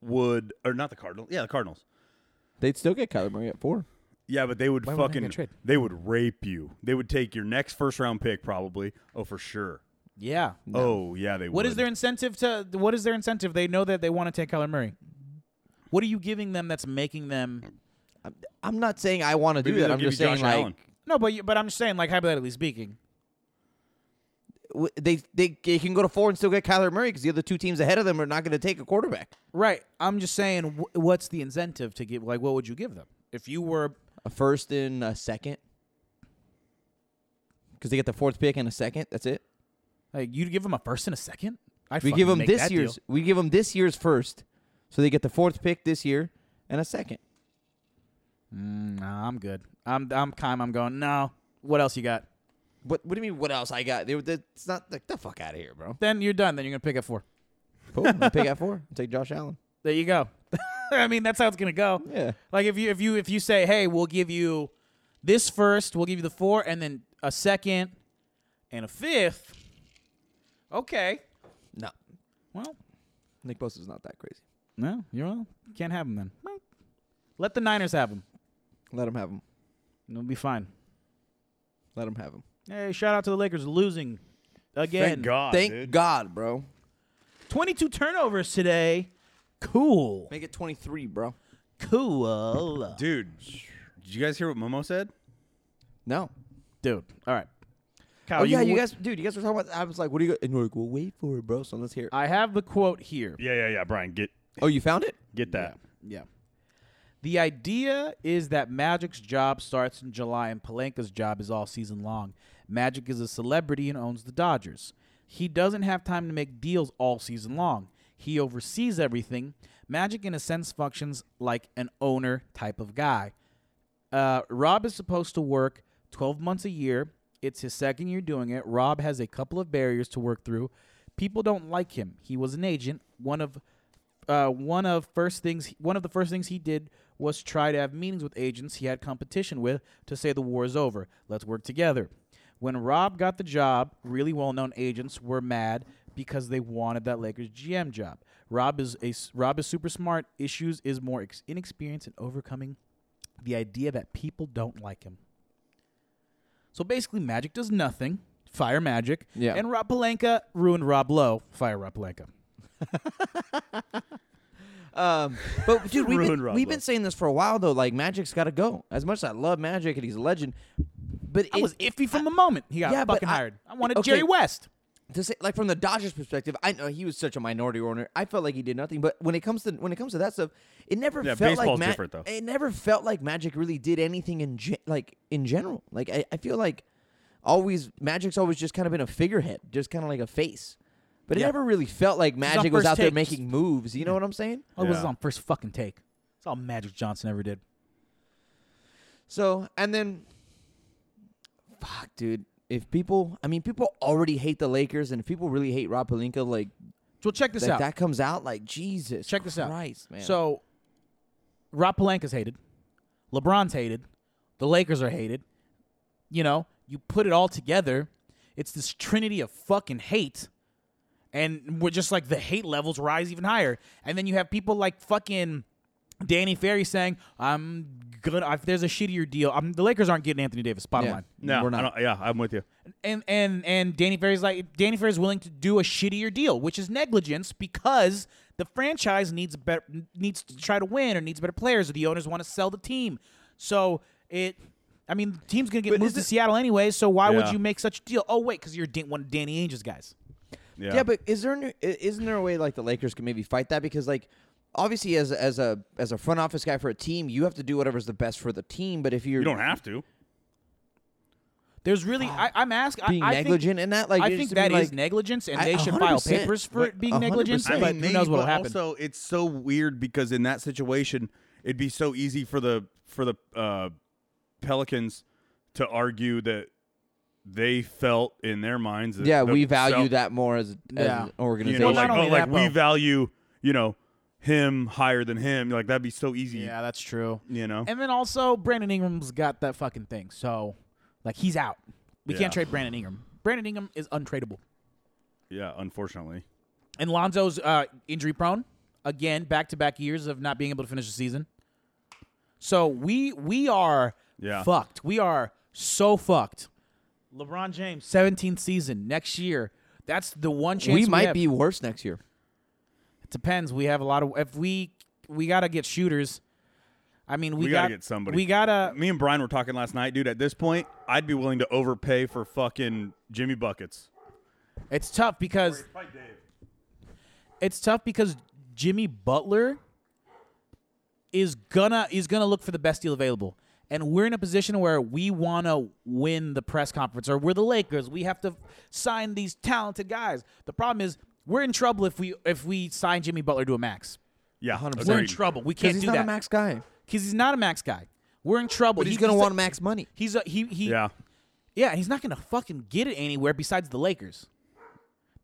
[SPEAKER 1] would, or not the Cardinals, yeah, the Cardinals.
[SPEAKER 3] They'd still get Kyler Murray at four.
[SPEAKER 1] Yeah, but they would
[SPEAKER 2] Why would they make
[SPEAKER 1] fucking,
[SPEAKER 2] a trade?
[SPEAKER 1] they would rape you. They would take your next first round pick probably. Oh, for sure.
[SPEAKER 2] Yeah.
[SPEAKER 1] Oh, yeah, they would.
[SPEAKER 2] What is their incentive to? What is their incentive? They know that they want to take Kyler Murray. What are you giving them that's making them?
[SPEAKER 3] I'm not saying I want to do
[SPEAKER 1] Maybe
[SPEAKER 3] that.
[SPEAKER 1] they'll
[SPEAKER 3] I'm
[SPEAKER 1] give
[SPEAKER 3] just
[SPEAKER 1] you
[SPEAKER 3] saying
[SPEAKER 1] Josh
[SPEAKER 3] like
[SPEAKER 1] Allen.
[SPEAKER 2] No, but you, but I'm just saying, like hypothetically speaking,
[SPEAKER 3] w- they, they they can go to four and still get Kyler Murray because the other two teams ahead of them are not going to take a quarterback.
[SPEAKER 2] right? I'm just saying, wh- what's the incentive to give? Like, what would you give them if you were?
[SPEAKER 3] A first and a second. Because they get the fourth pick and a second. That's it.
[SPEAKER 2] Like, you'd give them a first and a second. I'd
[SPEAKER 3] We
[SPEAKER 2] fucking
[SPEAKER 3] give them
[SPEAKER 2] make
[SPEAKER 3] this
[SPEAKER 2] that deal.
[SPEAKER 3] year's. We give them this year's first, so they get the fourth pick this year and a second.
[SPEAKER 2] Mm, Nah, I'm good. I'm I'm kind. I'm going. No. What else you got?
[SPEAKER 3] What What do you mean? What else I got? They, they, it's not like the fuck out of here, bro.
[SPEAKER 2] Then you're done. Then you're gonna pick up four.
[SPEAKER 3] Cool. I'll pick at four. I'll take Josh Allen.
[SPEAKER 2] There you go. I mean, that's how it's gonna go.
[SPEAKER 3] Yeah.
[SPEAKER 2] Like if you if you if you say, hey, we'll give you this first, we'll give you the four, and then a second, and a fifth. Okay.
[SPEAKER 3] No,
[SPEAKER 2] Well,
[SPEAKER 3] Nick Bosa's not that crazy.
[SPEAKER 2] no, you're wrong. Can't have them then. Let the Niners have them.
[SPEAKER 3] Let him have him.
[SPEAKER 2] It'll be fine.
[SPEAKER 3] Let him have him.
[SPEAKER 2] Hey, shout out to the Lakers losing again.
[SPEAKER 1] Thank God.
[SPEAKER 3] Thank
[SPEAKER 1] dude.
[SPEAKER 3] God, bro.
[SPEAKER 2] 22 turnovers today. Cool.
[SPEAKER 3] Make it twenty three, bro.
[SPEAKER 2] Cool.
[SPEAKER 1] Dude, did you guys hear what Momo said?
[SPEAKER 3] No.
[SPEAKER 2] Dude. All right. Kyle,
[SPEAKER 3] Oh, yeah, you
[SPEAKER 2] wa-
[SPEAKER 3] guys, dude, you guys were talking about. I was like, "What do you?" Go? And we're like, "Well, wait for it, bro." So let's hear. it.
[SPEAKER 2] I have the quote here.
[SPEAKER 1] Yeah, yeah, yeah. Brian, get
[SPEAKER 3] Oh, you found it?
[SPEAKER 1] get that.
[SPEAKER 2] Yeah. The idea is that Magic's job starts in July and Palenka's job is all season long. Magic is a celebrity and owns the Dodgers. He doesn't have time to make deals all season long. He oversees everything. Magic, in a sense, functions like an owner type of guy. Uh, Rob is supposed to work 12 months a year. It's his second year doing it. Rob has a couple of barriers to work through. People don't like him. He was an agent. One of uh, one of first things one of the first things he did was try to have meetings with agents he had competition with to say the war is over. Let's work together. When Rob got the job, really well-known agents were mad because they wanted that Lakers GM job. Rob is a s- Rob is super smart. Issues is more ex- inexperienced in overcoming the idea that people don't like him. So basically, Magic does nothing. Fire Magic.
[SPEAKER 3] Yeah.
[SPEAKER 2] And Rob Palenka ruined Rob Lowe. Fire Rob Palenka.
[SPEAKER 3] Um, but dude, we've,
[SPEAKER 1] Ruined
[SPEAKER 3] been,
[SPEAKER 1] Rob
[SPEAKER 3] we've
[SPEAKER 1] Lowe.
[SPEAKER 3] been saying this for a while though. Like, Magic's got to go. As much as I love Magic and he's a legend, but
[SPEAKER 2] I
[SPEAKER 3] it-
[SPEAKER 2] was iffy from the moment he got
[SPEAKER 3] Yeah, but
[SPEAKER 2] fucking
[SPEAKER 3] I-
[SPEAKER 2] hired. I wanted
[SPEAKER 3] okay.
[SPEAKER 2] Jerry West.
[SPEAKER 3] to say, like from the Dodgers' perspective, I know he was such a minority owner. I felt like he did nothing. But when it comes to when it comes to that stuff, it never
[SPEAKER 1] Yeah,
[SPEAKER 3] felt like
[SPEAKER 1] baseball's
[SPEAKER 3] Ma-
[SPEAKER 1] different, though.
[SPEAKER 3] It never felt like Magic really did anything in ge- like in general. Like I, I feel like always Magic's always just kind of been a figurehead, just kind of like a face. But it
[SPEAKER 2] Yeah.
[SPEAKER 3] never really felt like
[SPEAKER 2] on
[SPEAKER 3] Magic was
[SPEAKER 2] first
[SPEAKER 3] out there
[SPEAKER 2] take, just-
[SPEAKER 3] making moves. You know what I'm saying?
[SPEAKER 2] Oh, this is
[SPEAKER 1] Yeah.
[SPEAKER 2] on first fucking take. That's all Magic Johnson ever did.
[SPEAKER 3] So and then, fuck, dude. If people, I mean, people already hate the Lakers, and if people really hate Rob Pelinka, like
[SPEAKER 2] So check this
[SPEAKER 3] that,
[SPEAKER 2] out.
[SPEAKER 3] that comes out, like Jesus.
[SPEAKER 2] check this out.
[SPEAKER 3] Christ, man.
[SPEAKER 2] So Rob Palenka's hated. LeBron's hated. The Lakers are hated. You know, you put it all together, it's this trinity of fucking hate. And we're just like the hate levels rise even higher. And then you have people like fucking Danny Ferry saying, I'm gonna if there's a shittier deal, I'm, the Lakers aren't getting Anthony Davis, bottom
[SPEAKER 3] Yeah.
[SPEAKER 2] line.
[SPEAKER 1] No,
[SPEAKER 3] We're
[SPEAKER 1] I
[SPEAKER 3] not.
[SPEAKER 1] don't- yeah, I'm with you.
[SPEAKER 2] and and and Danny Ferry's like Danny Ferry's willing to do a shittier deal, which is negligence because the franchise needs a better needs to try to win or needs better players or the owners want to sell the team. So it I mean, the team's going to get
[SPEAKER 3] But
[SPEAKER 2] moved
[SPEAKER 3] is
[SPEAKER 2] to
[SPEAKER 3] it-
[SPEAKER 2] Seattle anyway, so why would
[SPEAKER 1] Yeah.
[SPEAKER 2] you make such a deal? Oh wait, cuz you're Dan- one of Danny Ainge's guys.
[SPEAKER 1] Yeah,
[SPEAKER 3] Yeah, but is there n- i- isn't there a way like the Lakers can maybe fight that because like obviously as as a as a front office guy for a team you have to do whatever's the best for the team but if you're
[SPEAKER 1] you don't have to.
[SPEAKER 2] There's really I, I'm asking
[SPEAKER 3] being
[SPEAKER 2] I, I
[SPEAKER 3] negligent
[SPEAKER 2] think,
[SPEAKER 3] in that like
[SPEAKER 2] I
[SPEAKER 3] it
[SPEAKER 2] think
[SPEAKER 3] just
[SPEAKER 2] that is
[SPEAKER 3] mean, like,
[SPEAKER 2] negligence, and
[SPEAKER 3] I-
[SPEAKER 2] they should file
[SPEAKER 3] 100%,
[SPEAKER 2] papers for it being
[SPEAKER 3] but-
[SPEAKER 2] negligence.
[SPEAKER 3] 100%.
[SPEAKER 2] but who knows what'll
[SPEAKER 5] but
[SPEAKER 2] happen?
[SPEAKER 5] Also, it's so weird because in that situation, it'd be so easy for the for the uh, Pelicans to argue that they felt in their minds. That
[SPEAKER 3] yeah
[SPEAKER 1] the
[SPEAKER 3] we value
[SPEAKER 1] Cel-
[SPEAKER 3] that more as, as
[SPEAKER 2] Yeah.
[SPEAKER 3] an
[SPEAKER 1] You
[SPEAKER 3] organization
[SPEAKER 1] know,
[SPEAKER 2] Well,
[SPEAKER 1] like,
[SPEAKER 2] not
[SPEAKER 1] oh,
[SPEAKER 2] only
[SPEAKER 1] like
[SPEAKER 2] that,
[SPEAKER 1] we
[SPEAKER 2] though.
[SPEAKER 1] value you know
[SPEAKER 5] him higher than him. Like that'd be so easy.
[SPEAKER 2] Yeah, that's true.
[SPEAKER 5] You know?
[SPEAKER 2] And then also Brandon Ingram's got that fucking thing. So like he's out. We
[SPEAKER 5] Yeah.
[SPEAKER 2] can't trade Brandon Ingram. Brandon Ingram is untradeable.
[SPEAKER 5] Yeah, unfortunately.
[SPEAKER 2] And Lonzo's uh, injury prone. Again, back to back years of not being able to finish the season. So we we are
[SPEAKER 5] Yeah.
[SPEAKER 2] fucked. We are so fucked. LeBron James, seventeenth season next year. That's the one chance we,
[SPEAKER 3] we might
[SPEAKER 2] have.
[SPEAKER 3] be worse next year.
[SPEAKER 2] It depends. We have a lot of. If we we gotta get shooters. I mean, we,
[SPEAKER 5] We gotta
[SPEAKER 2] got-
[SPEAKER 5] get somebody.
[SPEAKER 2] We gotta.
[SPEAKER 5] Me and Brian were talking last night, dude. At this point, I'd be willing to overpay for fucking Jimmy buckets.
[SPEAKER 2] It's tough because it's tough because Jimmy Butler is gonna is gonna look for the best deal available. And we're in a position where we want to win the press conference, or we're the Lakers. We have to sign these talented guys. The problem is we're in trouble if we if we sign Jimmy Butler to a max.
[SPEAKER 5] Yeah,
[SPEAKER 3] 100%.
[SPEAKER 2] We're in
[SPEAKER 5] agreed.
[SPEAKER 2] trouble. We can't
[SPEAKER 3] he's
[SPEAKER 2] do
[SPEAKER 3] not
[SPEAKER 2] that Oh,
[SPEAKER 3] a max guy,
[SPEAKER 2] because he's not a max guy. We're in trouble.
[SPEAKER 3] but he's
[SPEAKER 2] He-
[SPEAKER 3] gonna
[SPEAKER 2] a-
[SPEAKER 3] want max money.
[SPEAKER 2] He's a he he.
[SPEAKER 5] Yeah,
[SPEAKER 2] Yeah, and he's not going to fucking get it anywhere besides the Lakers.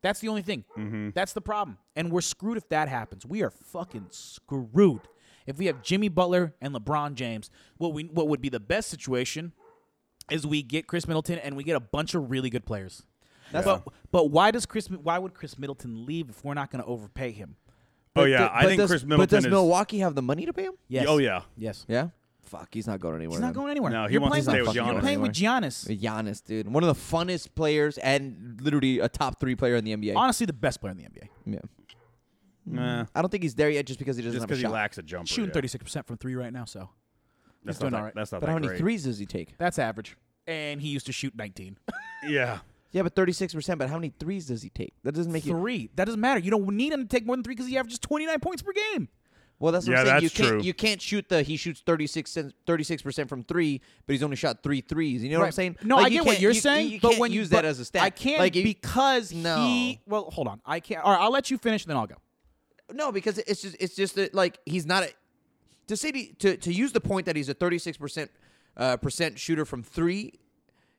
[SPEAKER 2] That's the only thing.
[SPEAKER 5] Mm-hmm.
[SPEAKER 2] That's the problem. And we're screwed if that happens. We are fucking screwed. If we have Jimmy Butler and LeBron James, what we what would be the best situation is we get Chris Middleton and we get a bunch of really good players.
[SPEAKER 3] That's
[SPEAKER 2] But but why does Chris why would Chris Middleton leave if we're not going to overpay him?
[SPEAKER 5] Oh yeah,
[SPEAKER 3] Th-
[SPEAKER 5] I
[SPEAKER 3] but
[SPEAKER 5] think
[SPEAKER 3] does,
[SPEAKER 5] Chris
[SPEAKER 3] But
[SPEAKER 5] Middleton
[SPEAKER 3] does
[SPEAKER 5] is.
[SPEAKER 3] Milwaukee have the money to pay him?
[SPEAKER 2] Yes.
[SPEAKER 5] Oh yeah,
[SPEAKER 2] Yes.
[SPEAKER 3] Yeah. Fuck, he's not going anywhere.
[SPEAKER 2] He's not
[SPEAKER 3] then.
[SPEAKER 2] going anywhere.
[SPEAKER 5] No, he
[SPEAKER 2] You're
[SPEAKER 5] wants to
[SPEAKER 2] playing
[SPEAKER 5] stay with
[SPEAKER 2] You're
[SPEAKER 5] Giannis.
[SPEAKER 2] playing with Giannis.
[SPEAKER 3] Giannis, dude, one of the funnest players and literally a top three player in the NBA.
[SPEAKER 2] Honestly, the best player in the
[SPEAKER 5] Oh,
[SPEAKER 2] NBA.
[SPEAKER 3] yeah.
[SPEAKER 2] Mm-hmm.
[SPEAKER 5] nah,
[SPEAKER 3] I don't think he's there yet, just because he doesn't
[SPEAKER 5] just
[SPEAKER 3] have a
[SPEAKER 5] because he
[SPEAKER 3] shot.
[SPEAKER 5] lacks a jumper.
[SPEAKER 2] Shooting
[SPEAKER 5] yeah.
[SPEAKER 2] 36% from 3 right now, so
[SPEAKER 5] That's
[SPEAKER 2] doing
[SPEAKER 5] not
[SPEAKER 2] all
[SPEAKER 5] that-
[SPEAKER 2] right.
[SPEAKER 5] That's not
[SPEAKER 3] but
[SPEAKER 5] that
[SPEAKER 3] how many
[SPEAKER 5] great.
[SPEAKER 3] threes does he take?
[SPEAKER 2] That's average. And he used to shoot 19.
[SPEAKER 5] Yeah,
[SPEAKER 3] Yeah, but thirty-six percent. But how many threes does he take? That doesn't make you.
[SPEAKER 2] three. That doesn't matter. You don't need him to take more than three because he averages 29 points per game.
[SPEAKER 3] Well, that's what
[SPEAKER 5] Yeah,
[SPEAKER 3] I'm saying. you
[SPEAKER 5] that's
[SPEAKER 3] can't
[SPEAKER 5] true.
[SPEAKER 3] you can't shoot the he shoots 36 percent from three, but he's only shot three threes. You know what I'm saying?
[SPEAKER 2] No,
[SPEAKER 3] Like,
[SPEAKER 2] I
[SPEAKER 3] you
[SPEAKER 2] get what
[SPEAKER 3] can't-
[SPEAKER 2] you're
[SPEAKER 3] you-
[SPEAKER 2] saying,
[SPEAKER 3] you
[SPEAKER 2] but
[SPEAKER 3] can't
[SPEAKER 2] when
[SPEAKER 3] use
[SPEAKER 2] but
[SPEAKER 3] that as a stat,
[SPEAKER 2] I can't
[SPEAKER 3] Like, you-
[SPEAKER 2] because
[SPEAKER 3] No.
[SPEAKER 2] he. Well, hold on. I can't. All right, I'll let you finish, and then I'll go.
[SPEAKER 3] No, because it's just it's just that like he's not a, to say to, to to use the point that he's a 36 percent uh, percent shooter from three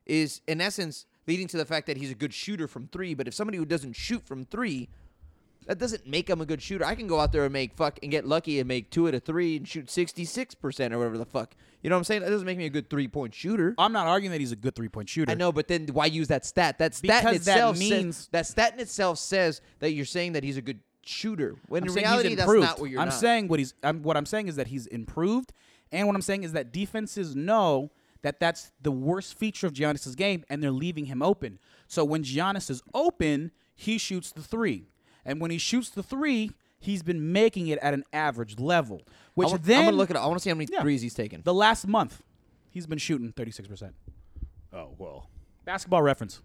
[SPEAKER 3] is in essence leading to the fact that he's a good shooter from three. But if somebody who doesn't shoot from three, that doesn't make him a good shooter. I can go out there and make fuck and get lucky and make two out of three and shoot 66 percent or whatever the fuck. You know what I'm saying? That doesn't make me a good three point shooter.
[SPEAKER 2] I'm not arguing that he's a good three point shooter.
[SPEAKER 3] I know, but then why use that stat? That stat in
[SPEAKER 2] Because that
[SPEAKER 3] itself
[SPEAKER 2] means-
[SPEAKER 3] says, that stat in itself says that you're saying that he's a good shooter. When
[SPEAKER 2] I'm
[SPEAKER 3] in
[SPEAKER 2] saying he's
[SPEAKER 3] reality, that's
[SPEAKER 2] improved.
[SPEAKER 3] not what you're.
[SPEAKER 2] I'm
[SPEAKER 3] not.
[SPEAKER 2] saying what he's. I'm, what I'm saying is that he's improved, and what I'm saying is that defenses know that that's the worst feature of Giannis's game, and they're leaving him open. So when Giannis is open, he shoots the three, and when he shoots the three, he's been making it at an average level. Which
[SPEAKER 3] I wa-
[SPEAKER 2] then
[SPEAKER 3] I'm gonna look it up. I want to see how many
[SPEAKER 2] Yeah.
[SPEAKER 3] threes he's taken.
[SPEAKER 2] The last month, he's been shooting 36 percent.
[SPEAKER 5] Oh well.
[SPEAKER 2] Basketball reference.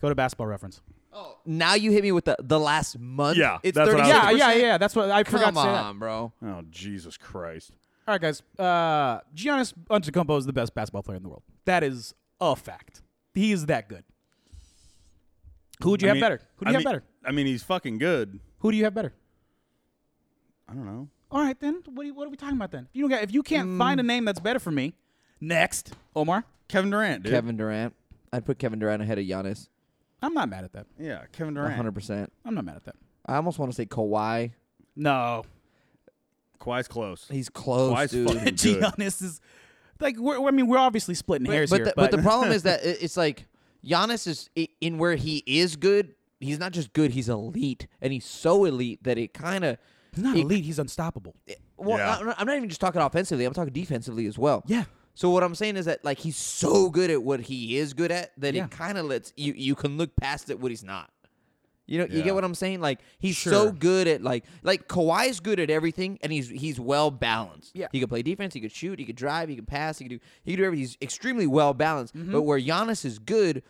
[SPEAKER 2] Go to basketball reference.
[SPEAKER 3] Oh. now you hit me with the the last month.
[SPEAKER 5] Yeah,
[SPEAKER 3] it's
[SPEAKER 5] that's what I was-
[SPEAKER 2] Yeah,
[SPEAKER 3] 36%?
[SPEAKER 2] yeah, yeah. That's what I forgot
[SPEAKER 3] Come
[SPEAKER 2] to say. that.
[SPEAKER 3] on, bro.
[SPEAKER 5] Oh Jesus Christ.
[SPEAKER 2] All right, guys. Uh, Giannis Antetokounmpo is the best basketball player in the world. That is a fact. He is that good. Who would you
[SPEAKER 5] I
[SPEAKER 2] have
[SPEAKER 5] mean-
[SPEAKER 2] better? Who do
[SPEAKER 5] I
[SPEAKER 2] you
[SPEAKER 5] mean-
[SPEAKER 2] have better?
[SPEAKER 5] I mean, he's fucking good.
[SPEAKER 2] Who do you have better?
[SPEAKER 5] I don't know.
[SPEAKER 2] All right, then. What are, you, what are we talking about then? If you don't get, if you can't find a name that's better for me, next, Omar.
[SPEAKER 5] Kevin Durant, dude.
[SPEAKER 3] Kevin Durant. I'd put Kevin Durant ahead of Giannis.
[SPEAKER 2] I'm not mad at that.
[SPEAKER 5] Yeah, Kevin Durant.
[SPEAKER 3] 100. percent
[SPEAKER 2] I'm not mad at that.
[SPEAKER 3] I almost want to say Kawhi.
[SPEAKER 2] No,
[SPEAKER 5] Kawhi's close.
[SPEAKER 3] He's close,
[SPEAKER 5] Kawhi's
[SPEAKER 3] dude.
[SPEAKER 5] fucking good.
[SPEAKER 2] Giannis is like. We're, I mean, we're obviously splitting hairs
[SPEAKER 3] but,
[SPEAKER 2] here,
[SPEAKER 3] the,
[SPEAKER 2] but,
[SPEAKER 3] the problem is that it- it's like Giannis is i- in where he is good. He's not just good; he's elite, and he's so elite that it kind of.
[SPEAKER 2] he's not elite. He's unstoppable.
[SPEAKER 3] Well,
[SPEAKER 5] Yeah.
[SPEAKER 3] I'm not- I'm not even just talking offensively. I'm talking defensively as well.
[SPEAKER 2] Yeah.
[SPEAKER 3] So what I'm saying is that like he's so good at what he is good at that
[SPEAKER 2] Yeah.
[SPEAKER 3] it kind of lets you you can look past at what he's not. You know, you
[SPEAKER 5] Yeah.
[SPEAKER 3] get what I'm saying? Like he's
[SPEAKER 2] Sure.
[SPEAKER 3] so good at like like Kawhi's good at everything, and he's he's well balanced.
[SPEAKER 2] Yeah.
[SPEAKER 3] he could play defense, he could shoot, he could drive, he could pass, he could do he could do everything. He's extremely well balanced.
[SPEAKER 2] Mm-hmm.
[SPEAKER 3] But where Giannis is good,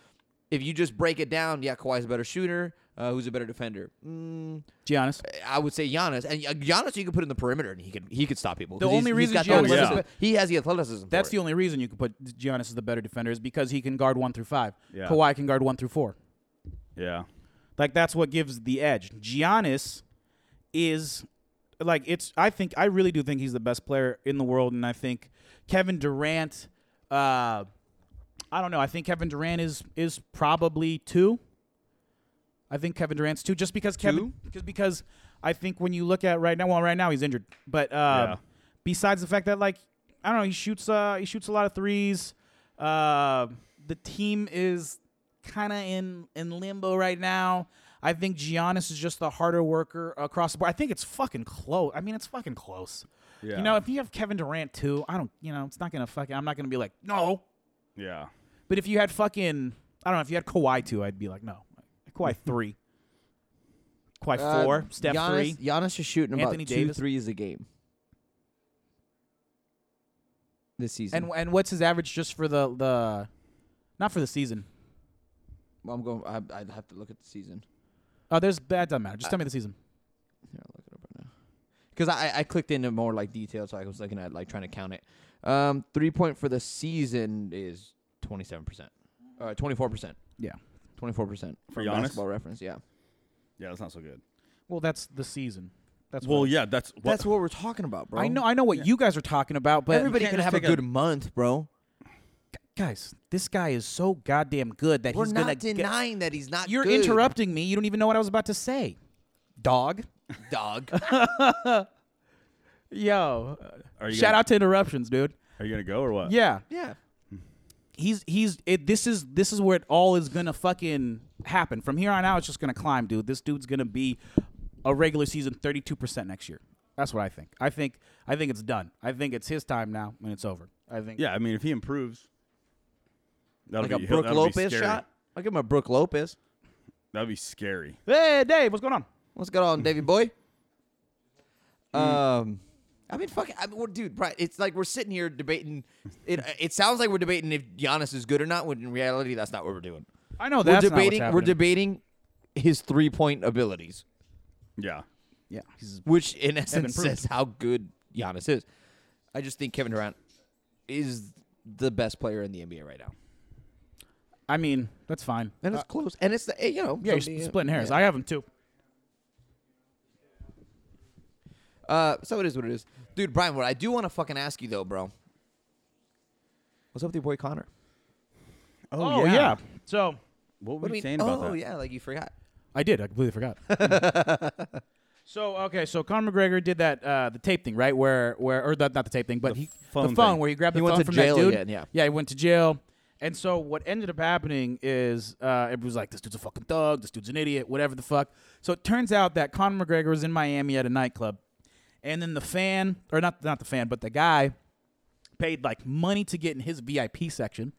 [SPEAKER 3] if you just break it down, yeah, Kawhi's a better shooter. Uh, who's a better defender? Mm,
[SPEAKER 2] Giannis.
[SPEAKER 3] I would say Giannis, and uh, Giannis you could put in the perimeter, and he could he could stop people. 'cause
[SPEAKER 2] The
[SPEAKER 3] he's-
[SPEAKER 2] only
[SPEAKER 3] he's
[SPEAKER 2] reason
[SPEAKER 3] got the
[SPEAKER 2] Giannis is
[SPEAKER 3] athleticism.
[SPEAKER 2] the-
[SPEAKER 3] he has the athleticism. for
[SPEAKER 2] That's
[SPEAKER 3] it.
[SPEAKER 2] the only reason you could put Giannis as the better defender is because he can guard one through five.
[SPEAKER 5] Yeah.
[SPEAKER 2] Kawhi can guard one through four.
[SPEAKER 5] Yeah.
[SPEAKER 2] Like that's what gives the edge. Giannis is like it's I think I really do think he's the best player in the world and I think Kevin Durant uh I don't know. I think Kevin Durant is is probably 2. I think Kevin Durant's 2 just because Kevin just because I think when you look at right now, well, right now he's injured, but uh,
[SPEAKER 5] Yeah.
[SPEAKER 2] besides the fact that like I don't know, he shoots uh, he shoots a lot of threes. Uh, the team is kind of in in limbo right now. I think Giannis is just the harder worker across the board. I think it's fucking close. I mean, it's fucking close.
[SPEAKER 5] Yeah.
[SPEAKER 2] You know, if you have Kevin Durant too, I don't. You know, it's not gonna fucking. I'm not gonna be like no.
[SPEAKER 5] Yeah.
[SPEAKER 2] But if you had fucking, I don't know, if you had Kawhi two, I'd be like no. Kawhi three. Kawhi four. Steph
[SPEAKER 3] Uh, Giannis,
[SPEAKER 2] three.
[SPEAKER 3] Giannis is shooting
[SPEAKER 2] Anthony
[SPEAKER 3] about two
[SPEAKER 2] Davis.
[SPEAKER 3] threes a game this season.
[SPEAKER 2] And and what's his average just for the the, not for the season.
[SPEAKER 3] Well, I'm going. I, I'd have to look at the season.
[SPEAKER 2] Oh, there's that doesn't matter. Just tell me the season.
[SPEAKER 3] Here, I'll look it up right now. Because I, I clicked into more like detail, so I was looking at like trying to count it. Um, three point for the season is twenty seven percent, uh, twenty four percent,
[SPEAKER 2] Yeah.
[SPEAKER 3] twenty four percent
[SPEAKER 5] For
[SPEAKER 3] from
[SPEAKER 5] Giannis?
[SPEAKER 3] Basketball Reference. Yeah,
[SPEAKER 5] Yeah, that's not so good.
[SPEAKER 2] Well, that's the season. That's
[SPEAKER 1] Well,
[SPEAKER 2] what
[SPEAKER 1] yeah, that's what,
[SPEAKER 3] that's what we're talking about, bro.
[SPEAKER 2] I know. I know what you guys are talking about, but
[SPEAKER 3] Everybody
[SPEAKER 5] can't
[SPEAKER 3] can
[SPEAKER 5] just
[SPEAKER 3] have a
[SPEAKER 5] take a-
[SPEAKER 3] good month, bro.
[SPEAKER 2] guys, this guy is so goddamn good that
[SPEAKER 3] We're
[SPEAKER 2] he's gonna
[SPEAKER 3] not
[SPEAKER 2] get-
[SPEAKER 3] denying that he's not.
[SPEAKER 2] You're
[SPEAKER 3] good,
[SPEAKER 2] interrupting me. You don't even know what I was about to say, dog.
[SPEAKER 3] dog.
[SPEAKER 2] Yo,
[SPEAKER 5] Are you
[SPEAKER 2] shout
[SPEAKER 5] gonna,
[SPEAKER 2] out to interruptions, dude.
[SPEAKER 5] Are you gonna go or
[SPEAKER 1] Uh,
[SPEAKER 5] what?
[SPEAKER 2] Yeah,
[SPEAKER 3] yeah,
[SPEAKER 2] he's he's it, this is this is where it all is gonna fucking happen from here on out. It's just gonna climb, dude. This dude's gonna be a regular season thirty two percent next year. That's what I think. I think I think it's done. I think it's his time now, and it's over. I think.
[SPEAKER 5] Yeah. I mean, if he improves, that'll
[SPEAKER 3] like a
[SPEAKER 5] be
[SPEAKER 3] Brooke
[SPEAKER 5] that'll be
[SPEAKER 3] Lopez
[SPEAKER 5] scary.
[SPEAKER 3] shot. I'll give him a Brooke Lopez.
[SPEAKER 5] That'd be scary.
[SPEAKER 2] Hey, Dave, what's going on?
[SPEAKER 3] What's going on, Davy boy? Um, I mean, fuck, I mean, well, dude, right? It's like we're sitting here debating. It it sounds like we're debating if Giannis is good or not. When in reality, that's not what we're doing.
[SPEAKER 2] I know that's
[SPEAKER 3] we're
[SPEAKER 2] not what's
[SPEAKER 3] debating. We're
[SPEAKER 2] happening.
[SPEAKER 3] debating his three point abilities,
[SPEAKER 5] Yeah.
[SPEAKER 2] Yeah, he's
[SPEAKER 3] which in essence
[SPEAKER 2] improved.
[SPEAKER 3] says how good Giannis is. I just think Kevin Durant is the best player in the NBA right now, Uh,
[SPEAKER 2] I mean, that's fine.
[SPEAKER 3] and it's close. And it's the eh, you know
[SPEAKER 2] Yeah, you're
[SPEAKER 3] somebody-
[SPEAKER 2] sp- splitting hairs. I have him too.
[SPEAKER 3] Uh, so it is what it is, dude. Brian, what I do want to fucking ask you though, bro. What's up with your boy Connor?
[SPEAKER 2] Oh, yeah. So
[SPEAKER 5] What
[SPEAKER 3] What
[SPEAKER 5] were
[SPEAKER 3] do
[SPEAKER 5] you
[SPEAKER 3] you
[SPEAKER 5] saying
[SPEAKER 3] mean?
[SPEAKER 5] about
[SPEAKER 3] oh
[SPEAKER 5] that?
[SPEAKER 3] yeah, like you forgot.
[SPEAKER 2] I did. I completely forgot. so okay, so Conor McGregor did that uh, the tape thing, right? Where where or the, not the tape thing, but
[SPEAKER 5] The
[SPEAKER 2] he
[SPEAKER 5] phone
[SPEAKER 2] the phone
[SPEAKER 5] thing.
[SPEAKER 2] where he grabbed the
[SPEAKER 3] He went
[SPEAKER 2] phone
[SPEAKER 3] to
[SPEAKER 2] from
[SPEAKER 3] jail
[SPEAKER 2] that dude.
[SPEAKER 3] again, yeah.
[SPEAKER 2] yeah, he went to jail. And so what ended up happening is uh, everybody was like, "This dude's a fucking thug. This dude's an idiot. Whatever the fuck." So it turns out that Conor McGregor was in Miami at a nightclub, and then the fan or not not the fan, but the guy paid like money to get in his VIP section.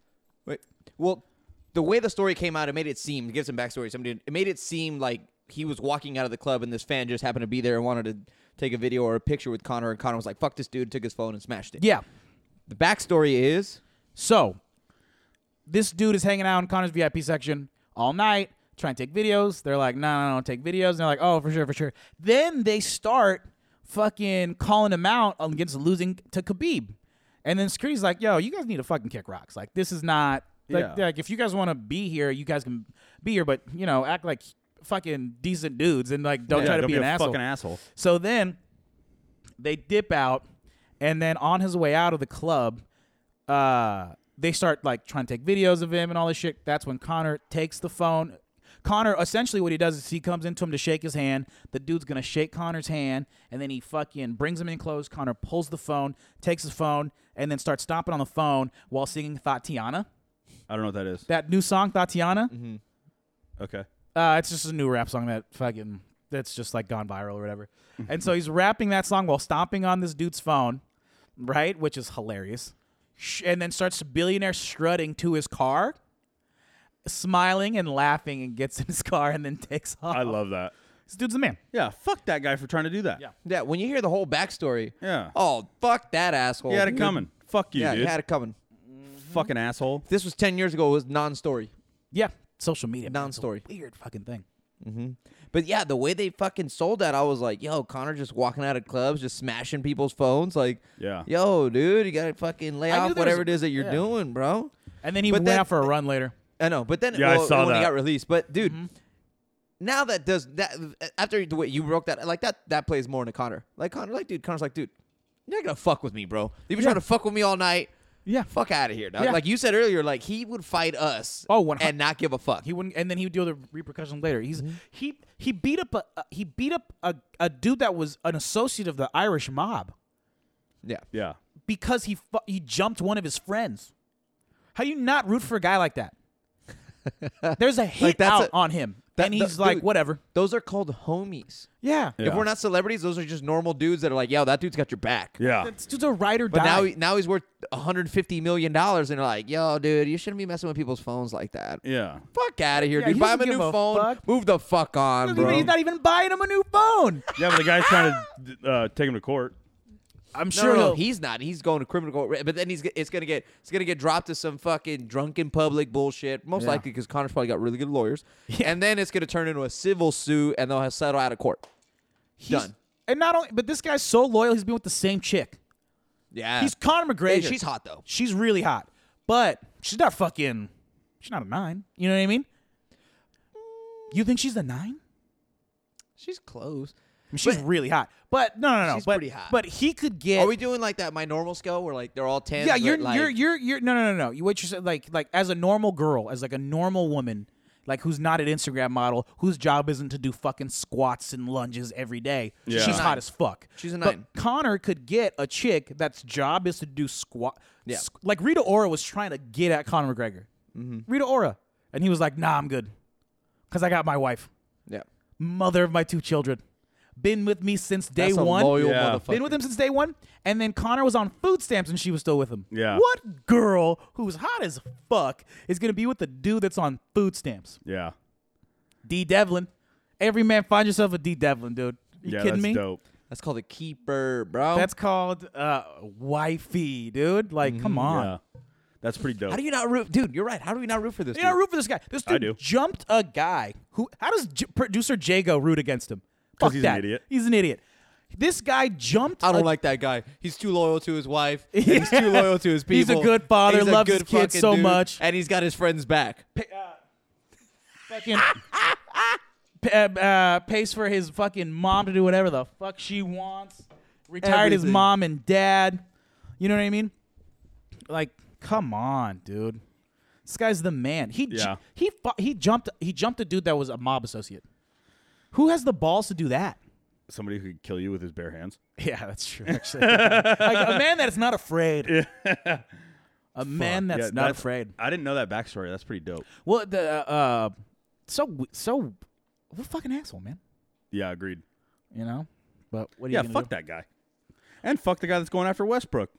[SPEAKER 3] Wait. Well, the way the story came out, it made it seem to give some backstory. Somebody it made it seem like he was walking out of the club and this fan just happened to be there and wanted to take a video or a picture with Connor, and Connor was like, "Fuck this dude," took his phone and smashed it.
[SPEAKER 2] Yeah.
[SPEAKER 3] The backstory is
[SPEAKER 2] So, this dude is hanging out in Connor's VIP section all night, trying to take videos. They're like, no, no, no, don't take videos. And they're like, oh, for sure, for sure. Then they start fucking calling him out against losing to Khabib. And then security's like, yo, you guys need to fucking kick rocks. Like, this is not, like,
[SPEAKER 5] Yeah.
[SPEAKER 2] like if you guys want to be here, you guys can be here, but, you know, act like fucking decent dudes and, like, don't
[SPEAKER 5] Yeah,
[SPEAKER 2] try to
[SPEAKER 5] don't
[SPEAKER 2] be,
[SPEAKER 5] be
[SPEAKER 2] an
[SPEAKER 5] a
[SPEAKER 2] asshole.
[SPEAKER 5] fucking asshole.
[SPEAKER 2] So then they dip out, and then on his way out of the club, uh, they start like trying to take videos of him and all this shit. That's when Connor takes the phone. Connor essentially what he does is he comes into him to shake his hand. The dude's gonna shake Connor's hand, and then he fucking brings him in close. Connor pulls the phone, takes the phone, and then starts stomping on the phone while singing Tatiana.
[SPEAKER 5] I don't know what that is.
[SPEAKER 2] That new song Tatiana.
[SPEAKER 5] Okay.
[SPEAKER 2] Uh, it's just a new rap song that fucking that's just like gone viral or whatever. and so he's rapping that song while stomping on this dude's phone, right? Which is hilarious. Sh- And then starts billionaire strutting to his car, smiling and laughing, and gets in his car and then takes off.
[SPEAKER 5] I love that.
[SPEAKER 2] this dude's a man.
[SPEAKER 5] Yeah. Fuck that guy for trying to do that.
[SPEAKER 2] Yeah.
[SPEAKER 3] yeah. When you hear the whole backstory,
[SPEAKER 5] Yeah.
[SPEAKER 3] Oh, fuck that asshole.
[SPEAKER 5] He had it coming. Fuck you,
[SPEAKER 3] Yeah,
[SPEAKER 5] dude.
[SPEAKER 3] he had it coming.
[SPEAKER 5] fucking asshole.
[SPEAKER 3] If this was ten years ago. It was non-story.
[SPEAKER 2] Yeah, social media man, it's a
[SPEAKER 3] Non-story.
[SPEAKER 2] weird fucking thing.
[SPEAKER 3] But yeah, the way they fucking sold that, I was like, yo, Connor just walking out of clubs, just smashing people's phones. Like,
[SPEAKER 5] Yeah.
[SPEAKER 3] yo, dude, you gotta fucking lay
[SPEAKER 2] I knew
[SPEAKER 3] off
[SPEAKER 2] there was-
[SPEAKER 3] whatever it is that you're
[SPEAKER 2] yeah.
[SPEAKER 3] doing, bro.
[SPEAKER 2] And then he
[SPEAKER 3] But
[SPEAKER 2] went
[SPEAKER 3] that-
[SPEAKER 2] out for a run later.
[SPEAKER 3] I know, but then
[SPEAKER 5] Yeah, I
[SPEAKER 3] well,
[SPEAKER 5] saw
[SPEAKER 3] when he
[SPEAKER 5] that. Mm-hmm.
[SPEAKER 3] got released. But dude, now that does that after the way you broke that, like that that plays more into Connor. Like Connor, like dude, Connor's like, dude, you're not gonna fuck with me, bro. You've been trying to fuck with me all night.
[SPEAKER 2] Yeah.
[SPEAKER 3] Fuck out of here, dog.
[SPEAKER 2] Yeah.
[SPEAKER 3] Like you said earlier, like he would fight us
[SPEAKER 2] Oh, 100
[SPEAKER 3] and not give a fuck.
[SPEAKER 2] He wouldn't, and then he would deal with the repercussions later. He's
[SPEAKER 3] Mm-hmm.
[SPEAKER 2] he he beat up a, a he beat up a, a dude that was an associate of the Irish mob
[SPEAKER 3] yeah.
[SPEAKER 1] Yeah.
[SPEAKER 2] because he fu- he jumped one of his friends. How do you not root for a guy like that? There's a hit
[SPEAKER 3] that's
[SPEAKER 2] out
[SPEAKER 3] a-
[SPEAKER 2] on him,
[SPEAKER 3] That-
[SPEAKER 2] and
[SPEAKER 3] that-
[SPEAKER 2] he's like,
[SPEAKER 3] dude,
[SPEAKER 2] whatever.
[SPEAKER 3] Those are called homies.
[SPEAKER 2] Yeah,
[SPEAKER 1] Yeah.
[SPEAKER 3] If we're not celebrities, those are just normal dudes that are like, yo, that dude's got your back.
[SPEAKER 1] Yeah.
[SPEAKER 2] this dude's a ride or
[SPEAKER 3] But
[SPEAKER 2] die.
[SPEAKER 3] now, he- now he's worth 150 million dollars, and they're like, "Yo, dude, you shouldn't be messing with people's phones like that.
[SPEAKER 1] Yeah.
[SPEAKER 3] Fuck out of here,
[SPEAKER 2] Yeah,
[SPEAKER 3] dude.
[SPEAKER 2] he
[SPEAKER 3] Buy him a
[SPEAKER 2] doesn't
[SPEAKER 3] new
[SPEAKER 2] give a
[SPEAKER 3] phone.
[SPEAKER 2] fuck.
[SPEAKER 3] Move the fuck on,
[SPEAKER 2] He's not even-
[SPEAKER 3] bro."
[SPEAKER 2] he's not even buying him a new phone.
[SPEAKER 1] Yeah, but the guy's trying to uh, take him to court.
[SPEAKER 2] I'm
[SPEAKER 3] No,
[SPEAKER 2] sure
[SPEAKER 3] no,
[SPEAKER 2] he'll-
[SPEAKER 3] no, he's not. He's going to criminal court. But then he's g- it's gonna get it's gonna get dropped to some fucking drunken public bullshit, most
[SPEAKER 2] Yeah.
[SPEAKER 3] likely because Connor's probably got really good lawyers. And then it's gonna turn into a civil suit, and they'll have settle out of court.
[SPEAKER 2] he's-
[SPEAKER 3] Done.
[SPEAKER 2] And not only, but this guy's so loyal. He's been with the same chick.
[SPEAKER 3] Yeah,
[SPEAKER 2] He's Conor McGregor.
[SPEAKER 3] Hey, she's hot though.
[SPEAKER 2] She's really hot, but she's not fucking. She's not a nine. You know what I mean? You think she's a nine?
[SPEAKER 3] She's close.
[SPEAKER 2] I mean, she's really hot, but no, no, no.
[SPEAKER 3] She's
[SPEAKER 2] but,
[SPEAKER 3] pretty hot.
[SPEAKER 2] But he could get.
[SPEAKER 3] Are we doing like that? My normal scale, where like they're all ten.
[SPEAKER 2] yeah, you're,
[SPEAKER 3] like,
[SPEAKER 2] you're, you're, you're. No, no, no, no. You what you said, like, like as a normal girl, as like a normal woman, like who's not an Instagram model, whose job isn't to do fucking squats and lunges every day.
[SPEAKER 1] Yeah.
[SPEAKER 2] She's
[SPEAKER 3] Nine.
[SPEAKER 2] hot as fuck.
[SPEAKER 3] She's a
[SPEAKER 2] But
[SPEAKER 3] nine.
[SPEAKER 2] Connor could get a chick that's job is to do squat.
[SPEAKER 3] Yeah.
[SPEAKER 2] squ- like Rita Ora was trying to get at Conor McGregor.
[SPEAKER 3] Mm-hmm.
[SPEAKER 2] Rita Ora, and he was like, "Nah, I'm good, cause I got my wife,
[SPEAKER 3] yeah.
[SPEAKER 2] mother of my two children, been with me since day
[SPEAKER 3] That's a
[SPEAKER 2] one,
[SPEAKER 3] loyal
[SPEAKER 1] Yeah.
[SPEAKER 3] motherfucker.
[SPEAKER 2] been with him since day one." And then Connor was on food stamps, and she was still with him.
[SPEAKER 1] Yeah.
[SPEAKER 2] What girl who's hot as fuck is gonna be with the dude that's on food stamps?
[SPEAKER 1] Yeah.
[SPEAKER 2] D Devlin. Every man find yourself a D Devlin, dude. You
[SPEAKER 1] yeah,
[SPEAKER 2] kidding
[SPEAKER 1] that's
[SPEAKER 2] me?
[SPEAKER 1] dope.
[SPEAKER 3] That's called a keeper, bro.
[SPEAKER 2] That's called uh, wifey, dude. Like,
[SPEAKER 3] Mm-hmm.
[SPEAKER 2] come on.
[SPEAKER 1] Yeah. That's pretty dope.
[SPEAKER 3] how do you not root, dude? You're right. How do we not root for this?
[SPEAKER 2] You know,
[SPEAKER 3] dude?
[SPEAKER 2] root for this guy. This dude
[SPEAKER 1] I do.
[SPEAKER 2] jumped a guy who. How does J- producer Jago root against him?
[SPEAKER 1] 'Cause
[SPEAKER 2] Fuck
[SPEAKER 1] he's an
[SPEAKER 2] that.
[SPEAKER 1] idiot.
[SPEAKER 2] He's an idiot. This guy jumped.
[SPEAKER 3] I don't
[SPEAKER 2] a-
[SPEAKER 3] like that guy. He's too loyal to his wife. and
[SPEAKER 2] Yeah.
[SPEAKER 3] He's too loyal to his people.
[SPEAKER 2] He's a good father,
[SPEAKER 3] He's a
[SPEAKER 2] loves
[SPEAKER 3] good
[SPEAKER 2] his kids
[SPEAKER 3] fucking
[SPEAKER 2] so
[SPEAKER 3] dude,
[SPEAKER 2] much.
[SPEAKER 3] and he's got his friends back.
[SPEAKER 2] fucking. p- uh, uh, pays for his fucking mom to do whatever the fuck she wants. Retired his
[SPEAKER 3] Everything.
[SPEAKER 2] mom and dad. You know what I mean? Like, come on, dude. This guy's the man. He ju-
[SPEAKER 1] Yeah.
[SPEAKER 2] he fu- he jumped he jumped a dude that was a mob associate. Who has the balls to do that?
[SPEAKER 1] Somebody who could kill you with his bare hands.
[SPEAKER 2] Yeah, that's true. Actually, like a man that's not afraid. A man that's
[SPEAKER 1] Yeah,
[SPEAKER 2] not afraid.
[SPEAKER 1] I didn't know that backstory. That's pretty dope.
[SPEAKER 2] Well, the uh, uh, so w- so, what a fucking asshole, man.
[SPEAKER 1] Yeah, agreed.
[SPEAKER 2] You know, but what? Are
[SPEAKER 1] Yeah,
[SPEAKER 2] you gonna
[SPEAKER 1] fuck
[SPEAKER 2] do?
[SPEAKER 1] that guy. And fuck the guy that's going after Westbrook.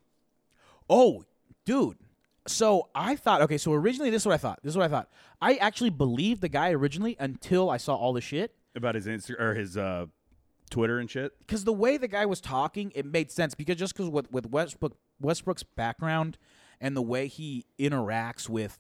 [SPEAKER 2] Oh, dude. So I thought, okay, so originally this is what I thought. This is what I thought. I actually believed the guy originally until I saw all the shit.
[SPEAKER 1] About his Insta or his uh, Twitter and shit.
[SPEAKER 2] because the way the guy was talking, it made sense because just because with, with Westbrook Westbrook's background and the way he interacts with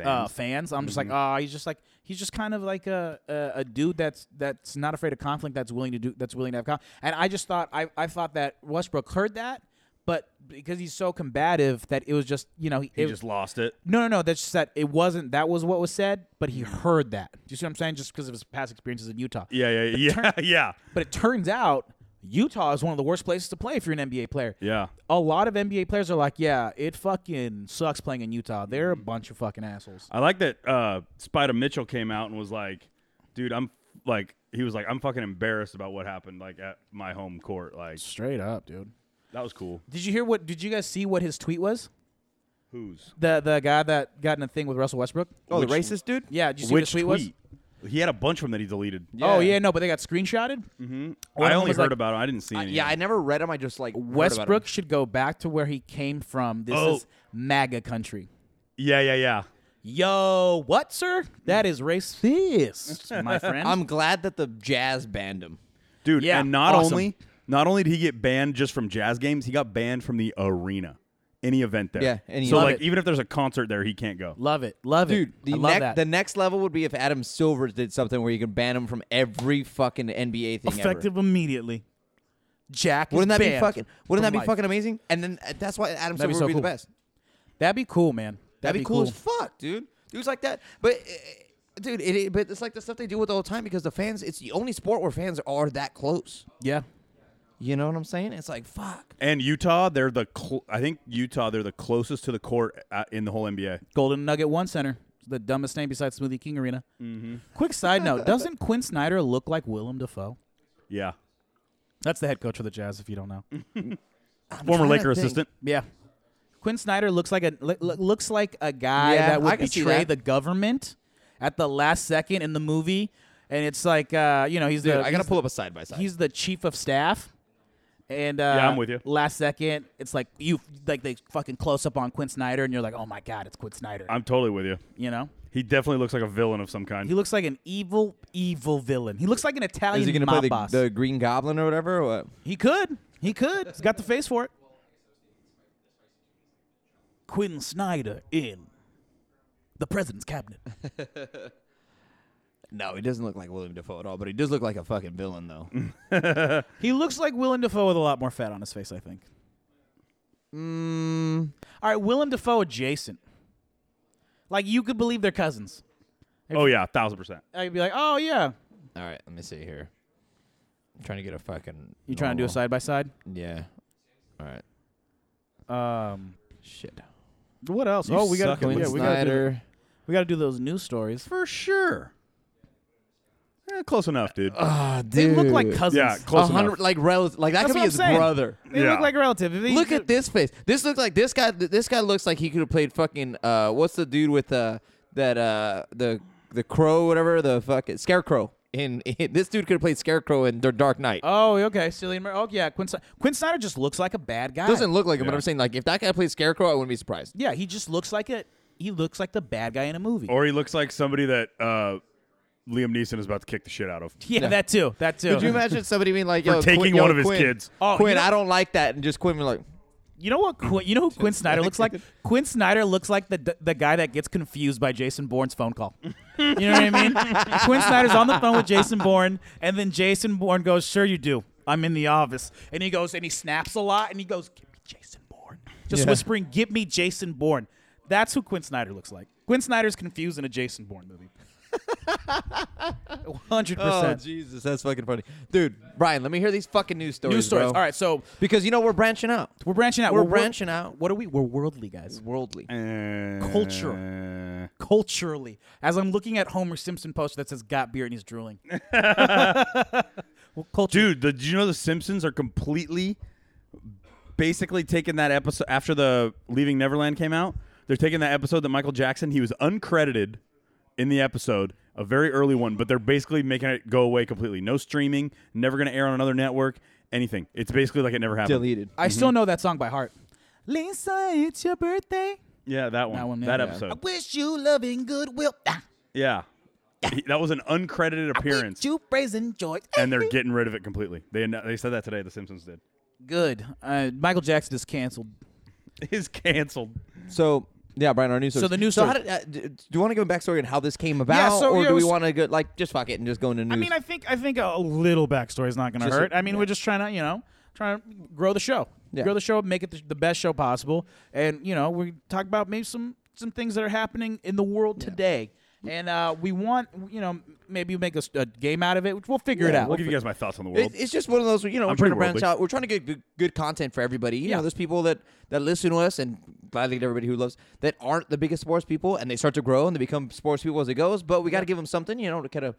[SPEAKER 2] Uh,
[SPEAKER 1] Fans. Mm-hmm.
[SPEAKER 2] fans I'm just like, oh, he's just like he's just kind of like a, a a dude that's that's not afraid of conflict, that's willing to do, that's willing to have conflict. And I just thought I I thought that Westbrook heard that, but because he's so combative that it was just you know
[SPEAKER 1] He
[SPEAKER 2] it,
[SPEAKER 1] just lost it.
[SPEAKER 2] no, no, no. That's just that it wasn't. That was what was said, but he heard that. Do you see what I'm saying? Just because of his past experiences in Utah.
[SPEAKER 1] Mm-hmm. Yeah, yeah, yeah, yeah.
[SPEAKER 2] But it turns out Utah is one of the worst places to play if you're an NBA player.
[SPEAKER 1] Yeah.
[SPEAKER 2] A lot of NBA players are like, yeah, it fucking sucks playing in Utah. They're a
[SPEAKER 1] Mm-hmm.
[SPEAKER 2] bunch of fucking assholes.
[SPEAKER 1] I like that uh, Spider Mitchell came out and was like, dude, I'm like, he was like, I'm fucking embarrassed about what happened like at my home court. Like,
[SPEAKER 2] Straight up, dude.
[SPEAKER 1] that was cool.
[SPEAKER 2] Did you hear what? Did you guys see what his tweet was?
[SPEAKER 1] Who's?
[SPEAKER 2] The the guy that got in a thing with Russell Westbrook.
[SPEAKER 3] Oh, the
[SPEAKER 1] Which-
[SPEAKER 3] racist dude.
[SPEAKER 2] Yeah, did you see what his
[SPEAKER 1] Which
[SPEAKER 2] tweet,
[SPEAKER 1] tweet?
[SPEAKER 2] was?
[SPEAKER 1] He had a bunch of them that he deleted.
[SPEAKER 2] Oh yeah, no, but they got screenshotted.
[SPEAKER 3] Mm-hmm.
[SPEAKER 2] One of
[SPEAKER 1] I
[SPEAKER 2] them
[SPEAKER 1] only
[SPEAKER 2] was
[SPEAKER 1] heard
[SPEAKER 2] like,
[SPEAKER 1] about him. I didn't see
[SPEAKER 3] I,
[SPEAKER 1] any.
[SPEAKER 3] yeah. I never read him. I just like heard about him.
[SPEAKER 2] Westbrook should go back to where he came from. This
[SPEAKER 1] Oh.
[SPEAKER 2] is MAGA country.
[SPEAKER 1] yeah, yeah, yeah.
[SPEAKER 2] Yo, what, sir? That is racist, my friend.
[SPEAKER 3] I'm glad that the Jazz banned him.
[SPEAKER 1] Dude,
[SPEAKER 2] Yeah,
[SPEAKER 1] and not
[SPEAKER 2] awesome.
[SPEAKER 1] only not only did he get banned just from jazz games, he got banned from the arena. Any event there.
[SPEAKER 3] Yeah, any
[SPEAKER 1] so like
[SPEAKER 3] event.
[SPEAKER 2] Love it.
[SPEAKER 1] even if there's a concert there, he can't go.
[SPEAKER 2] love it, love
[SPEAKER 3] Dude,
[SPEAKER 2] it.
[SPEAKER 3] the,
[SPEAKER 2] I love
[SPEAKER 3] next-
[SPEAKER 2] that.
[SPEAKER 3] the next level would be if Adam Silver did something where you can ban him from every fucking NBA thing ever.
[SPEAKER 2] effective immediately. Jack
[SPEAKER 3] Wouldn't
[SPEAKER 2] is
[SPEAKER 3] that be
[SPEAKER 2] banned
[SPEAKER 3] fucking? Wouldn't
[SPEAKER 2] from
[SPEAKER 3] that be
[SPEAKER 2] life.
[SPEAKER 3] fucking amazing? And then uh, that's why Adam
[SPEAKER 2] That'd be
[SPEAKER 3] Silver
[SPEAKER 2] so
[SPEAKER 3] would be
[SPEAKER 2] cool.
[SPEAKER 3] the best.
[SPEAKER 2] That'd be cool, man.
[SPEAKER 3] That'd be cool, as fuck, dude. Dude, it's like that. But, uh, dude, it, it- but it's like the stuff they do with all the time because the fans. It's the only sport where fans are that close.
[SPEAKER 2] Yeah.
[SPEAKER 3] You know what I'm saying? It's like fuck.
[SPEAKER 5] And Utah, they're the cl- I think Utah, they're the closest to the court uh, in the whole NBA.
[SPEAKER 2] Golden Nugget One Center. It's the dumbest name besides Smoothie King Arena.
[SPEAKER 3] Mm-hmm.
[SPEAKER 2] Quick side note: Doesn't Quinn Snyder look like Willem Dafoe?
[SPEAKER 5] Yeah,
[SPEAKER 2] That's the head coach of the Jazz, if you don't know.
[SPEAKER 1] Former
[SPEAKER 3] trying to
[SPEAKER 1] Laker
[SPEAKER 3] think.
[SPEAKER 1] assistant.
[SPEAKER 2] yeah, Quinn Snyder looks like a lo- lo- looks like a guy
[SPEAKER 3] Yeah,
[SPEAKER 2] that
[SPEAKER 3] I
[SPEAKER 2] would
[SPEAKER 3] can see
[SPEAKER 2] betray
[SPEAKER 3] that.
[SPEAKER 2] the government at the last second in the movie, and it's like uh, you know he's
[SPEAKER 3] Dude,
[SPEAKER 2] the
[SPEAKER 3] I gotta
[SPEAKER 2] he's-
[SPEAKER 3] pull up a side by side.
[SPEAKER 2] He's the chief of staff. And uh,
[SPEAKER 1] Yeah, I'm with you.
[SPEAKER 2] Last second, it's like you like they fucking close up on Quinn Snyder, and you're like, oh my god, it's Quinn Snyder.
[SPEAKER 1] I'm totally with you.
[SPEAKER 2] you know,
[SPEAKER 1] He definitely looks like a villain of some
[SPEAKER 2] he
[SPEAKER 1] kind.
[SPEAKER 2] looks like an evil, evil villain. He looks like an Italian
[SPEAKER 3] Is he gonna
[SPEAKER 2] mob
[SPEAKER 3] play the,
[SPEAKER 2] boss.
[SPEAKER 3] the Green Goblin or whatever? Or what?
[SPEAKER 2] he could, he could. He's got the face for it. Quinn Snyder in the president's cabinet.
[SPEAKER 3] No, he doesn't look like William Defoe at all, but he does look like a fucking villain though.
[SPEAKER 2] Mm. he looks like Willem Dafoe with a lot more fat on his face. I think.
[SPEAKER 3] mm,
[SPEAKER 2] All right, Willem Dafoe adjacent. Like you could believe they're cousins.
[SPEAKER 1] Oh yeah, thousand percent.
[SPEAKER 2] I'd be like, oh yeah,
[SPEAKER 3] all right, let me see here. I'm trying to get a fucking.
[SPEAKER 2] You trying to do a
[SPEAKER 3] normal-
[SPEAKER 2] side by side?
[SPEAKER 3] Yeah. All right.
[SPEAKER 2] Um,
[SPEAKER 3] Shit.
[SPEAKER 2] what else?
[SPEAKER 5] You
[SPEAKER 2] oh, we got
[SPEAKER 5] suck at
[SPEAKER 2] yeah,
[SPEAKER 3] Quinn
[SPEAKER 5] Quinn
[SPEAKER 2] we got to
[SPEAKER 3] Snyder.
[SPEAKER 2] we got to do those news stories.
[SPEAKER 5] for sure. Eh, close enough, dude.
[SPEAKER 3] Ah, dude.
[SPEAKER 2] They look like cousins.
[SPEAKER 1] Yeah,
[SPEAKER 3] A
[SPEAKER 1] close enough.
[SPEAKER 3] hundred, like rel- like that
[SPEAKER 2] That's
[SPEAKER 3] could be
[SPEAKER 2] what I'm
[SPEAKER 3] his
[SPEAKER 2] saying.
[SPEAKER 3] brother.
[SPEAKER 2] they
[SPEAKER 1] Yeah.
[SPEAKER 2] look like relatives. If they-
[SPEAKER 3] Look at this face. This looks like this guy. th- This guy looks like he could have played fucking. Uh, what's the dude with uh that uh the the crow whatever the fucking scarecrow in, in this dude could have played scarecrow in The Dark Knight.
[SPEAKER 2] Oh, okay, Cillian Murphy. Oh, yeah, Quinn. Sny- Quinn Snyder just looks like a bad guy.
[SPEAKER 3] Doesn't look like him, but
[SPEAKER 1] Yeah.
[SPEAKER 3] I'm saying like if that guy played scarecrow, I wouldn't be surprised.
[SPEAKER 2] Yeah, he just looks like a he looks like the bad guy in a movie.
[SPEAKER 1] Or he looks like somebody that uh, Liam Neeson is about to kick the shit out of.
[SPEAKER 2] yeah, that too. That too.
[SPEAKER 3] Could you imagine somebody being like, "Yo,
[SPEAKER 1] taking
[SPEAKER 3] Quinn-
[SPEAKER 1] one
[SPEAKER 3] yo,
[SPEAKER 1] of his
[SPEAKER 3] Quinn,
[SPEAKER 1] kids.
[SPEAKER 2] Oh,
[SPEAKER 3] Quinn,
[SPEAKER 2] you know-
[SPEAKER 3] I don't like that," and just Quinn be like,
[SPEAKER 2] You know what? Quinn, you know who Quinn Snyder looks like? Quinn Snyder looks like the the guy that gets confused by Jason Bourne's phone call. You know what I mean? Quinn Snyder's on the phone with Jason Bourne, and then Jason Bourne goes, "Sure, you do. I'm in the office." And he goes, and he snaps a lot, and he goes, "Give me Jason Bourne," just whispering, "Give me Jason Bourne." That's who Quinn Snyder looks like. Quinn Snyder's confused in a Jason Bourne movie. Hundred
[SPEAKER 3] "Oh
[SPEAKER 2] percent.
[SPEAKER 3] Jesus, that's fucking funny, dude." Brian, let me hear these fucking news stories.
[SPEAKER 2] New stories.
[SPEAKER 3] bro.
[SPEAKER 2] All right, so
[SPEAKER 3] because you know we're branching out.
[SPEAKER 2] we're branching out.
[SPEAKER 3] We're
[SPEAKER 2] wor-
[SPEAKER 3] branching out.
[SPEAKER 2] What are we? We're worldly guys.
[SPEAKER 3] Worldly.
[SPEAKER 1] Eh.
[SPEAKER 2] Cultural. culturally as I'm looking at Homer Simpson poster that says "got beer" and he's drooling. well, culture.
[SPEAKER 5] Dude, the, did you know the Simpsons are completely, basically taking that episode after the Leaving Neverland came out. They're taking that episode that Michael Jackson he was uncredited in the episode, a very early one, but they're basically making it go away completely. No streaming, never going to air on another network, anything. It's basically like it never happened.
[SPEAKER 3] Deleted.
[SPEAKER 2] I
[SPEAKER 5] Mm-hmm.
[SPEAKER 2] still know that song by heart. Lisa, it's your birthday.
[SPEAKER 5] Yeah, that one.
[SPEAKER 2] That
[SPEAKER 5] That,
[SPEAKER 2] one, yeah. Yeah.
[SPEAKER 5] episode.
[SPEAKER 2] I wish you loving goodwill. Ah,
[SPEAKER 5] Yeah. He- That was an uncredited appearance,
[SPEAKER 2] Wish you praise and joy.
[SPEAKER 1] And they're getting rid of it completely. They anno- they said that today. The Simpsons did.
[SPEAKER 2] good. Uh, Michael Jackson is canceled.
[SPEAKER 1] It's canceled.
[SPEAKER 3] So yeah, Brian, our news.
[SPEAKER 2] So
[SPEAKER 3] source.
[SPEAKER 2] the news
[SPEAKER 3] So how
[SPEAKER 2] source-
[SPEAKER 3] did, uh, d- do you want to give a backstory on how this came about,
[SPEAKER 2] so,
[SPEAKER 3] or
[SPEAKER 2] yeah, it
[SPEAKER 3] do we
[SPEAKER 2] was-
[SPEAKER 3] want to go like just fuck it and just go into news?
[SPEAKER 2] I mean, I think I think a little backstory is not going to
[SPEAKER 3] Just a-
[SPEAKER 2] hurt. I mean, we're just trying to you know trying to grow the show,
[SPEAKER 3] Yeah.
[SPEAKER 2] grow the show, make it the, the best show possible, and you know we talk about maybe some some things that are happening in the world today, and uh, we want you know maybe make a, s- a game out of it, which we'll figure it
[SPEAKER 3] Yeah,
[SPEAKER 2] out.
[SPEAKER 1] I'll give you guys my thoughts on the
[SPEAKER 3] It-
[SPEAKER 1] world.
[SPEAKER 3] it's just one of those, you know, we're
[SPEAKER 1] I'm
[SPEAKER 3] trying to
[SPEAKER 1] pretty
[SPEAKER 3] branch
[SPEAKER 1] worldly.
[SPEAKER 3] out. We're trying to get good, good content for everybody. You
[SPEAKER 2] Yeah.
[SPEAKER 3] know, there's people that, that listen to us and gladly to everybody who loves that aren't the biggest sports people and they start to grow and they become sports people as it goes. But we got to give them something, you know, to kind of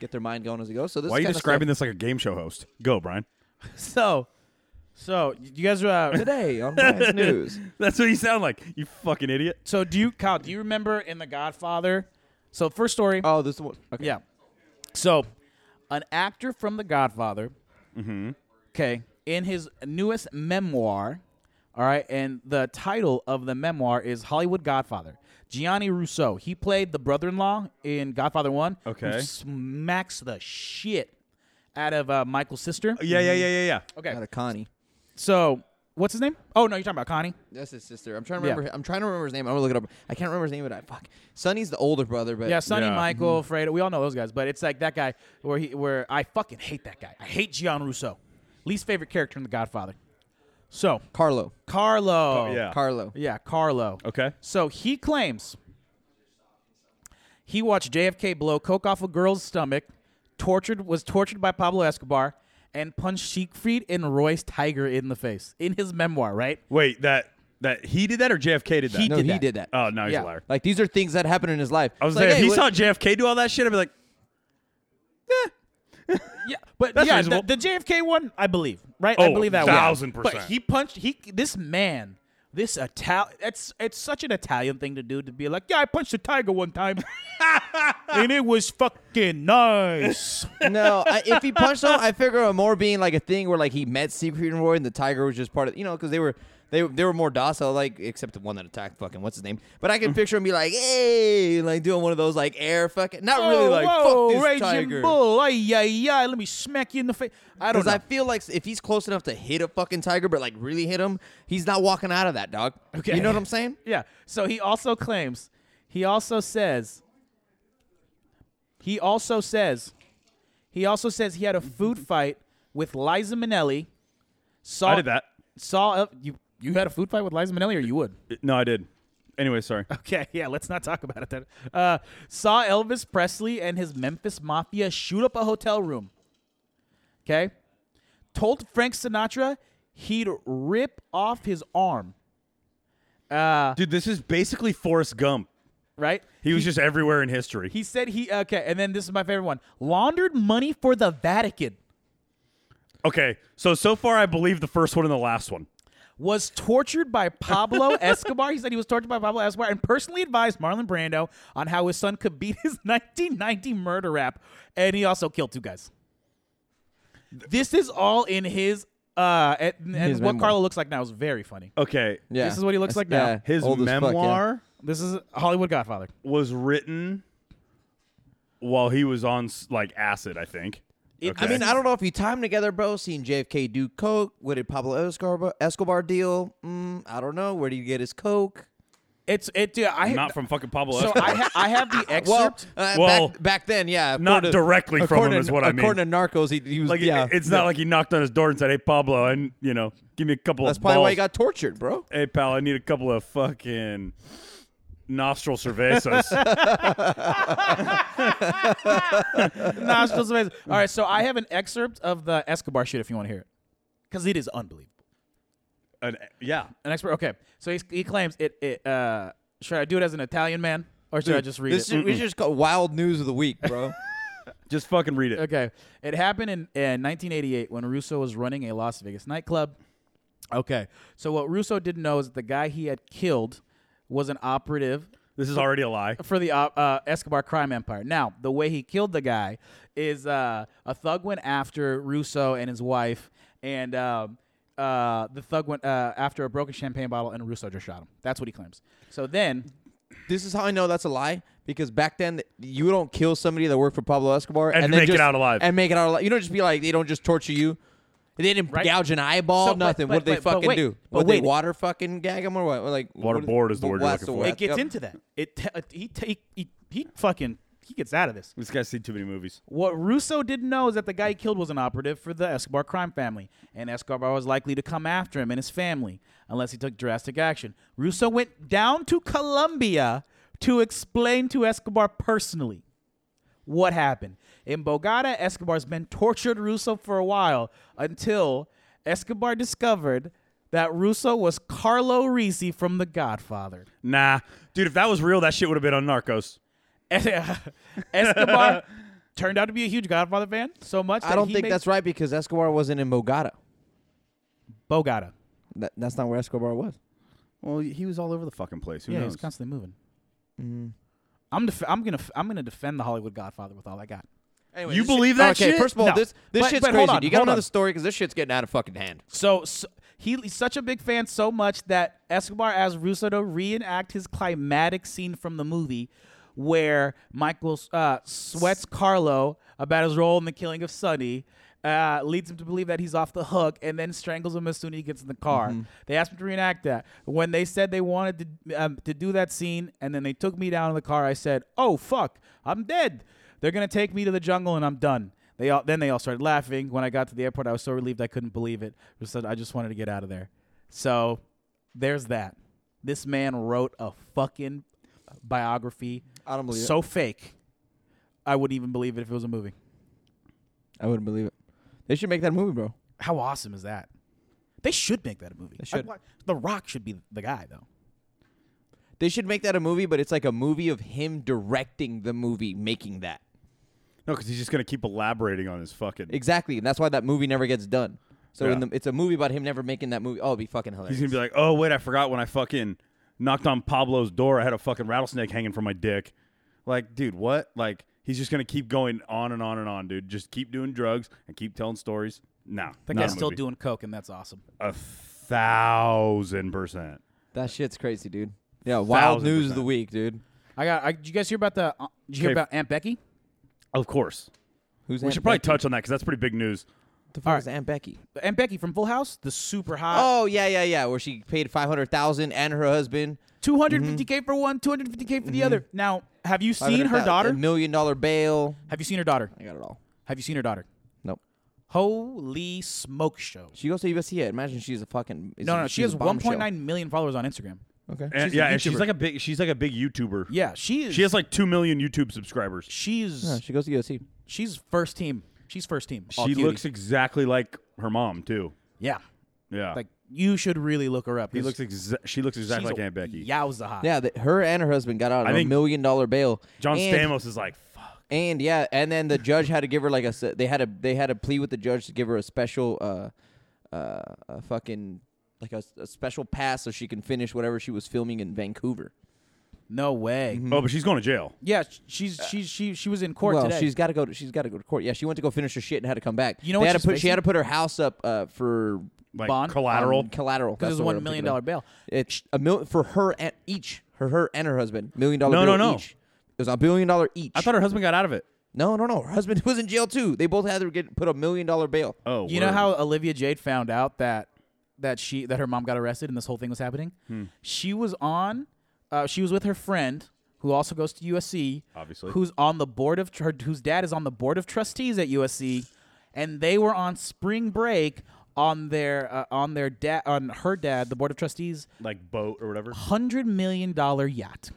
[SPEAKER 3] get their mind going as it goes. So this
[SPEAKER 1] Why are
[SPEAKER 3] is
[SPEAKER 1] you
[SPEAKER 3] kinda
[SPEAKER 1] describing
[SPEAKER 3] stuff
[SPEAKER 1] this like a game show host? Go, Brian.
[SPEAKER 2] so, so you guys are. Uh,
[SPEAKER 3] today on Brian's News.
[SPEAKER 1] That's what you sound like. You fucking idiot.
[SPEAKER 2] so do you, Kyle? Do you remember in The Godfather? So first story.
[SPEAKER 3] Oh, this is the one. Okay.
[SPEAKER 2] Yeah. So, an actor from The Godfather.
[SPEAKER 1] Mm-hmm.
[SPEAKER 2] Okay, in his newest memoir, all right, and the title of the memoir is Hollywood Godfather. Gianni Rousseau. He played the brother-in-law in Godfather One. who
[SPEAKER 1] Okay.
[SPEAKER 2] smacks the shit out of uh, Michael's sister.
[SPEAKER 1] Yeah, yeah, yeah, yeah, yeah.
[SPEAKER 2] Okay.
[SPEAKER 3] Out of Connie.
[SPEAKER 2] So, what's his name? Oh no, you're talking about Connie.
[SPEAKER 3] That's his sister. I'm trying to
[SPEAKER 2] Yeah.
[SPEAKER 3] remember. I'm trying to remember his name. I'm gonna look it up. I can't remember his name, but I fuck. Sonny's the older brother, but
[SPEAKER 2] Yeah, Sonny
[SPEAKER 1] Yeah.
[SPEAKER 2] Michael, Fredo. We all know those guys, but it's like that guy where he where I fucking hate that guy. I hate Gian Russo. Least favorite character in The Godfather. So
[SPEAKER 3] Carlo.
[SPEAKER 2] Carlo.
[SPEAKER 1] Oh, yeah.
[SPEAKER 3] Carlo.
[SPEAKER 2] Yeah, Carlo.
[SPEAKER 1] Okay.
[SPEAKER 2] So he claims he watched JFK blow coke off a girl's stomach, tortured was tortured by Pablo Escobar, and punched Siegfried and Royce Tiger in the face in his memoir, right?
[SPEAKER 1] Wait, that that he did that or JFK did that?
[SPEAKER 2] He
[SPEAKER 3] No,
[SPEAKER 2] did
[SPEAKER 3] he
[SPEAKER 2] that.
[SPEAKER 3] did that.
[SPEAKER 1] oh, no, he's
[SPEAKER 3] yeah.
[SPEAKER 1] a liar.
[SPEAKER 3] Like these are things that happened in his life.
[SPEAKER 1] I was
[SPEAKER 3] like,
[SPEAKER 1] like, if
[SPEAKER 3] hey,
[SPEAKER 1] he
[SPEAKER 3] what-
[SPEAKER 1] saw JFK do all that shit, I'd be like,
[SPEAKER 2] Yeah, but
[SPEAKER 1] That's
[SPEAKER 2] yeah, the,
[SPEAKER 1] reasonable.
[SPEAKER 2] the JFK one, I believe, right? I
[SPEAKER 1] Oh,
[SPEAKER 2] believe that
[SPEAKER 1] thousand
[SPEAKER 2] one. But
[SPEAKER 1] percent.
[SPEAKER 2] he punched he this man, this Italian. It's it's such an Italian thing to do to be like, yeah, I punched a tiger one time, and it was fucking nice.
[SPEAKER 3] no, I, if he punched him, I figure it more being like a thing where like he met Siegfried and Roy, and the tiger was just part of you know because they were they they were more docile, like except the one that attacked fucking what's his name. But I can picture him be like, hey, like doing one of those like air fucking, not really like
[SPEAKER 2] Oh, whoa,
[SPEAKER 3] fuck this
[SPEAKER 2] raging
[SPEAKER 3] tiger.
[SPEAKER 2] bull, ay ay ay, let me smack you in the face. I don't
[SPEAKER 3] Because
[SPEAKER 2] know.
[SPEAKER 3] I feel like if he's close enough to hit a fucking tiger, but like really hit him, he's not walking out of that dog.
[SPEAKER 2] Okay.
[SPEAKER 3] you know what I'm saying?
[SPEAKER 2] Yeah. So he also claims, he also says, he also says, he also says he had a food fight with Liza Minnelli. Saw,
[SPEAKER 1] I did that.
[SPEAKER 2] Saw uh, you. You had a food fight with Liza Minnelli, or you would?
[SPEAKER 1] no, I did. Anyway, sorry.
[SPEAKER 2] Okay, yeah, let's not talk about it then. Uh, saw Elvis Presley and his Memphis Mafia shoot up a hotel room. Okay. Told Frank Sinatra he'd rip off his arm,
[SPEAKER 1] Dude, this is basically Forrest Gump.
[SPEAKER 2] right?
[SPEAKER 1] He was just everywhere in history.
[SPEAKER 2] He said he okay, and then this is my favorite one: laundered money for the Vatican,
[SPEAKER 1] okay, so so far I believe the first one and the last one.
[SPEAKER 2] was tortured by Pablo Escobar. He said he was tortured by Pablo Escobar, and personally advised Marlon Brando on how his son could beat his 1990 murder rap, and he also killed two guys. This is all in his. Uh, and, and
[SPEAKER 3] His
[SPEAKER 2] what
[SPEAKER 3] memoir.
[SPEAKER 2] Carlo looks like now is very funny.
[SPEAKER 1] Okay,
[SPEAKER 3] Yeah,
[SPEAKER 2] This is what he looks like now.
[SPEAKER 1] his
[SPEAKER 3] old as fuck, yeah.
[SPEAKER 1] memoir
[SPEAKER 2] This is Hollywood Godfather.
[SPEAKER 1] was written while he was on s- like acid, I think.
[SPEAKER 2] It-
[SPEAKER 1] Okay.
[SPEAKER 3] I mean, I don't know if you time together, bro. Seeing JFK do coke. What did Pablo Escobar, Escobar deal? Mm, I don't know. Where do you get his coke?
[SPEAKER 2] It's it. Dude, I
[SPEAKER 1] not from fucking Pablo.
[SPEAKER 2] so
[SPEAKER 1] Escobar.
[SPEAKER 2] I ha- I have the excerpt.
[SPEAKER 3] Well, uh,
[SPEAKER 1] Well,
[SPEAKER 3] back, back then, yeah,
[SPEAKER 1] not
[SPEAKER 3] according-
[SPEAKER 1] directly from
[SPEAKER 3] according
[SPEAKER 1] him is
[SPEAKER 3] to-
[SPEAKER 1] what I mean.
[SPEAKER 3] According to Narcos, he, he was
[SPEAKER 1] like, it-
[SPEAKER 3] yeah.
[SPEAKER 1] it's not like he knocked on his door and said, "Hey, Pablo, and you know, give me a couple
[SPEAKER 3] that's
[SPEAKER 1] of
[SPEAKER 3] probably
[SPEAKER 1] balls.
[SPEAKER 3] why he got tortured, bro.
[SPEAKER 1] hey pal, I need a couple of fucking nostril cervezas.
[SPEAKER 2] nostrils of his. All right, so I have an excerpt of the Escobar shit if you want to hear it, because it is unbelievable.
[SPEAKER 1] An- yeah,
[SPEAKER 2] An expert. Okay, so he's, he claims it. It. Uh, should I do it as an Italian man, or should I just read
[SPEAKER 3] this
[SPEAKER 2] it?
[SPEAKER 3] Is, we just call wild news of the week, bro.
[SPEAKER 1] just fucking read it.
[SPEAKER 2] okay, it happened in, in 1988 when Russo was running a Las Vegas nightclub. Okay, so what Russo didn't know is that the guy he had killed was an operative
[SPEAKER 1] This is already a lie.
[SPEAKER 2] for the uh, uh, Escobar crime empire. Now, the way he killed the guy is uh, a thug went after Russo and his wife, and um, uh, the thug went uh, after a broken champagne bottle, and Russo just shot him. That's what he claims. So then,
[SPEAKER 3] this is how I know that's a lie because back then you don't kill somebody that worked for Pablo Escobar
[SPEAKER 1] And
[SPEAKER 3] then
[SPEAKER 1] make it
[SPEAKER 3] just-
[SPEAKER 1] out alive.
[SPEAKER 3] and make it out alive. You don't just be like they don't just torture you. They didn't
[SPEAKER 2] Right.
[SPEAKER 3] gouge an eyeball,
[SPEAKER 2] So, but-
[SPEAKER 3] nothing.
[SPEAKER 2] but-
[SPEAKER 3] what did they
[SPEAKER 2] but- but
[SPEAKER 3] fucking
[SPEAKER 2] wait,
[SPEAKER 3] do?
[SPEAKER 2] but
[SPEAKER 3] What they
[SPEAKER 2] wait.
[SPEAKER 3] water fucking gag him or what? Or, Like what-
[SPEAKER 1] Waterboard is the word you're
[SPEAKER 3] what's
[SPEAKER 1] looking
[SPEAKER 3] the
[SPEAKER 1] for.
[SPEAKER 3] word?
[SPEAKER 2] it gets
[SPEAKER 3] Yep.
[SPEAKER 2] into that. It t- uh, he, t- he, he he fucking he gets out of this.
[SPEAKER 1] This guy's seen too many movies.
[SPEAKER 2] What Russo didn't know is that the guy he killed was an operative for the Escobar crime family, and Escobar was likely to come after him and his family unless he took drastic action. Russo went down to Colombia to explain to Escobar personally what happened. In Bogota, Escobar's men tortured Russo for a while until Escobar discovered that Russo was Carlo Risi from The Godfather.
[SPEAKER 1] Nah, dude, if that was real, that shit would have been on Narcos.
[SPEAKER 2] Escobar turned out to be a huge Godfather fan, so much that
[SPEAKER 3] I don't
[SPEAKER 2] he
[SPEAKER 3] think
[SPEAKER 2] made
[SPEAKER 3] that's right because Escobar wasn't in Bogota.
[SPEAKER 2] Bogota.
[SPEAKER 3] That, that's not where Escobar was.
[SPEAKER 1] Well, he was all over the fucking place. Who
[SPEAKER 2] yeah,
[SPEAKER 1] knows?
[SPEAKER 2] he's constantly moving. I'm def- I'm gonna f- I'm gonna defend the Hollywood Godfather with all I got.
[SPEAKER 3] Anyway,
[SPEAKER 1] You
[SPEAKER 3] this shit-
[SPEAKER 1] believe that
[SPEAKER 3] okay,
[SPEAKER 1] shit?
[SPEAKER 3] First of all,
[SPEAKER 2] No.
[SPEAKER 3] this this
[SPEAKER 2] But-
[SPEAKER 3] shit's
[SPEAKER 2] but hold
[SPEAKER 3] crazy.
[SPEAKER 2] on,
[SPEAKER 3] you got
[SPEAKER 2] hold
[SPEAKER 3] another
[SPEAKER 2] on.
[SPEAKER 3] story because this shit's getting out of fucking hand.
[SPEAKER 2] So, so he, he's such a big fan, so much that Escobar asked Russo to reenact his climatic scene from the movie, where Michael uh, sweats Carlo about his role in the killing of Sonny. Uh, leads him to believe that he's off the hook and then strangles him as soon as he gets in the car. They asked him to reenact that. When they said they wanted to, um, to do that scene and then they took me down in the car, I said, Oh, fuck, I'm dead. They're going to take me to the jungle and I'm done. They all then they all started laughing. When I got to the airport, I was so relieved I couldn't believe it. I said I just wanted to get out of there. So there's that. This man wrote a fucking biography.
[SPEAKER 3] I don't believe it.
[SPEAKER 2] so fake. I wouldn't even believe it if it was a movie.
[SPEAKER 3] I wouldn't believe it. They should make that movie, bro.
[SPEAKER 2] How awesome is that? They should make that a movie. They
[SPEAKER 3] should.
[SPEAKER 2] the Rock should be the guy though.
[SPEAKER 3] They should make that a movie, but it's like a movie of him directing the movie, making that.
[SPEAKER 1] No, because he's just gonna keep elaborating on his fucking.
[SPEAKER 3] Exactly, and that's why that movie never gets done. So in
[SPEAKER 1] Yeah.
[SPEAKER 3] the, it's a movie about him never making that movie. Oh, it'd be fucking hilarious.
[SPEAKER 1] He's gonna be like, oh wait, I forgot when I fucking knocked on Pablo's door, I had a fucking rattlesnake hanging from my dick. Like, dude, what? Like, he's just gonna keep going on and on and on, dude. Just keep doing drugs and keep telling stories. Nah,
[SPEAKER 2] That
[SPEAKER 1] not
[SPEAKER 2] guy's
[SPEAKER 1] a
[SPEAKER 2] still
[SPEAKER 1] movie.
[SPEAKER 2] doing coke, and that's awesome.
[SPEAKER 1] a thousand percent.
[SPEAKER 3] that shit's crazy, dude. Yeah, wild
[SPEAKER 1] Thousand
[SPEAKER 3] news of
[SPEAKER 1] percent.
[SPEAKER 3] the week, dude.
[SPEAKER 2] I got. I, did you guys hear about the? Uh, did you hear
[SPEAKER 1] Okay.
[SPEAKER 2] about Aunt Becky?
[SPEAKER 1] Of course,
[SPEAKER 3] Who's
[SPEAKER 1] we should probably Uh, touch on that because that's pretty big news.
[SPEAKER 3] the fuck
[SPEAKER 2] All
[SPEAKER 3] is
[SPEAKER 2] right.
[SPEAKER 3] Aunt Becky?
[SPEAKER 2] Aunt Becky from Full House, the super hot.
[SPEAKER 3] Oh yeah, yeah, yeah. Where she paid five hundred thousand and her husband
[SPEAKER 2] 250k for one, 250k for the other. Now, have you seen her
[SPEAKER 3] $500,000 a
[SPEAKER 2] daughter?
[SPEAKER 3] million dollar bail.
[SPEAKER 2] Have you seen her daughter?
[SPEAKER 3] I got it all.
[SPEAKER 2] Have you seen her daughter?
[SPEAKER 3] Nope.
[SPEAKER 2] Holy smoke show!
[SPEAKER 3] She goes to USC. I imagine she's a fucking.
[SPEAKER 2] No, no, no,
[SPEAKER 3] she's
[SPEAKER 2] she
[SPEAKER 3] a
[SPEAKER 2] has
[SPEAKER 3] bombshell.
[SPEAKER 2] 1.9 million followers on Instagram.
[SPEAKER 3] Okay.
[SPEAKER 1] And,
[SPEAKER 2] She's a
[SPEAKER 1] yeah, and she's
[SPEAKER 2] YouTuber.
[SPEAKER 1] like a big, she's like a big YouTuber.
[SPEAKER 2] Yeah, she is.
[SPEAKER 1] She has like two million YouTube subscribers.
[SPEAKER 2] She's
[SPEAKER 3] Yeah, she goes to USC.
[SPEAKER 2] she's first team. She's first team. All
[SPEAKER 1] she
[SPEAKER 2] cutie.
[SPEAKER 1] looks exactly like her mom too.
[SPEAKER 2] Yeah,
[SPEAKER 1] Yeah,
[SPEAKER 2] like you should really look her up.
[SPEAKER 1] he looks exa- she looks exactly like Aunt Becky.
[SPEAKER 2] Yowza hot.
[SPEAKER 3] Yeah, the, her and her husband got out
[SPEAKER 1] I
[SPEAKER 3] on a
[SPEAKER 1] think-
[SPEAKER 3] million dollar bail.
[SPEAKER 1] John
[SPEAKER 3] and,
[SPEAKER 1] Stamos is like, fuck.
[SPEAKER 3] And yeah, and then the judge had to give her like a. s- They had a they had a plea with the judge to give her a special, uh, uh, a fucking like a, s- a special pass so she can finish whatever she was filming in Vancouver.
[SPEAKER 2] No way.
[SPEAKER 1] Oh, but she's going to jail.
[SPEAKER 2] Yeah, sh- she's she's she she was in court
[SPEAKER 3] well,
[SPEAKER 2] today.
[SPEAKER 3] she's got to go. To, she's got to go to court. Yeah, she went to go finish her shit and had to come back.
[SPEAKER 2] You know what
[SPEAKER 3] they had to
[SPEAKER 2] she's
[SPEAKER 3] put. She had
[SPEAKER 2] facing?
[SPEAKER 3] to put her house up uh, for
[SPEAKER 1] Like
[SPEAKER 2] Bond?
[SPEAKER 1] collateral.
[SPEAKER 3] um, collateral
[SPEAKER 2] because
[SPEAKER 3] That's
[SPEAKER 2] it's
[SPEAKER 3] the
[SPEAKER 2] a
[SPEAKER 3] word
[SPEAKER 2] one
[SPEAKER 3] I'm
[SPEAKER 2] million
[SPEAKER 3] thinking
[SPEAKER 2] dollar
[SPEAKER 3] of.
[SPEAKER 2] bail.
[SPEAKER 3] It's a mil for her and each her her and her husband million dollar.
[SPEAKER 1] No,
[SPEAKER 3] bill
[SPEAKER 1] no, no.
[SPEAKER 3] Each. It was a billion dollar each.
[SPEAKER 1] I thought her husband got out of it.
[SPEAKER 3] no, no, no. Her husband was in jail too. They both had to get put a million dollar bail.
[SPEAKER 1] Oh,
[SPEAKER 2] You know how Olivia Jade found out that that she that her mom got arrested and this whole thing was happening?
[SPEAKER 1] Hmm.
[SPEAKER 2] She was on uh, she was with her friend who also goes to USC,
[SPEAKER 1] Obviously.
[SPEAKER 2] who's on the board of her, whose dad is on the board of trustees at USC, and they were on spring break on their uh, on their dad on her dad the board of trustees
[SPEAKER 1] like boat or whatever.
[SPEAKER 2] hundred million dollar yacht.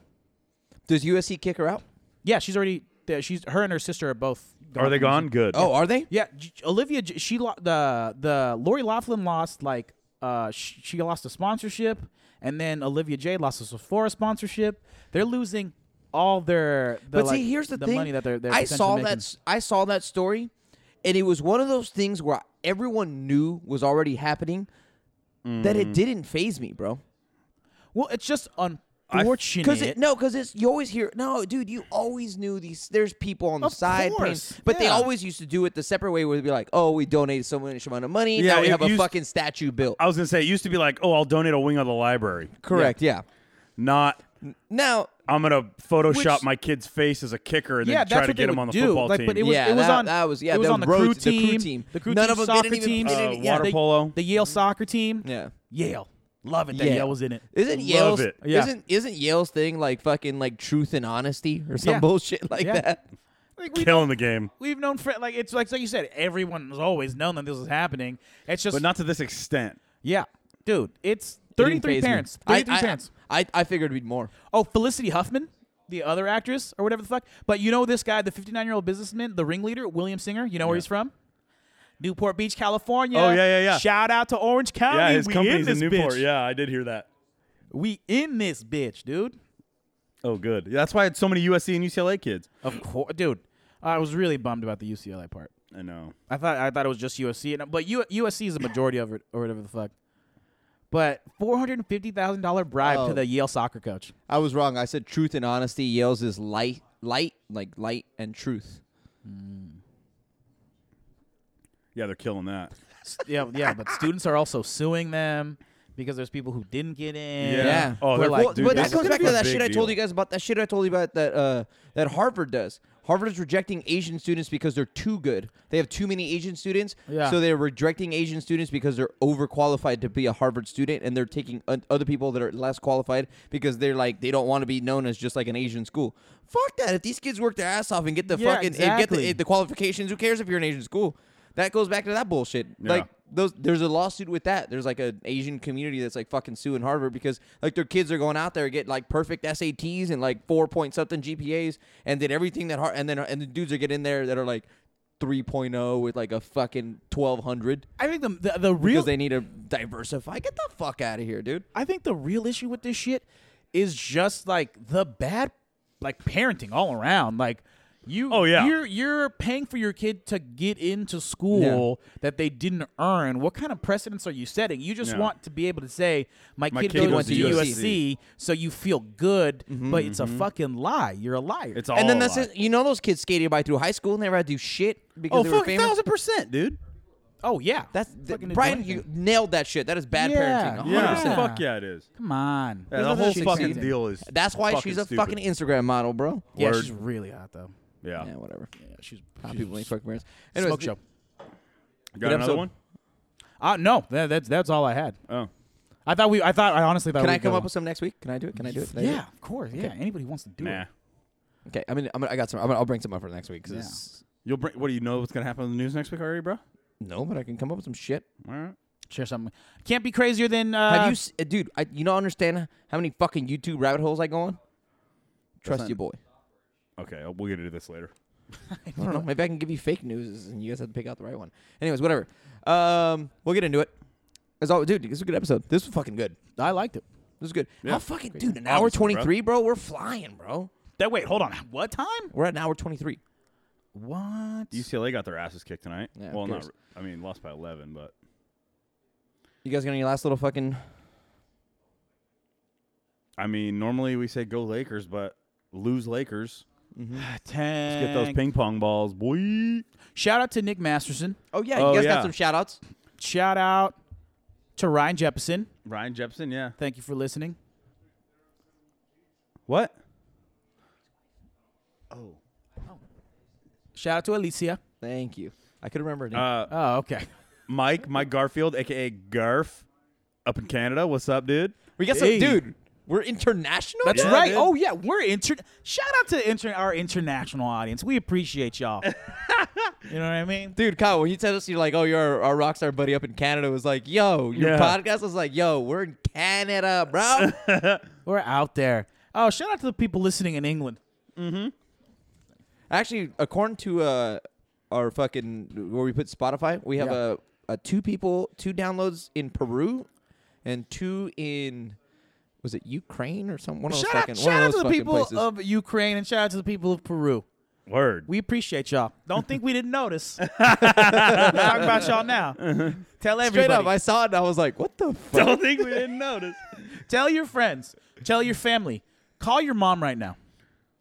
[SPEAKER 3] Does USC kick her out?
[SPEAKER 2] Yeah, she's already yeah, she's her and her sister are both.
[SPEAKER 1] Are they
[SPEAKER 2] from USC.
[SPEAKER 1] gone? Good.
[SPEAKER 3] Oh, are they?
[SPEAKER 2] Yeah, J- J- Olivia. J- She lo- the the Lori Laughlin lost like uh sh- she lost a sponsorship, and then Olivia J lost a Sephora sponsorship. They're losing all their. The,
[SPEAKER 3] But
[SPEAKER 2] like,
[SPEAKER 3] see, here's the,
[SPEAKER 2] the
[SPEAKER 3] thing.
[SPEAKER 2] money that they're. they're
[SPEAKER 3] I
[SPEAKER 2] potentially
[SPEAKER 3] saw
[SPEAKER 2] making.
[SPEAKER 3] that. s- I saw that story, and it was one of those things where everyone knew was already happening. That it didn't phase me, bro.
[SPEAKER 2] Well, it's just unfortunate.
[SPEAKER 3] Because it, no, because it's you always hear no, dude. You always knew these. There's people on the
[SPEAKER 2] Of
[SPEAKER 3] side, paying-
[SPEAKER 2] course,
[SPEAKER 3] but they
[SPEAKER 2] yeah.
[SPEAKER 3] always used to do it the separate way, where they'd be like, "Oh, we donated so much amount of money.
[SPEAKER 1] Yeah,
[SPEAKER 3] now we
[SPEAKER 1] it
[SPEAKER 3] have a
[SPEAKER 1] used-
[SPEAKER 3] fucking statue built."
[SPEAKER 1] I was gonna say it used to be like, oh, I'll donate a wing of the library.
[SPEAKER 3] Correct. Yeah.
[SPEAKER 1] Not,
[SPEAKER 3] Now,
[SPEAKER 1] I'm gonna Photoshop
[SPEAKER 2] Which-
[SPEAKER 1] my kid's face as a kicker and
[SPEAKER 2] yeah,
[SPEAKER 1] then try
[SPEAKER 2] that's
[SPEAKER 1] to
[SPEAKER 2] what they
[SPEAKER 1] get him
[SPEAKER 2] would
[SPEAKER 1] on the
[SPEAKER 2] do.
[SPEAKER 1] football
[SPEAKER 2] like,
[SPEAKER 1] team.
[SPEAKER 2] But it was,
[SPEAKER 3] Yeah,
[SPEAKER 2] it was
[SPEAKER 3] that-
[SPEAKER 2] on
[SPEAKER 3] that was- yeah,
[SPEAKER 2] It was
[SPEAKER 3] that
[SPEAKER 2] on the
[SPEAKER 3] was
[SPEAKER 2] crew
[SPEAKER 3] roads- the crew
[SPEAKER 2] team.
[SPEAKER 3] team.
[SPEAKER 2] The crew
[SPEAKER 3] None
[SPEAKER 2] team
[SPEAKER 3] of 'em
[SPEAKER 2] soccer
[SPEAKER 3] didn't even-
[SPEAKER 2] team.
[SPEAKER 3] they didn't-
[SPEAKER 1] Uh, yeah. water
[SPEAKER 2] They-
[SPEAKER 1] polo.
[SPEAKER 2] The Yale soccer team.
[SPEAKER 3] yeah.
[SPEAKER 2] Yale. Love it that
[SPEAKER 3] Yale.
[SPEAKER 2] Yale was in it.
[SPEAKER 3] Isn't
[SPEAKER 1] Love
[SPEAKER 3] Yale's
[SPEAKER 1] it.
[SPEAKER 2] Yeah.
[SPEAKER 3] isn't isn't Yale's thing like fucking like truth and honesty or some
[SPEAKER 2] Yeah.
[SPEAKER 3] bullshit like
[SPEAKER 2] Yeah.
[SPEAKER 3] that?
[SPEAKER 2] Like, we
[SPEAKER 1] Killing the game,
[SPEAKER 2] we've known for like it's like, like you said everyone has always known that this was happening it's just
[SPEAKER 1] but not to this extent.
[SPEAKER 2] yeah dude it's
[SPEAKER 3] It didn't
[SPEAKER 2] 33
[SPEAKER 3] faze me.
[SPEAKER 2] parents
[SPEAKER 3] I-
[SPEAKER 2] 33
[SPEAKER 3] I,
[SPEAKER 2] parents
[SPEAKER 3] I, I figured we'd more.
[SPEAKER 2] oh felicity huffman the other actress or whatever the fuck but you know this guy the 59 year old businessman the ringleader william singer you know where he's from newport beach california
[SPEAKER 1] Oh, yeah, yeah, yeah.
[SPEAKER 2] shout out to orange county
[SPEAKER 1] Yeah, his
[SPEAKER 2] we
[SPEAKER 1] company's
[SPEAKER 2] in this
[SPEAKER 1] in Newport.
[SPEAKER 2] bitch
[SPEAKER 1] Yeah, I did hear that.
[SPEAKER 2] we in this bitch dude
[SPEAKER 1] Oh, good. That's why it's so many USC and UCLA kids.
[SPEAKER 2] of course dude i was really bummed about the ucla part
[SPEAKER 1] I know.
[SPEAKER 2] I thought I thought it was just USC, and but U, USC is the majority of it or whatever the fuck. But four hundred and fifty thousand dollar bribe
[SPEAKER 3] Oh.
[SPEAKER 2] to the Yale soccer coach.
[SPEAKER 3] I was wrong. I said truth and honesty. Yale's is light, light, like light and truth.
[SPEAKER 1] Yeah, they're killing that.
[SPEAKER 2] S- yeah, yeah. But students are also suing them because there's people who didn't get in.
[SPEAKER 1] Yeah. Yeah. Oh,
[SPEAKER 2] We're
[SPEAKER 1] they're
[SPEAKER 2] like,
[SPEAKER 1] full-
[SPEAKER 3] Well,
[SPEAKER 1] dude,
[SPEAKER 3] but
[SPEAKER 1] this
[SPEAKER 3] that
[SPEAKER 1] is
[SPEAKER 3] goes
[SPEAKER 1] gonna
[SPEAKER 3] back
[SPEAKER 1] be
[SPEAKER 3] to
[SPEAKER 1] a
[SPEAKER 3] that
[SPEAKER 1] big
[SPEAKER 3] shit I
[SPEAKER 1] deal.
[SPEAKER 3] told you guys about that shit I told you about that uh, that Harvard does. Harvard is rejecting Asian students because they're too good. They have too many Asian students,
[SPEAKER 2] Yeah.
[SPEAKER 3] so they're rejecting Asian students because they're overqualified to be a Harvard student, and they're taking un- other people that are less qualified because they're like they don't want to be known as just like an Asian school. Fuck that! If these kids work their ass off and get the
[SPEAKER 2] Yeah,
[SPEAKER 3] fucking and get
[SPEAKER 2] exactly.
[SPEAKER 3] the, the qualifications, who cares if you're an Asian school? That goes back to that bullshit. Like those, there's a lawsuit with that. There's like an Asian community that's like fucking suing Harvard because like their kids are going out there and get like perfect SATs and like four point something GPAs and did everything that Har- and then and the dudes are getting there that are like 3.0 with like a fucking 1200
[SPEAKER 2] I think the the, the real
[SPEAKER 3] because they need to diversify. Get the fuck out of here, dude.
[SPEAKER 2] I think the real issue with this shit is just like the bad like parenting all around. Like you
[SPEAKER 1] Oh, yeah.
[SPEAKER 2] you're you're paying for your kid to get into school that they didn't earn. What kind of precedents are you setting? You just
[SPEAKER 1] Yeah.
[SPEAKER 2] want to be able to say my, kid,
[SPEAKER 1] kid
[SPEAKER 2] goes
[SPEAKER 3] went
[SPEAKER 2] to
[SPEAKER 3] to
[SPEAKER 2] USC.
[SPEAKER 3] USC.
[SPEAKER 2] so you feel good,
[SPEAKER 3] Mm-hmm,
[SPEAKER 2] but it's a fucking lie. You're a liar.
[SPEAKER 1] It's all
[SPEAKER 3] and then
[SPEAKER 1] a
[SPEAKER 3] that's
[SPEAKER 1] lie.
[SPEAKER 3] it. You know those kids skated by through high school and never had to do shit because
[SPEAKER 5] Oh,
[SPEAKER 3] they were
[SPEAKER 5] fuck,
[SPEAKER 3] famous.
[SPEAKER 5] thousand percent, dude.
[SPEAKER 2] oh yeah.
[SPEAKER 3] That's
[SPEAKER 2] Fucking
[SPEAKER 3] Brian.
[SPEAKER 2] enjoying
[SPEAKER 3] You
[SPEAKER 2] it.
[SPEAKER 3] nailed that shit. That is bad
[SPEAKER 2] Yeah.
[SPEAKER 3] parenting. 100%.
[SPEAKER 1] Yeah,
[SPEAKER 2] Yeah.
[SPEAKER 1] fuck yeah, it is.
[SPEAKER 2] Come on.
[SPEAKER 1] Yeah,
[SPEAKER 2] There's
[SPEAKER 1] the
[SPEAKER 2] other
[SPEAKER 1] whole
[SPEAKER 2] shit
[SPEAKER 1] fucking
[SPEAKER 2] seen.
[SPEAKER 1] deal is.
[SPEAKER 3] That's why she's a
[SPEAKER 1] stupid.
[SPEAKER 3] fucking Instagram model, bro.
[SPEAKER 2] Yeah,
[SPEAKER 1] Word.
[SPEAKER 2] she's really hot though.
[SPEAKER 1] Yeah.
[SPEAKER 3] Yeah, whatever.
[SPEAKER 2] Yeah, she's
[SPEAKER 3] How people ain't fucking parents. Anyways,
[SPEAKER 2] smoke show.
[SPEAKER 1] Got another
[SPEAKER 3] episode.
[SPEAKER 1] one?
[SPEAKER 2] Uh, no, that, that's that's all I had.
[SPEAKER 1] Oh.
[SPEAKER 2] I thought we. I thought I honestly thought.
[SPEAKER 3] Can I
[SPEAKER 2] we'd
[SPEAKER 3] come
[SPEAKER 2] go-
[SPEAKER 3] up with some next week? Can I do it? Can I do it? Can I do it?
[SPEAKER 2] Yeah, of course. Yeah, anybody wants to do
[SPEAKER 1] Nah.
[SPEAKER 2] it.
[SPEAKER 3] Okay. I mean, I'm gonna, I got some. I'm gonna, I'll bring some up for next week. 'cause
[SPEAKER 2] Yeah.
[SPEAKER 3] it's-
[SPEAKER 1] You'll bring what do you know what's gonna happen on the news next week already, bro?
[SPEAKER 3] no, but I can come up with some shit.
[SPEAKER 1] All right.
[SPEAKER 2] Share something. Can't be crazier than. Uh,
[SPEAKER 3] Have you, s- uh, dude? I, you don't understand how many fucking YouTube rabbit holes I go on. Trust your boy.
[SPEAKER 1] Okay, uh, we'll get into this later.
[SPEAKER 3] I don't know. Maybe I can give you fake news, and you guys have to pick out the right one. Anyways, whatever. Um, we'll get into it. As always, dude, this was a good episode. This was fucking good.
[SPEAKER 2] I liked it.
[SPEAKER 3] This was good. How fucking dude? An
[SPEAKER 1] Obviously,
[SPEAKER 3] hour
[SPEAKER 1] bro.
[SPEAKER 3] twenty three, bro. We're flying, bro.
[SPEAKER 2] That wait, hold on. What time?
[SPEAKER 3] We're at an hour twenty three.
[SPEAKER 2] What?
[SPEAKER 1] UCLA got their asses kicked tonight.
[SPEAKER 3] Yeah, of
[SPEAKER 1] well, not.
[SPEAKER 3] course.
[SPEAKER 1] I mean, lost by eleven, but
[SPEAKER 3] You guys got any last little fucking?
[SPEAKER 1] I mean, normally we say go Lakers, but lose Lakers.
[SPEAKER 2] Ten.
[SPEAKER 1] Get those ping pong balls, boy.
[SPEAKER 2] Shout out to Nick Masterson.
[SPEAKER 3] Oh yeah,
[SPEAKER 1] Oh,
[SPEAKER 3] you guys
[SPEAKER 1] yeah.
[SPEAKER 3] got some shout outs.
[SPEAKER 2] Shout out to Ryan Jepson.
[SPEAKER 1] Ryan Jepson, yeah.
[SPEAKER 2] Thank you for listening.
[SPEAKER 1] What?
[SPEAKER 2] Shout out to Alicia.
[SPEAKER 3] Thank you. I could remember. It.
[SPEAKER 1] Uh,
[SPEAKER 2] Oh, okay.
[SPEAKER 1] Mike, Mike Garfield, aka Garf, up in Canada. What's up, dude?
[SPEAKER 3] we got
[SPEAKER 2] hey.
[SPEAKER 3] some, dude. We're international.
[SPEAKER 2] That's
[SPEAKER 1] Yeah,
[SPEAKER 2] right.
[SPEAKER 1] dude.
[SPEAKER 2] Oh yeah, we're inter. Shout out to inter- our international audience. We appreciate y'all. you know what I mean?
[SPEAKER 3] Dude, Kyle, when you said us, you're like, oh, your our rock star buddy up in Canada was like, yo, your
[SPEAKER 1] Yeah.
[SPEAKER 3] podcast was like, yo, we're in Canada, bro.
[SPEAKER 2] We're out there. Oh, shout out to the people listening in England.
[SPEAKER 3] Actually, according to uh, our fucking where we put Spotify, we have
[SPEAKER 2] Yeah.
[SPEAKER 3] a, a two people, two downloads in Peru, and two in was it Ukraine or some one of those
[SPEAKER 2] Shout
[SPEAKER 3] fucking
[SPEAKER 2] out,
[SPEAKER 3] one
[SPEAKER 2] shout out
[SPEAKER 3] of
[SPEAKER 2] to the
[SPEAKER 3] those fucking
[SPEAKER 2] people
[SPEAKER 3] places.
[SPEAKER 2] of Ukraine and shout out to the people of Peru.
[SPEAKER 1] Word.
[SPEAKER 2] We appreciate y'all. Don't think we didn't notice. We're talking about y'all now. Tell
[SPEAKER 3] Straight
[SPEAKER 2] everybody.
[SPEAKER 3] up, I saw it and I was like, what the fuck?
[SPEAKER 1] Don't think we didn't notice.
[SPEAKER 2] Tell your friends. Tell your family. Call your mom right now.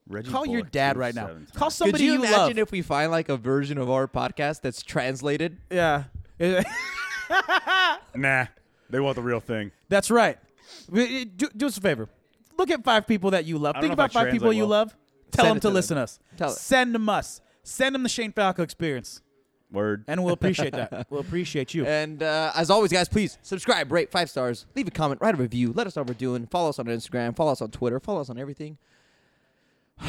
[SPEAKER 1] Reggie
[SPEAKER 2] Call your
[SPEAKER 1] Bullock,
[SPEAKER 2] dad right now.
[SPEAKER 1] 217.
[SPEAKER 2] Call
[SPEAKER 3] Could
[SPEAKER 2] somebody
[SPEAKER 3] you,
[SPEAKER 2] you,
[SPEAKER 3] imagine
[SPEAKER 2] love.
[SPEAKER 3] if we find like a version of our podcast that's translated?
[SPEAKER 2] yeah.
[SPEAKER 1] Nah, they want the real thing.
[SPEAKER 2] That's right. We- it- Do, do us a favor. Look at five people that you love.
[SPEAKER 1] I don't
[SPEAKER 2] Think
[SPEAKER 1] know if
[SPEAKER 2] about
[SPEAKER 1] I
[SPEAKER 2] five people
[SPEAKER 1] translate
[SPEAKER 2] you
[SPEAKER 1] well.
[SPEAKER 2] love. Tell
[SPEAKER 3] Send
[SPEAKER 2] them
[SPEAKER 3] it
[SPEAKER 2] to
[SPEAKER 3] to them.
[SPEAKER 2] listen to us.
[SPEAKER 3] Tell it.
[SPEAKER 2] Send them us. Send them the Shane Falco experience.
[SPEAKER 1] Word.
[SPEAKER 2] And we'll appreciate that. We'll appreciate you.
[SPEAKER 3] And uh, as always, guys, please subscribe, rate five stars, leave a comment, write a review, let us know what we're doing. Follow us on Instagram, follow us on Twitter, follow us on everything. God,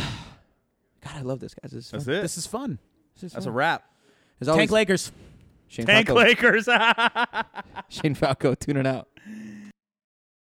[SPEAKER 3] I love this, guys. This is
[SPEAKER 1] That's
[SPEAKER 3] fun.
[SPEAKER 1] it.
[SPEAKER 2] This is fun.
[SPEAKER 3] This is
[SPEAKER 1] That's a
[SPEAKER 3] fun.
[SPEAKER 1] wrap.
[SPEAKER 3] As always,
[SPEAKER 2] Tank Lakers.
[SPEAKER 3] Shane
[SPEAKER 1] Tank
[SPEAKER 3] Falco,
[SPEAKER 1] Lakers.
[SPEAKER 3] Shane Falco, tuning out.